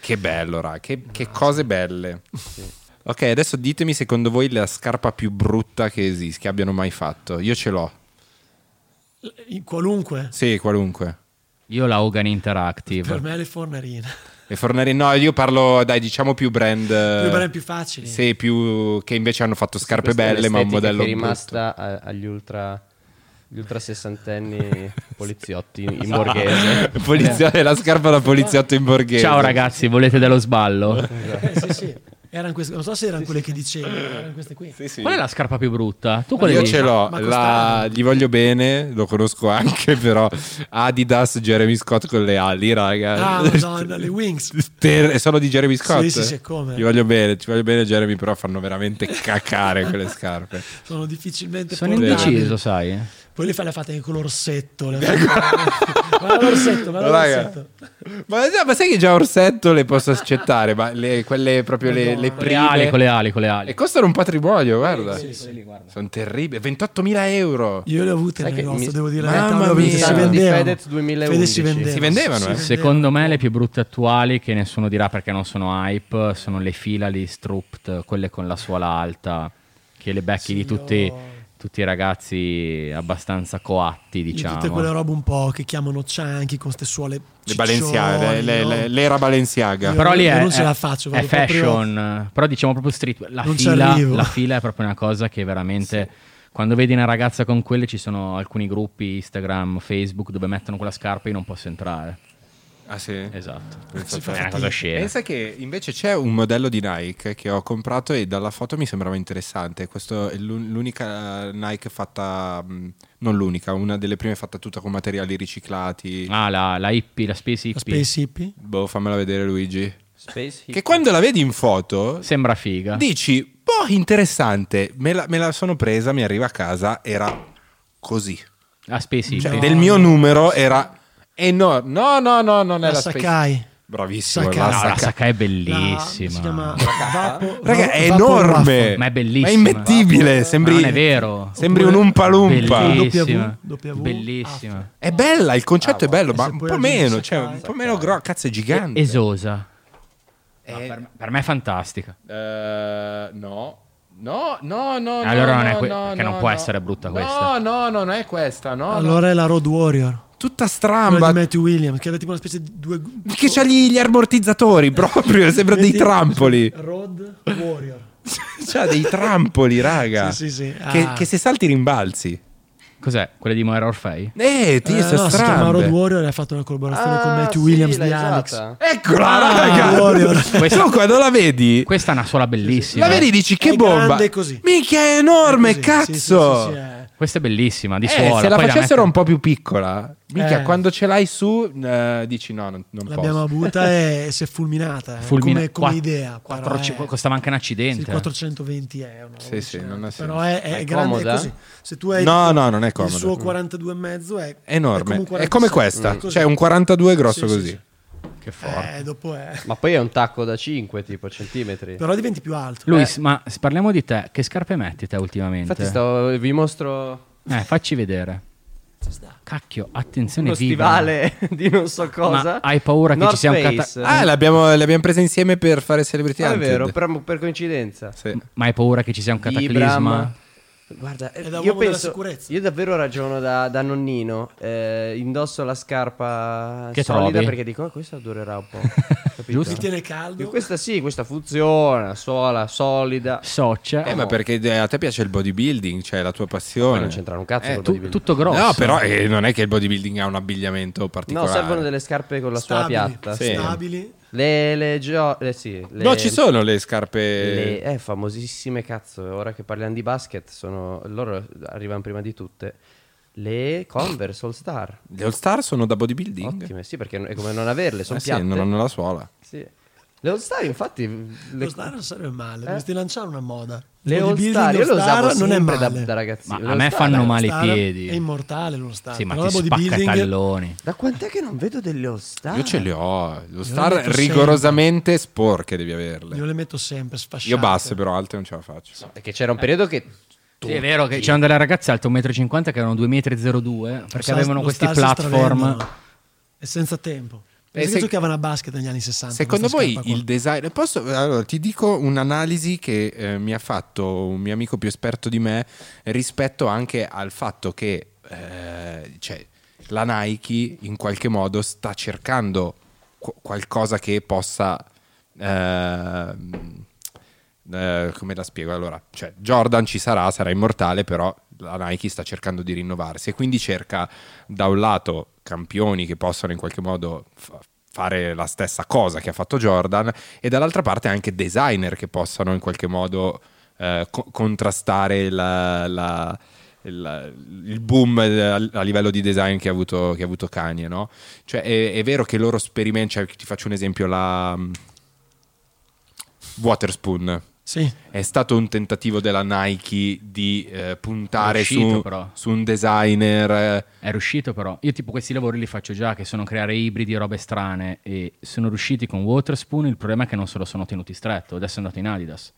B: che bello, raga, che, che cose belle. Ok, adesso ditemi secondo voi la scarpa più brutta che esiste, che abbiano mai fatto. Io ce l'ho.
A: in qualunque.
B: Sì, qualunque.
E: Io la Hogan Interactive.
A: Per me le fornarine.
B: Le fornari, no, io parlo, dai, diciamo più brand. eh,
A: Più brand più facili.
B: Sì, più che invece hanno fatto scarpe
F: Questa è
B: belle, ma un
F: un'estetica
B: modello
F: che è rimasta a- agli ultra gli ultra sessantenni poliziotti in borghese.
B: brutto. Polizia- la scarpa da poliziotto in borghese.
E: Ciao ragazzi, volete dello sballo?
A: Eh, sì, sì. Erano queste, non so se erano quelle che dicevi, erano queste qui.
E: Qual è la scarpa più brutta? Tu quale
B: Io
E: dici?
B: ce l'ho,
A: Ma
B: la-
A: costava.
B: gli voglio bene, lo conosco anche, però Adidas, Jeremy Scott con le ali, raga.
A: Ah, madonna, le Wings.
B: Ter- e sono di Jeremy Scott.
A: Sì, sì, sì, come.
B: Gli voglio bene, ti voglio bene Jeremy, però fanno veramente cacare quelle scarpe.
A: Sono difficilmente
E: Sono
A: portabili.
E: indeciso, sai.
A: Poi le fai le fate anche con l'orsetto. Le fate... ma l'orsetto, ma
B: Ecco. Raga,
A: l'orsetto.
B: Ma, ma sai che già Orsetto le posso accettare, ma le- quelle proprio le, le
E: Con le
B: prime...
E: ali, con le ali, con le ali.
B: E costano un patrimonio, guarda. Sono terribili. 28.000 euro.
A: Io le ho avute
F: Sai
A: nel
F: che
A: negozio,
F: mi-
A: devo dire la
B: Mamma
A: verità, le ho avute,
B: mia.
A: si
B: Di
A: vendevano.
F: Fedez 2011.
A: si vendevano.
B: Si vendevano,
A: Ecco.
B: eh?
E: Secondo me le più brutte attuali, che nessuno dirà perché non sono hype, sono le fila di Strupt, quelle con la suola alta, che le becchi
A: Sì,
E: di tutti,
A: io-
E: tutti i ragazzi abbastanza coatti,
A: Di Tutte quelle
E: diciamo.
A: robe un po' che chiamano cianchi con ste suole
B: Le
A: ciccioni,
B: Balenciaga, le- le-
A: no?
B: le- l'era Balenciaga.
A: Io-
E: Però lì è,
A: non ce
E: è-
A: la faccio,
E: è
A: vado proprio-
E: fashion, però diciamo proprio street. La
A: Non ci
E: fila,
A: arrivo.
E: la fila è proprio una cosa che veramente... Quando vedi una ragazza con quelle ci sono alcuni gruppi Instagram, Facebook dove mettono quella scarpa e io non posso entrare.
B: Ah sì?
E: Esatto.
A: Si fa
E: È una
A: fatica.
E: cosa scena.
B: Pensa che invece c'è un modello di Nike che ho comprato e dalla foto mi sembrava interessante. Questo è l'un- l'unica Nike fatta, mh, non l'unica, una delle prime fatta tutta con materiali riciclati.
E: Ah, la, la hippie, la space
A: La
E: hippie.
A: Space Hippie.
B: Boh, fammela vedere Luigi.
F: Space
B: Che quando la vedi in foto
E: Sembra figa.
B: dici, boh, interessante, me la, me la sono presa, mi arriva a casa, era così.
E: La space hippie.
B: Cioè, del mio numero era... E no, no, no, no, non è
A: La
B: la Space-
A: Sakai.
B: Bravissimo,
A: Sakai.
B: la
E: No, la
B: Sakai.
E: sacca è
A: La- si
E: bellissima.
A: chiama Vapo-
B: Raga, è
A: Vapo Ruffle.
B: enorme.
E: Ma è bellissima.
B: È immettibile. Sembri,
E: Ma non è vero.
B: Sembri un
A: Oppure-
B: umpa lumpa.
E: Bellissima.
A: W, W,
E: Bellissima.
B: È bella, il concetto è bello,
A: E
B: ma
A: Ah, se
B: un
A: poi
B: po'
A: aggiungi
B: meno.
A: Sakai-
B: Cioè, un po' meno grosso.
A: eh,
B: Cazzo, è gigante.
E: Esosa. No, per, me- per me è fantastica.
B: Eh, no. No, no, no. no,
E: Allora non è
B: no,
E: que-
B: no,
E: perché
B: no,
E: non può
B: no.
E: essere brutta
B: No,
E: questa.
B: No, no, non è questa. No, no.
A: Allora è la Road Warrior.
B: Tutta
A: Quella
B: stramba.
A: di Matthew Williams, che aveva tipo una specie di due...
B: Che c'ha gli, gli ammortizzatori proprio. Sembra dei
A: Metti-
B: trampoli.
A: Road Warrior.
B: C'ha dei trampoli, raga.
A: Sì, sì, sì.
B: Che,
A: Ah.
B: che se salti rimbalzi.
E: Cos'è? Quella di Moira Orfei?
B: Eh, ti
A: Eh,
B: sono
A: no, si
B: strambe.
A: chiama Road Warrior e ha fatto una collaborazione
F: Ah,
A: con Matthew Williams di Alex.
B: Eccola,
A: Ah,
B: raga!
A: Warrior.
E: Questa-
B: Tu quando la vedi,
E: Questa è una suola bellissima.
B: la vedi e dici che
A: eh. È
B: bomba!
A: grande e così.
B: Minchia, è enorme,
A: Così,
B: cazzo!
A: sì, sì, sì, sì, è-
E: Questa è bellissima, di
B: Eh,
E: suola.
B: se la
E: Poi
B: facessero
E: metto-
B: un po' più piccola, minchia,
A: Eh.
B: quando ce l'hai su, eh, dici no, non, non
A: L'abbiamo
B: posso.
A: avuta e si è fulminata eh,
E: Fulmina-
A: come, come
E: quatt-
A: idea. però
E: quattro-
B: eh.
E: ci-
A: è-
E: Costava anche un
A: sì,
E: accidente. eh.
A: 420 euro.
B: Sì, sì, non ha senso.
A: eh. Però è, è
F: Ma è
A: grande
F: comoda? eh?
A: è così. Se tu hai
B: No,
A: tipo
B: no, non è
A: il
B: comodo.
A: suo 42,5 è
B: Enorme.
A: È
B: È
A: come,
B: come,
A: un
B: questa,
F: Mm.
A: 46,
B: cioè un 42 grosso
A: Sì, sì,
B: così.
A: sì.
E: Che forte.
A: Eh, dopo è-
F: Ma poi è un tacco da 5 tipo centimetri.
A: Però diventi più alto.
E: Luis, ma se parliamo di te. Che scarpe metti te ultimamente?
F: Infatti stavo, vi mostro
E: Eh, facci vedere. Cacchio, attenzione
F: uno
E: viva.
F: stivale di non so cosa.
E: Ma hai paura che
F: North
E: ci sia un
F: Face.
E: cata-
B: Ah, l'abbiamo, l'abbiamo presa insieme per fare Celebrity
F: Ah, è
B: Hunted.
F: vero, per, per coincidenza.
B: Sì.
E: Ma hai paura che ci sia un cataclisma?
F: Vibram. Guarda, eh,
A: da
F: io
A: uomo della
F: penso,
A: sicurezza.
F: io davvero ragiono da, da nonnino. eh, indosso la scarpa
E: Che
F: solida
E: trovi?
F: perché dico, "Ah, questa durerà un po'. capito?
E: Giusto.
A: Ti tiene caldo.
F: Dico, Questa sì, questa funziona, sola, solida.
E: Socia.
B: Eh, ma perché eh, a te piace il bodybuilding, cioè la tua passione.
F: Poi non c'entra un cazzo
B: Eh,
F: col
E: Tu-
F: bodybuilding.
E: tutto grosso.
B: No, però eh, non è che il bodybuilding ha un abbigliamento
F: No,
B: particolare.
F: servono delle scarpe con la suola
A: stabili,
F: piatta.
B: Sì.
A: stabili.
F: Le, le gio- le- sì, le-
B: No, ci sono le scarpe.
F: le- eh, famosissime cazzo. Ora che parliamo di basket, sono, loro arrivano prima di tutte. Le Converse All Star.
B: Le All Star sono da bodybuilding?
F: Ottime, sì, perché è come non averle, sono
B: Eh sì,
F: piatte.
B: non hanno la suola.
F: Sì. Le All Star, infatti, le,
A: Lo star non sarebbe male. Dovresti lanciare una moda.
F: le All
A: Bodybuilding,
F: Star, io
A: lo
F: le usavo
A: star non è
F: sempre da,
A: male.
F: da ragazzino.
E: Ma
F: Le
E: a
F: All
E: me
F: Star-
E: fanno
A: Lo
E: male i
A: star
E: piedi.
A: È immortale lo star.
E: Sì, ma
A: Però
E: ti
A: la
E: spacca i talloni.
F: Da quant'è che non vedo delle All Star?
B: Io ce le ho. Le All
A: le
B: Star
A: metto
B: rigorosamente sporche devi averle.
A: Io
B: Io,
A: le metto sempre sfasciate.
B: basse, però alte non ce la faccio.
F: È che c'era un periodo che
E: Sì, è vero che c'erano delle ragazze alte 1,50 m che erano 2,02 m perché
A: Lo star-
E: avevano
A: lo
E: questi
A: star si
E: platform.
A: stravendono. E senza tempo. Perché
B: se-
A: giocavano a basket negli anni 60.
B: Secondo
A: questa
B: voi
A: scarpa qua.
B: il design... Posso... Allora, ti dico un'analisi che eh, mi ha fatto un mio amico più esperto di me rispetto anche al fatto che eh, cioè, la Nike in qualche modo sta cercando qu- qualcosa che possa... ehm, eh, come la spiego? Allora, cioè, Jordan ci sarà, sarà immortale, però la Nike sta cercando di rinnovarsi e quindi cerca da un lato campioni che possano in qualche modo fa- fare la stessa cosa che ha fatto Jordan e dall'altra parte anche designer che possano in qualche modo eh, co- contrastare la- la- il, il boom eh, a, a livello di design che ha avuto, che ha avuto Kanye, no? Cioè, è, è vero che loro sperimentano, ti faccio un esempio, la mm, Waterspoon
A: Sì.
B: è stato un tentativo della Nike di eh, puntare
E: È uscito,
B: su,
E: però.
B: su un designer. eh,
E: È riuscito però. Io tipo questi lavori li faccio già, che sono creare ibridi e robe strane. E sono riusciti con Waterspoon, il problema è che non se lo sono tenuti stretto. Adesso è andato in Adidas.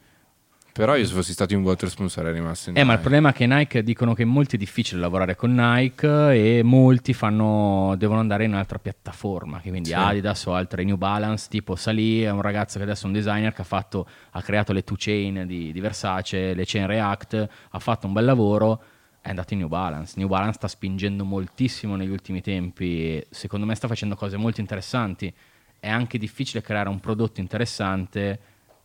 B: Però io se fossi stato in Waterspoon sarei rimasto in
E: Eh, ma il
B: Nike.
E: problema è che Nike dicono che è molto difficile lavorare con Nike e molti fanno, devono andare in un'altra piattaforma, che quindi
B: Sì.
E: Adidas o altre New Balance, tipo Salì è un ragazzo che adesso è un designer che ha, fatto, ha creato le two chain di, di Versace, le chain React, ha fatto un bel lavoro, è andato in New Balance. New Balance sta spingendo moltissimo negli ultimi tempi e secondo me sta facendo cose molto interessanti. È anche difficile creare un prodotto interessante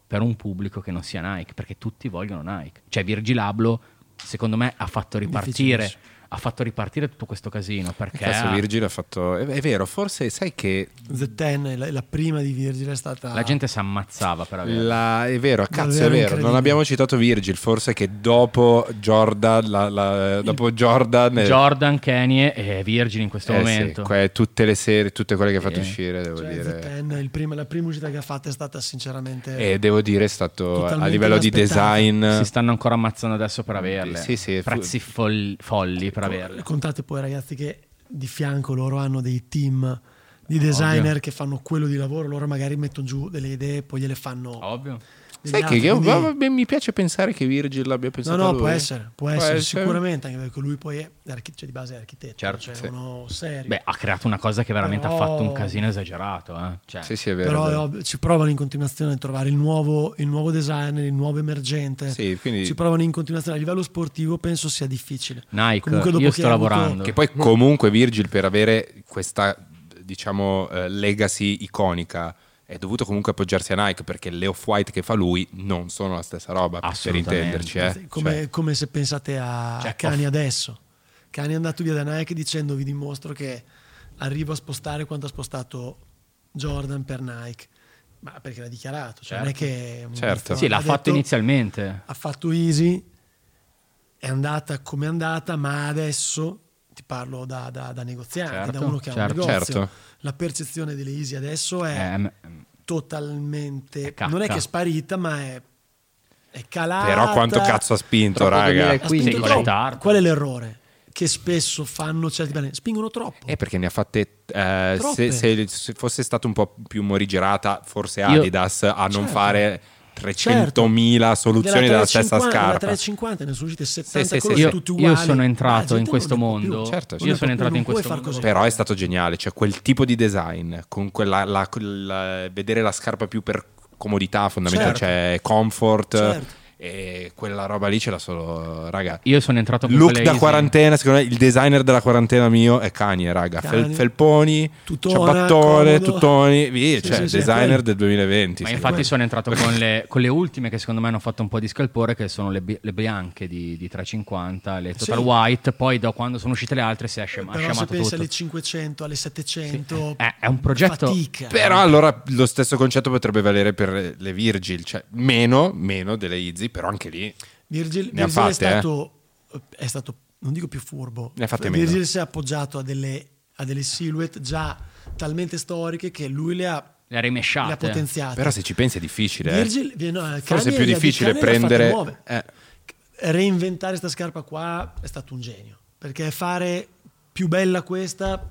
E: per un pubblico che non sia Nike, perché tutti vogliono Nike. Cioè Virgil Abloh, secondo me, ha fatto ripartire,
A: Difficilissimo.
E: ha fatto ripartire tutto questo casino, perché
B: Cazzo,
E: ha-
B: Virgil ha fatto. È, è vero, forse sai che.
A: The Ten, è la, la prima di Virgil è stata...
E: la gente si ammazzava per averlo.
B: la- è vero, cazzo,
A: Davvero
B: è vero. Non
A: incredibile.
B: abbiamo citato Virgil. Forse che dopo Jordan, la- la- dopo Jordan, eh,
E: Jordan, Kanye e Virgil in questo
B: eh sì,
E: momento.
B: que- tutte le serie, tutte quelle che ha fatto
E: Sì.
B: uscire, devo
A: Cioè, The
B: dire. Eh.
A: Ten, il prima- la prima uscita che ha fatto è stata sinceramente...
B: E devo dire, è stato a
A: Totalmente
B: livello di
A: inaspettato.
B: design.
E: Si stanno ancora ammazzando adesso per averle.
B: Sì, sì, fu- Ecco.
E: Prezzi fol- folli per averle.
A: Contate poi ragazzi che di fianco loro hanno dei team di designer che fanno quello di lavoro, loro magari mettono giù delle idee, poi gliele fanno...
E: Ovvio.
A: degli
B: Oh. Sai che
A: altri,
B: io-
A: quindi-
B: ma- ma- mi piace pensare che Virgil l'abbia pensato
A: No, no,
B: lui.
A: può essere, può, essere, sicuramente, anche perché lui poi è archi- cioè, di base è architetto,
E: Certo,
A: cioè
B: sì.
A: uno serio.
E: Beh, ha creato una cosa che veramente ha
A: Però-
E: fatto un casino esagerato. eh. Cioè,
B: Sì, sì, è vero.
A: Però
B: è
A: è
B: vero.
A: ovvio, ci provano in continuazione a trovare il nuovo, il nuovo designer, il nuovo emergente.
B: Sì, quindi-
A: Ci provano in continuazione. A livello sportivo penso sia difficile.
E: Nike,
A: Comunque dopo
E: io
A: che
E: sto
A: ha avuto-
E: lavorando.
B: Che poi comunque Virgil per avere questa diciamo eh, legacy iconica è dovuto comunque appoggiarsi a Nike perché le off-white che fa lui non sono la stessa roba per
E: Assolutamente.
B: intenderci eh.
A: come,
B: Cioè,
A: come se pensate a,
E: Cioè,
A: a Cani adesso. Cani è andato via da Nike dicendo vi dimostro che arrivo a spostare quanto ha spostato Jordan per Nike. Ma perché l'ha dichiarato, cioè non è
E: Certo.
A: che... è un
B: Certo.
A: buffone.
E: Sì, l'ha
A: Ha
E: fatto
A: detto-
E: inizialmente.
A: ha fatto Easy, è andata come è andata, ma adesso ti parlo da, da- da negoziante,
E: Certo,
A: da uno che ha
E: certo.
A: un negozio.
B: Certo.
A: La percezione delle Easy adesso è
E: Eh, m-
A: totalmente...
E: È cacca.
A: non è che è sparita, ma è, è calata.
B: però quanto cazzo ha spinto
F: Troppo
B: raga
F: 2000.
A: Ha
F: Quindi-
A: spinto
E: Sì,
A: troppo.
E: con ritardo.
A: Qual è l'errore? Che spesso fanno certi brand, spingono troppo.
B: eh, perché ne ha fatte eh, se,
A: Troppe.
B: se- se fosse stata un po' più morigerata forse
E: Io-
B: Adidas a non
A: Certo.
B: fare 300.000 soluzioni
A: Della
B: della
A: 350,
B: stessa
A: della
B: scarpa
A: 350 ne sono uscite 70
B: Sì, sì,
A: colori
B: sì.
E: io,
A: tutti
E: io
A: uguali.
E: sono
A: La
E: entrato
A: gente
E: in
A: non
E: questo
A: ne può più.
E: mondo.
B: Certo,
E: Io
B: certo.
E: sono
A: Non
E: entrato in
A: puoi
E: questo
A: far
E: mondo.
A: così.
B: Però è stato geniale, cioè quel tipo di design, con quella, la- quella- vedere la scarpa più per comodità fondamentale,
A: Certo.
B: cioè comfort,
A: Certo.
B: e quella roba lì ce l'ha solo, raga.
E: Io sono entrato con
B: Look
E: quelle
B: da
E: Yeezy.
B: quarantena, secondo me il designer della quarantena mio è Kanye, raga. Fel-
A: Kanye.
B: felponi,
A: Tutona,
B: ciabattone,
A: comodo.
B: tuttoni, via,
A: Sì,
B: cioè
A: sì, sì,
B: designer
A: quello.
B: del 2020.
E: Ma
B: sì.
E: infatti sono entrato con le, con le ultime che secondo me hanno fatto un po' di scalpore, che sono le, bi- le bianche di, di 350, le Total
A: Sì.
E: White. Poi da quando sono uscite le altre si è scema- ha
A: Però se
E: scemato
A: pensi
E: tutto.
A: alle 500, alle 700,
E: Eh, è un progetto-
A: fatica.
E: eh.
B: Però allora lo stesso concetto potrebbe valere per le Virgil, cioè meno, meno delle Easy, però anche lì
A: Virgil,
B: Ne ha
A: Virgil
B: fatte, eh.
A: è, stato, è stato, non dico più furbo,
B: Ne ha fatte
A: Virgil
B: meno.
A: si è appoggiato a delle, a delle silhouette già talmente storiche che lui le ha,
E: Le ha
A: le ha
E: rimesciate.
A: potenziate.
B: Però se ci pensi è difficile. eh.
A: Cioè, Virgil, vi- no,
B: Forse è
A: Kanye
B: più
A: le ha-
B: difficile
A: Kanye le ha fatte
B: prendere.
A: nuove.
B: eh,
A: Reinventare questa scarpa qua è stato un genio, perché fare più bella questa...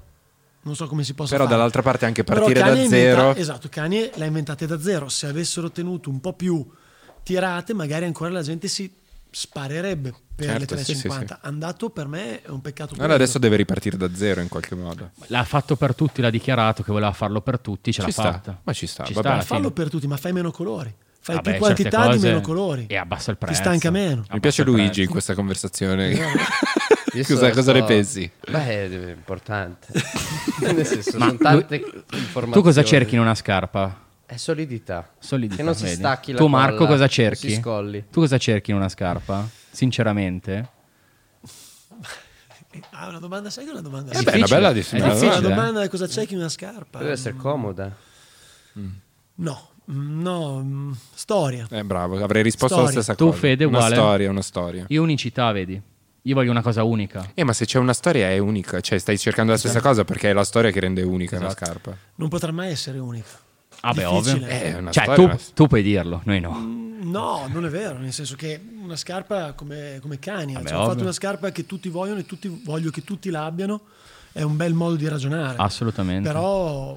A: Non so come si possa
B: Però
A: fare.
B: dall'altra parte anche
A: Però
B: partire da
A: Kanye inventa-
B: zero.
A: esatto, Kanye l'ha inventate da zero. Se avessero tenuto un po' più tirate, magari ancora la gente si sparerebbe per
B: Certo,
A: le
B: sì,
A: 3,50.
B: sì, sì.
A: Andato per me è un peccato.
B: Allora adesso deve ripartire da zero in qualche modo.
E: L'ha fatto per tutti, l'ha dichiarato che voleva farlo per tutti, ce
B: Ci
E: l'ha
B: sta,
E: fatta.
B: ma ci sta,
E: Ci
B: va
E: sta
B: bene.
E: alla fine.
A: Fallo per tutti, ma fai meno colori. Fai
E: Vabbè,
A: più
E: certe
A: quantità di
E: cose-
A: meno colori.
E: E abbassa il prezzo.
A: Ti stanca meno.
E: Ah,
B: Mi piace
E: basta il
B: Luigi
E: prezzo.
B: in questa
E: Eh,
B: conversazione.
F: Io
B: cosa
F: so-
B: cosa
F: so-
B: ne pensi?
F: Beh, è importante. Nel senso,
E: Ma
F: sono tante
E: lui-
F: informazioni.
E: Tu cosa cerchi in una scarpa?
F: È solidità.
E: Solidità.
F: Che non si
E: vedi?
F: stacchi la
E: Tu
F: colla,
E: Marco cosa
F: non
E: cerchi?
F: si scolli.
E: Tu cosa cerchi in una scarpa? Sinceramente?
A: Ah, una domanda, sai che è una domanda?
B: Eh beh, è una bella dis-
E: È
B: una
A: Una
E: difficile, eh.
A: domanda è cosa c'è che in una scarpa?
B: Eh,
F: Deve essere comoda.
E: Esatto.
A: No, no, mm, storia.
B: Eh, bravo, avrei risposto alla
A: Storia.
B: stessa
E: Tu,
B: cosa.
E: Fede,
B: una
E: uguale?
B: storia, una storia.
E: eh? Io unicità, vedi? Io voglio una cosa unica.
B: Eh, ma se c'è una storia è unica, cioè stai cercando la stessa
E: Esatto.
B: cosa perché è la storia che rende unica la scarpa.
A: Non potrà mai essere unica.
E: Ah, beh,
A: Difficile.
E: ovvio.
B: Eh, è una
E: Cioè,
B: storia.
E: tu, tu puoi dirlo, noi
A: Mm.
E: no.
A: No, non è vero, nel senso che una scarpa come, come cani,
E: Vabbè,
A: cioè, ho
E: Ah, ovvio.
A: fatto una scarpa che tutti vogliono e tutti, voglio che tutti l'abbiano, è un bel modo di ragionare.
E: Assolutamente.
A: Però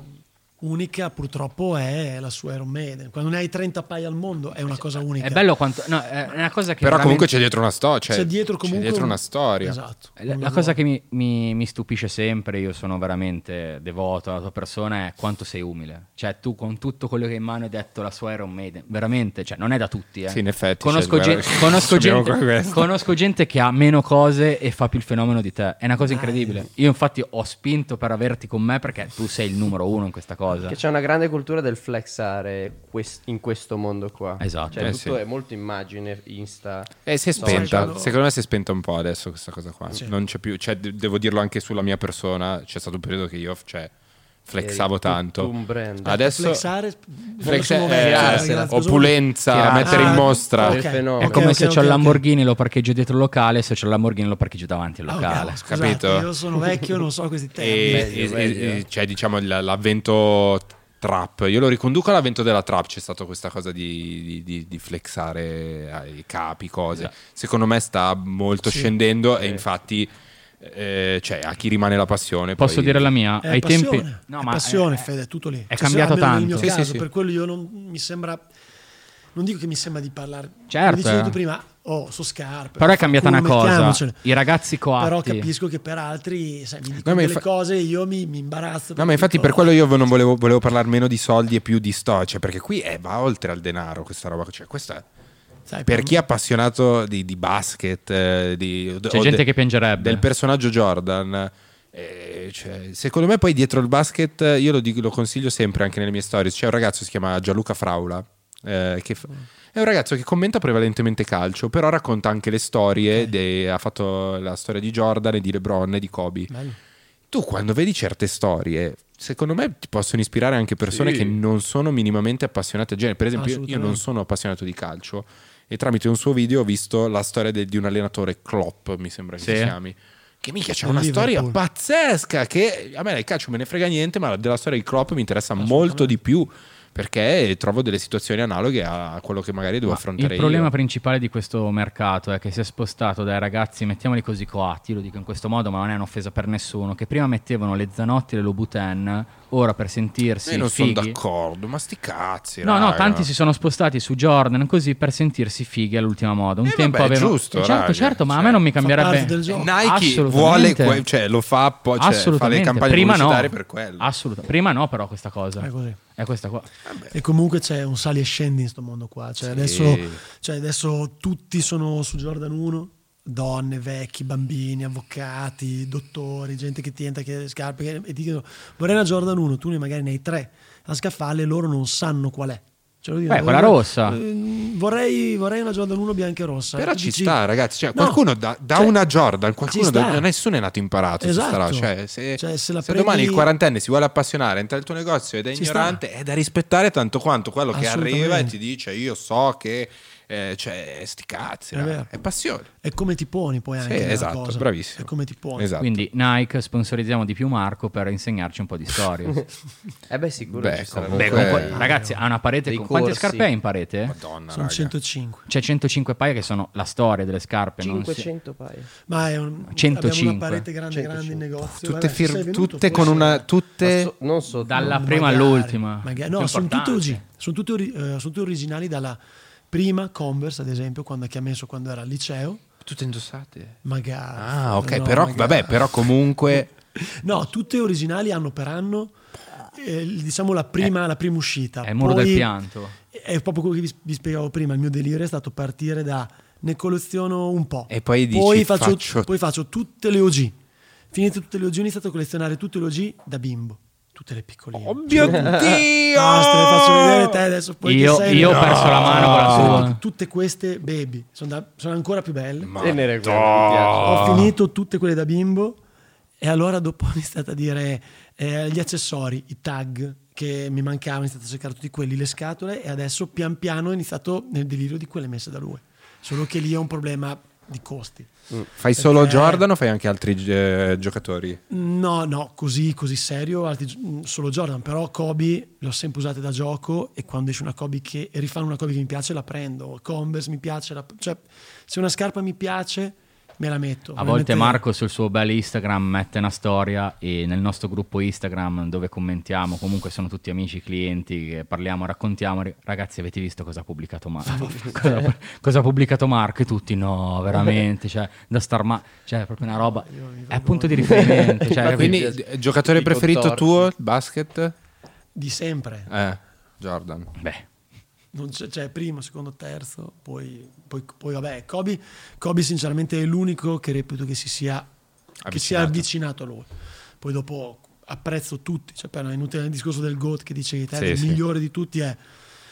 A: unica purtroppo è la sua Iron Maiden. Quando ne hai 30 paia al mondo è una cosa unica.
E: È bello quanto... No, è una cosa che...
B: Però comunque
E: veramente-
B: c'è dietro una storia. Cioè,
A: C'è dietro comunque
B: dietro
A: un-
B: una storia.
A: Esatto.
E: La, la cosa che mi, mi- mi stupisce sempre, io sono veramente devoto alla tua persona, è quanto sei umile. Cioè, tu con tutto quello che hai in mano hai detto la sua Iron Maiden, veramente, cioè, non è da tutti. eh.
B: Sì, in effetti,
E: Conosco,
B: cioè,
E: gen-
B: guarda,
E: conosco
B: abbiamo
E: gente,
B: qua questo.
E: conosco gente che ha meno cose e fa più il fenomeno di te. È una
A: Ah,
E: cosa incredibile. Io, infatti, ho spinto per averti con me perché tu sei il numero uno in questa cosa.
F: Che c'è una grande cultura del flexare quest- in questo mondo qua.
E: Esatto.
F: Cioè,
B: Eh,
F: tutto
B: sì.
F: è molto immagine, Insta.
B: Eh, si è
F: No,
B: spenta.
A: quello-
B: Secondo me si è spenta un po' adesso questa cosa qua. Non c'è più, cioè, de- devo dirlo anche sulla mia persona. C'è stato un periodo che io, cioè, flexavo
F: Eri tutto
B: tanto.
F: eh, un brand.
B: Adesso
A: Flexare,
B: flex-
A: vola su
B: eh,
A: Movember,
F: eh,
A: ragazzi, cosa vuol dire?
B: opulenza,
E: Tirare.
B: mettere in
A: Ah,
B: mostra.
A: ok,
F: fenomeno.
E: È
A: ok,
E: come
A: ok,
E: se
A: ok,
E: c'ho il
A: ok.
E: Lamborghini lo parcheggio dietro il locale, se c'ho il Lamborghini lo parcheggio davanti al
A: Ah, ok,
E: locale.
A: scusate,
B: Capito?
A: Io sono vecchio, non so questi termini.
B: e,
F: Meglio,
B: e-
F: meglio.
B: e- cioè, diciamo l- l'avvento trap. Io lo riconduco all'avvento della trap. C'è stata questa cosa di, di- di- di flexare ai capi, cose. Secondo me sta molto scendendo. E infatti, eh, cioè, a chi rimane la passione.
E: Posso
B: poi-
E: dire la mia?
A: È
E: Ai
A: Eh, passione,
E: tempi...
A: è
E: ma-
A: passione
E: eh,
A: Fede, è tutto lì.
E: È
A: Cioè, se-
E: cambiato
A: almeno
E: tanto.
A: Nel mio
B: Sì, sì,
A: caso,
B: sì.
A: per quello io non mi sembra... Non dico che mi sembra di parlare...
E: Certo,
A: Come dicevi
E: eh.
A: tu prima, oh, so scarpe.
E: Però è cambiata una
A: culo,
E: cosa.
A: mettiamocene.
E: I ragazzi coatti-
A: Però capisco che per altri, sai, mi dicono
B: ma
A: delle
B: infa-
A: cose e io mi, mi imbarazzo.
B: No, ma infatti
A: dico,
B: per quello io non volevo, volevo parlare meno di soldi e più di storia, cioè perché qui eh, va oltre al denaro questa roba, cioè questa
A: sai,
B: per chi è appassionato di, di basket, eh, di,
E: C'è
B: o
E: gente che piangerebbe.
B: Del personaggio Jordan. eh, cioè, secondo me poi dietro il basket, eh, io lo, dico- lo consiglio sempre anche nelle mie stories, c'è un ragazzo che si chiama Gianluca Fraula, eh, che fa- è un ragazzo che commenta prevalentemente calcio, però racconta anche le storie, de- ha fatto la storia di Jordan e di Lebron e di Kobe.
A: Bello.
B: Tu quando vedi certe storie, secondo me ti possono ispirare anche persone che non sono minimamente appassionate al genere. Per esempio, io- io non
A: Assolutamente.
B: sono appassionato di calcio e tramite un suo video ho visto la storia de- di un allenatore Klopp, mi sembra che
E: Sì.
B: si chiami. Che minchia, c'è
A: Del
B: una
A: Liverpool.
B: storia pazzesca che a me del calcio me ne frega niente, ma la- della storia di Klopp mi interessa molto di più perché trovo delle situazioni analoghe a quello che magari devo
E: Ma
B: affrontare
E: Il problema
B: io.
E: principale di questo mercato è che si è spostato dai ragazzi, mettiamoli così coatti, lo dico in questo modo, ma non è un'offesa per nessuno, che prima mettevano le zanotti e le Lobuten, ora per sentirsi
B: Io non sono
E: fighi.
B: d'accordo, ma sti cazzi.
E: No, no,
B: raga.
E: tanti si sono spostati su Jordan così per sentirsi fighi all'ultima moda. Un
B: Eh,
E: tempo
B: vabbè, è
E: avevano...
B: giusto,
E: Eh, certo,
B: raga,
E: certo, ma a
B: cioè,
E: me non mi
A: fa
E: cambierebbe.
A: parte del gioco.
B: Nike
E: Assolutamente.
B: vuole, que- cioè, lo fa, poi, cioè, fa le
E: Assolutamente.
B: campagne
E: Prima no.
B: pubblicitarie per quello. Esatto.
E: Assoluta- Prima no, però, questa cosa.
A: È così.
E: È questa qua.
A: E comunque c'è un sali e scendi in sto mondo qua. Cioè, adesso, cioè, adesso tutti sono su Jordan 1. Donne, vecchi, bambini, avvocati, dottori, gente che ti entra, chiede le scarpe che- e ti dicono vorrei una Jordan 1, tu ne magari ne hai tre a scaffale e loro non sanno qual è. Cioè, lo dico,
E: Beh, quella
A: vorrei-
E: rossa.
A: ehm, Vorrei, vorrei una Jordan 1 bianca e rossa.
B: Però
A: E tu
B: ci
A: dici-
B: sta, ragazzi. Cioè,
A: Cioè, No,
B: qualcuno da, da
A: cioè,
B: una Jordan, qualcuno
A: ci
B: da-
A: sta.
B: nessuno è nato imparato. su sta
A: Esatto.
B: roba. Cioè, se,
A: Cioè, se la
B: se
A: prendi-
B: domani il quarantenne si vuole appassionare, entra nel tuo negozio ed è
A: Ci
B: ignorante, è da rispettare tanto quanto quello che
A: Assolutamente.
B: arriva e ti dice: Io so che. eh, cioè, sti cazzi,
A: È
B: raga.
A: vero.
B: è passione.
A: È come ti poni poi
B: Sì,
A: anche. nella
B: esatto,
A: cosa.
B: bravissimo.
A: È come ti poni.
B: Esatto.
E: Quindi Nike sponsorizziamo di più Marco per insegnarci un po' di storia.
F: Eh beh, sicuro
B: Beh,
F: ci sarà.
B: comunque-
E: Beh, comunque,
B: Eh,
E: ragazzi, ha una parete
F: dei
E: con... quante
F: corsi.
E: scarpe hai in parete?
B: Madonna,
A: Sono
B: raga.
A: 105.
E: C'è 105 paia che sono la storia delle scarpe. non si-
F: 500 paia.
A: Ma è un,
E: 105.
A: abbiamo una parete grande,
F: 105.
A: grande in negozio.
B: Tutte,
A: Vabbè,
B: fir-
A: sei venuto,
B: tutte
A: può
B: con
A: essere.
B: una. Tutte.
F: Ma so- non so.
E: Dalla
A: No,
E: prima
A: magari,
E: all'ultima.
A: magari-
E: Più
A: No, sono tutte,
E: importante.
A: orgi- sono tutte ori- eh, sono tutte originali dalla prima Converse, ad esempio, quando che ha messo quando era al liceo,
B: Tutte indossate.
A: magari.
B: Ah, ok,
A: No,
B: però,
A: magari.
B: vabbè, però comunque...
A: No, tutte originali anno per anno. eh, diciamo la prima, la prima uscita.
E: Eh, è il muro
A: Poi-
E: del pianto.
A: È proprio quello che vi, vi spiegavo prima. Il mio delirio è stato partire da ne colleziono un po'.
B: E poi dici,
A: faccio,
B: faccio-
A: poi faccio tutte le OG. Finite tutte le OG, ho iniziato a collezionare tutte le OG da bimbo. Tutte le piccoline.
B: Oddio!
A: Basta, le faccio vedere te adesso. Poi
E: Io-
A: chi sei,
E: io ho
A: no.
E: perso la mano con la
A: Sono
E: sua.
A: Tutte queste baby sono, da- sono ancora più belle.
F: Tenere quella, mi piace.
A: Ho
E: Ah.
A: finito tutte quelle da bimbo e allora dopo mi è stata a dire eh, gli accessori, i tag che mi mancavano, mi è stato a cercare tutti quelli, le scatole e adesso pian piano ho iniziato nel delirio di quelle messe da lui. Solo che lì è un problema di costi.
B: Fai solo
A: Perché-
B: Jordan o fai anche altri eh, giocatori?
A: No, no, così, così serio, altri gi- mm, solo Jordan, però Kobe l'ho sempre usata da gioco e quando esce una Kobe che e rifanno una Kobe che mi piace la prendo, Converse mi piace, la- cioè se una scarpa mi piace me la metto.
E: A volte
A: Ovviamente-
E: Marco sul suo bel Instagram mette una storia e nel nostro gruppo Instagram dove commentiamo, comunque sono tutti amici, clienti, che parliamo, raccontiamo, ri- ragazzi avete visto cosa ha pubblicato Marco? cosa, cosa ha pubblicato Marco? E tutti no, veramente, cioè da star ma... Cioè è proprio una roba... È punto di riferimento. cioè,
F: Infatti-
B: Quindi,
F: Quindi-
B: eh, giocatore
F: tipo
B: preferito
F: Torsi.
B: tuo, basket?
A: Di sempre.
B: Eh, Jordan.
E: beh,
A: Non c'è, cioè, primo, secondo, terzo, poi, poi- poi, vabbè, Kobe, Kobe sinceramente è l'unico che reputo che si sia avvicinato, che sia avvicinato
B: Avvicinato.
A: a lui. Poi dopo apprezzo tutti, cioè, però è inutile il discorso del GOAT che dice che te,
B: Sì,
A: il
B: sì.
A: migliore di tutti è,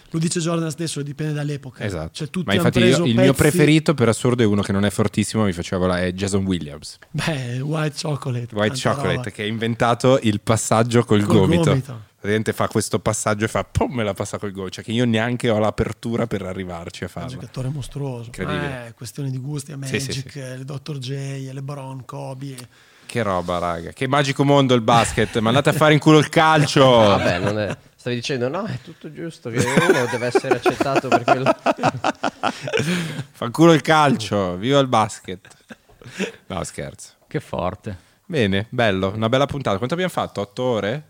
A: lo dice Jordan stesso, dipende dall'epoca.
B: Esatto.
A: Cioè, tutti
B: Ma
A: hanno
B: infatti io-
A: preso
B: il
A: pezzi-
B: mio preferito per assurdo è uno che non è fortissimo, mi faceva volare, è Jason Williams.
A: Beh, White Chocolate.
B: White
A: tanta
B: Chocolate
A: roba.
B: che ha inventato il passaggio col,
A: Col
B: gomito.
A: gomito.
B: Praticamente fa questo passaggio e fa pom me la passa col gomito, cioè che io neanche ho l'apertura per arrivarci a
A: È un
B: farlo.
A: giocatore mostruoso.
B: Incredibile.
A: Ma è questione di gusti, è
B: Sì,
A: Magic,
B: sì,
A: è il Dr. J, è LeBron, Kobe. è-
B: Che roba, raga. Che magico mondo il basket. Ma andate a fare in culo il calcio.
F: Vabbè, non è- stavi dicendo no, è tutto giusto che uno deve essere accettato per quello.
B: Fa culo il calcio. Viva il basket. No, scherzo.
E: che forte.
B: Bene, bello. Una bella puntata. Quanto abbiamo fatto? Otto ore?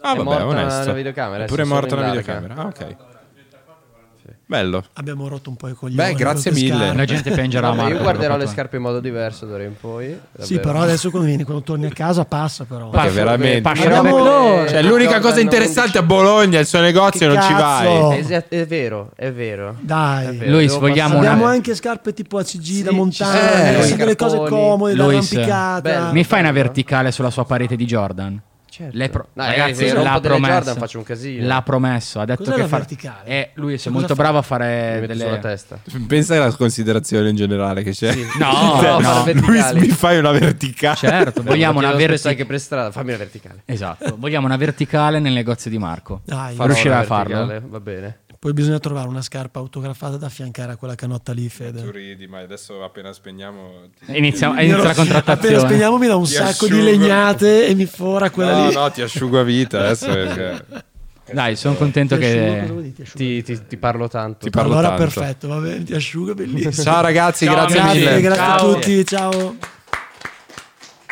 B: Ah,
F: È
B: vabbè,
F: morta
B: onesto.
F: la videocamera,
B: Oppure è
F: sì, sono
B: morta
F: in
B: la
F: larga.
B: videocamera. Ah, ok. Bello.
A: Abbiamo rotto un po' i coglioni.
B: Beh, grazie
A: con le
B: mille.
A: scarpe.
E: La gente piangerà
F: Eh. Vabbè,
E: Marco.
F: io guarderò le
E: preoccupato.
F: scarpe in modo diverso d'ora in poi. davvero.
A: Sì, però adesso quando vieni, quando torni a casa passa però.
B: Perché
F: Passo-
B: veramente-
F: passo-
A: Abbiamo-
F: Jordan
B: Cioè, l'unica cosa
F: 11.
B: interessante a Bologna è il suo negozio,
A: Che
B: non ci
A: cazzo?
B: vai.
A: Oh.
F: Eh, sì, È, vero, è vero.
A: Dai.
F: È vero,
E: Lui,
F: devo
E: se vogliamo
F: passare-
A: Abbiamo
E: una-
A: anche scarpe tipo ACG da
F: ci
A: montagna,
F: sono
A: eh,
F: i
A: sì, delle cose
F: scarponi.
A: comode, da
E: Luis,
A: arrampicata.
F: bello.
E: Mi fai una verticale sulla sua parete di Jordan?
F: Certo.
E: Lei pro-
F: No,
E: ragazzi,
F: eh, se rompo
E: l'ha
F: delle
E: promesso.
F: Jordan faccio un casino.
E: L'ha promesso, ha detto
A: Cos'è
E: che
A: la
E: fa-
A: verticale?
E: Eh, lui è
A: Cosa fa?
E: molto bravo a
F: Mi
E: fare
F: metto
E: delle
F: sulla testa.
B: Pensa alla considerazione in generale che c'è.
E: No,
F: Devo
E: no.
F: fare
B: Luis,
F: verticali.
B: mi fai una verticale.
E: Certo, vogliamo
F: Lo
E: una
F: chiedo spesso anche
E: verticale.
F: per strada, fammi una verticale.
E: Esatto, vogliamo una verticale nel negozio di Marco.
A: Dai,
E: Farò- Riuscirà
F: una
E: a farlo?
F: verticale, Va bene.
A: Poi bisogna trovare una scarpa autografata da affiancare a quella canotta lì,
B: Tu
A: Fede.
B: ridi, ma adesso appena spegniamo...
E: Inizia, inizia la
A: Appena
E: contrattazione.
A: spegniamo mi da un
B: Ti
A: sacco
B: asciugo.
A: di legnate e mi fora quella
B: No,
A: lì.
B: no, ti asciugo a vita adesso. perché-
E: Dai, sono contento
A: Ti asciugo, cosa vuol
E: che
A: dire, ti asciugo?
F: Ti, ti- ti parlo tanto.
B: Ti parlo
A: allora
B: tanto.
A: perfetto, va bene, ti asciuga bellissimo.
B: Ciao ragazzi,
E: Ciao,
B: grazie
E: amici,
B: mille.
A: grazie, grazie a
E: Ciao.
A: tutti, ciao.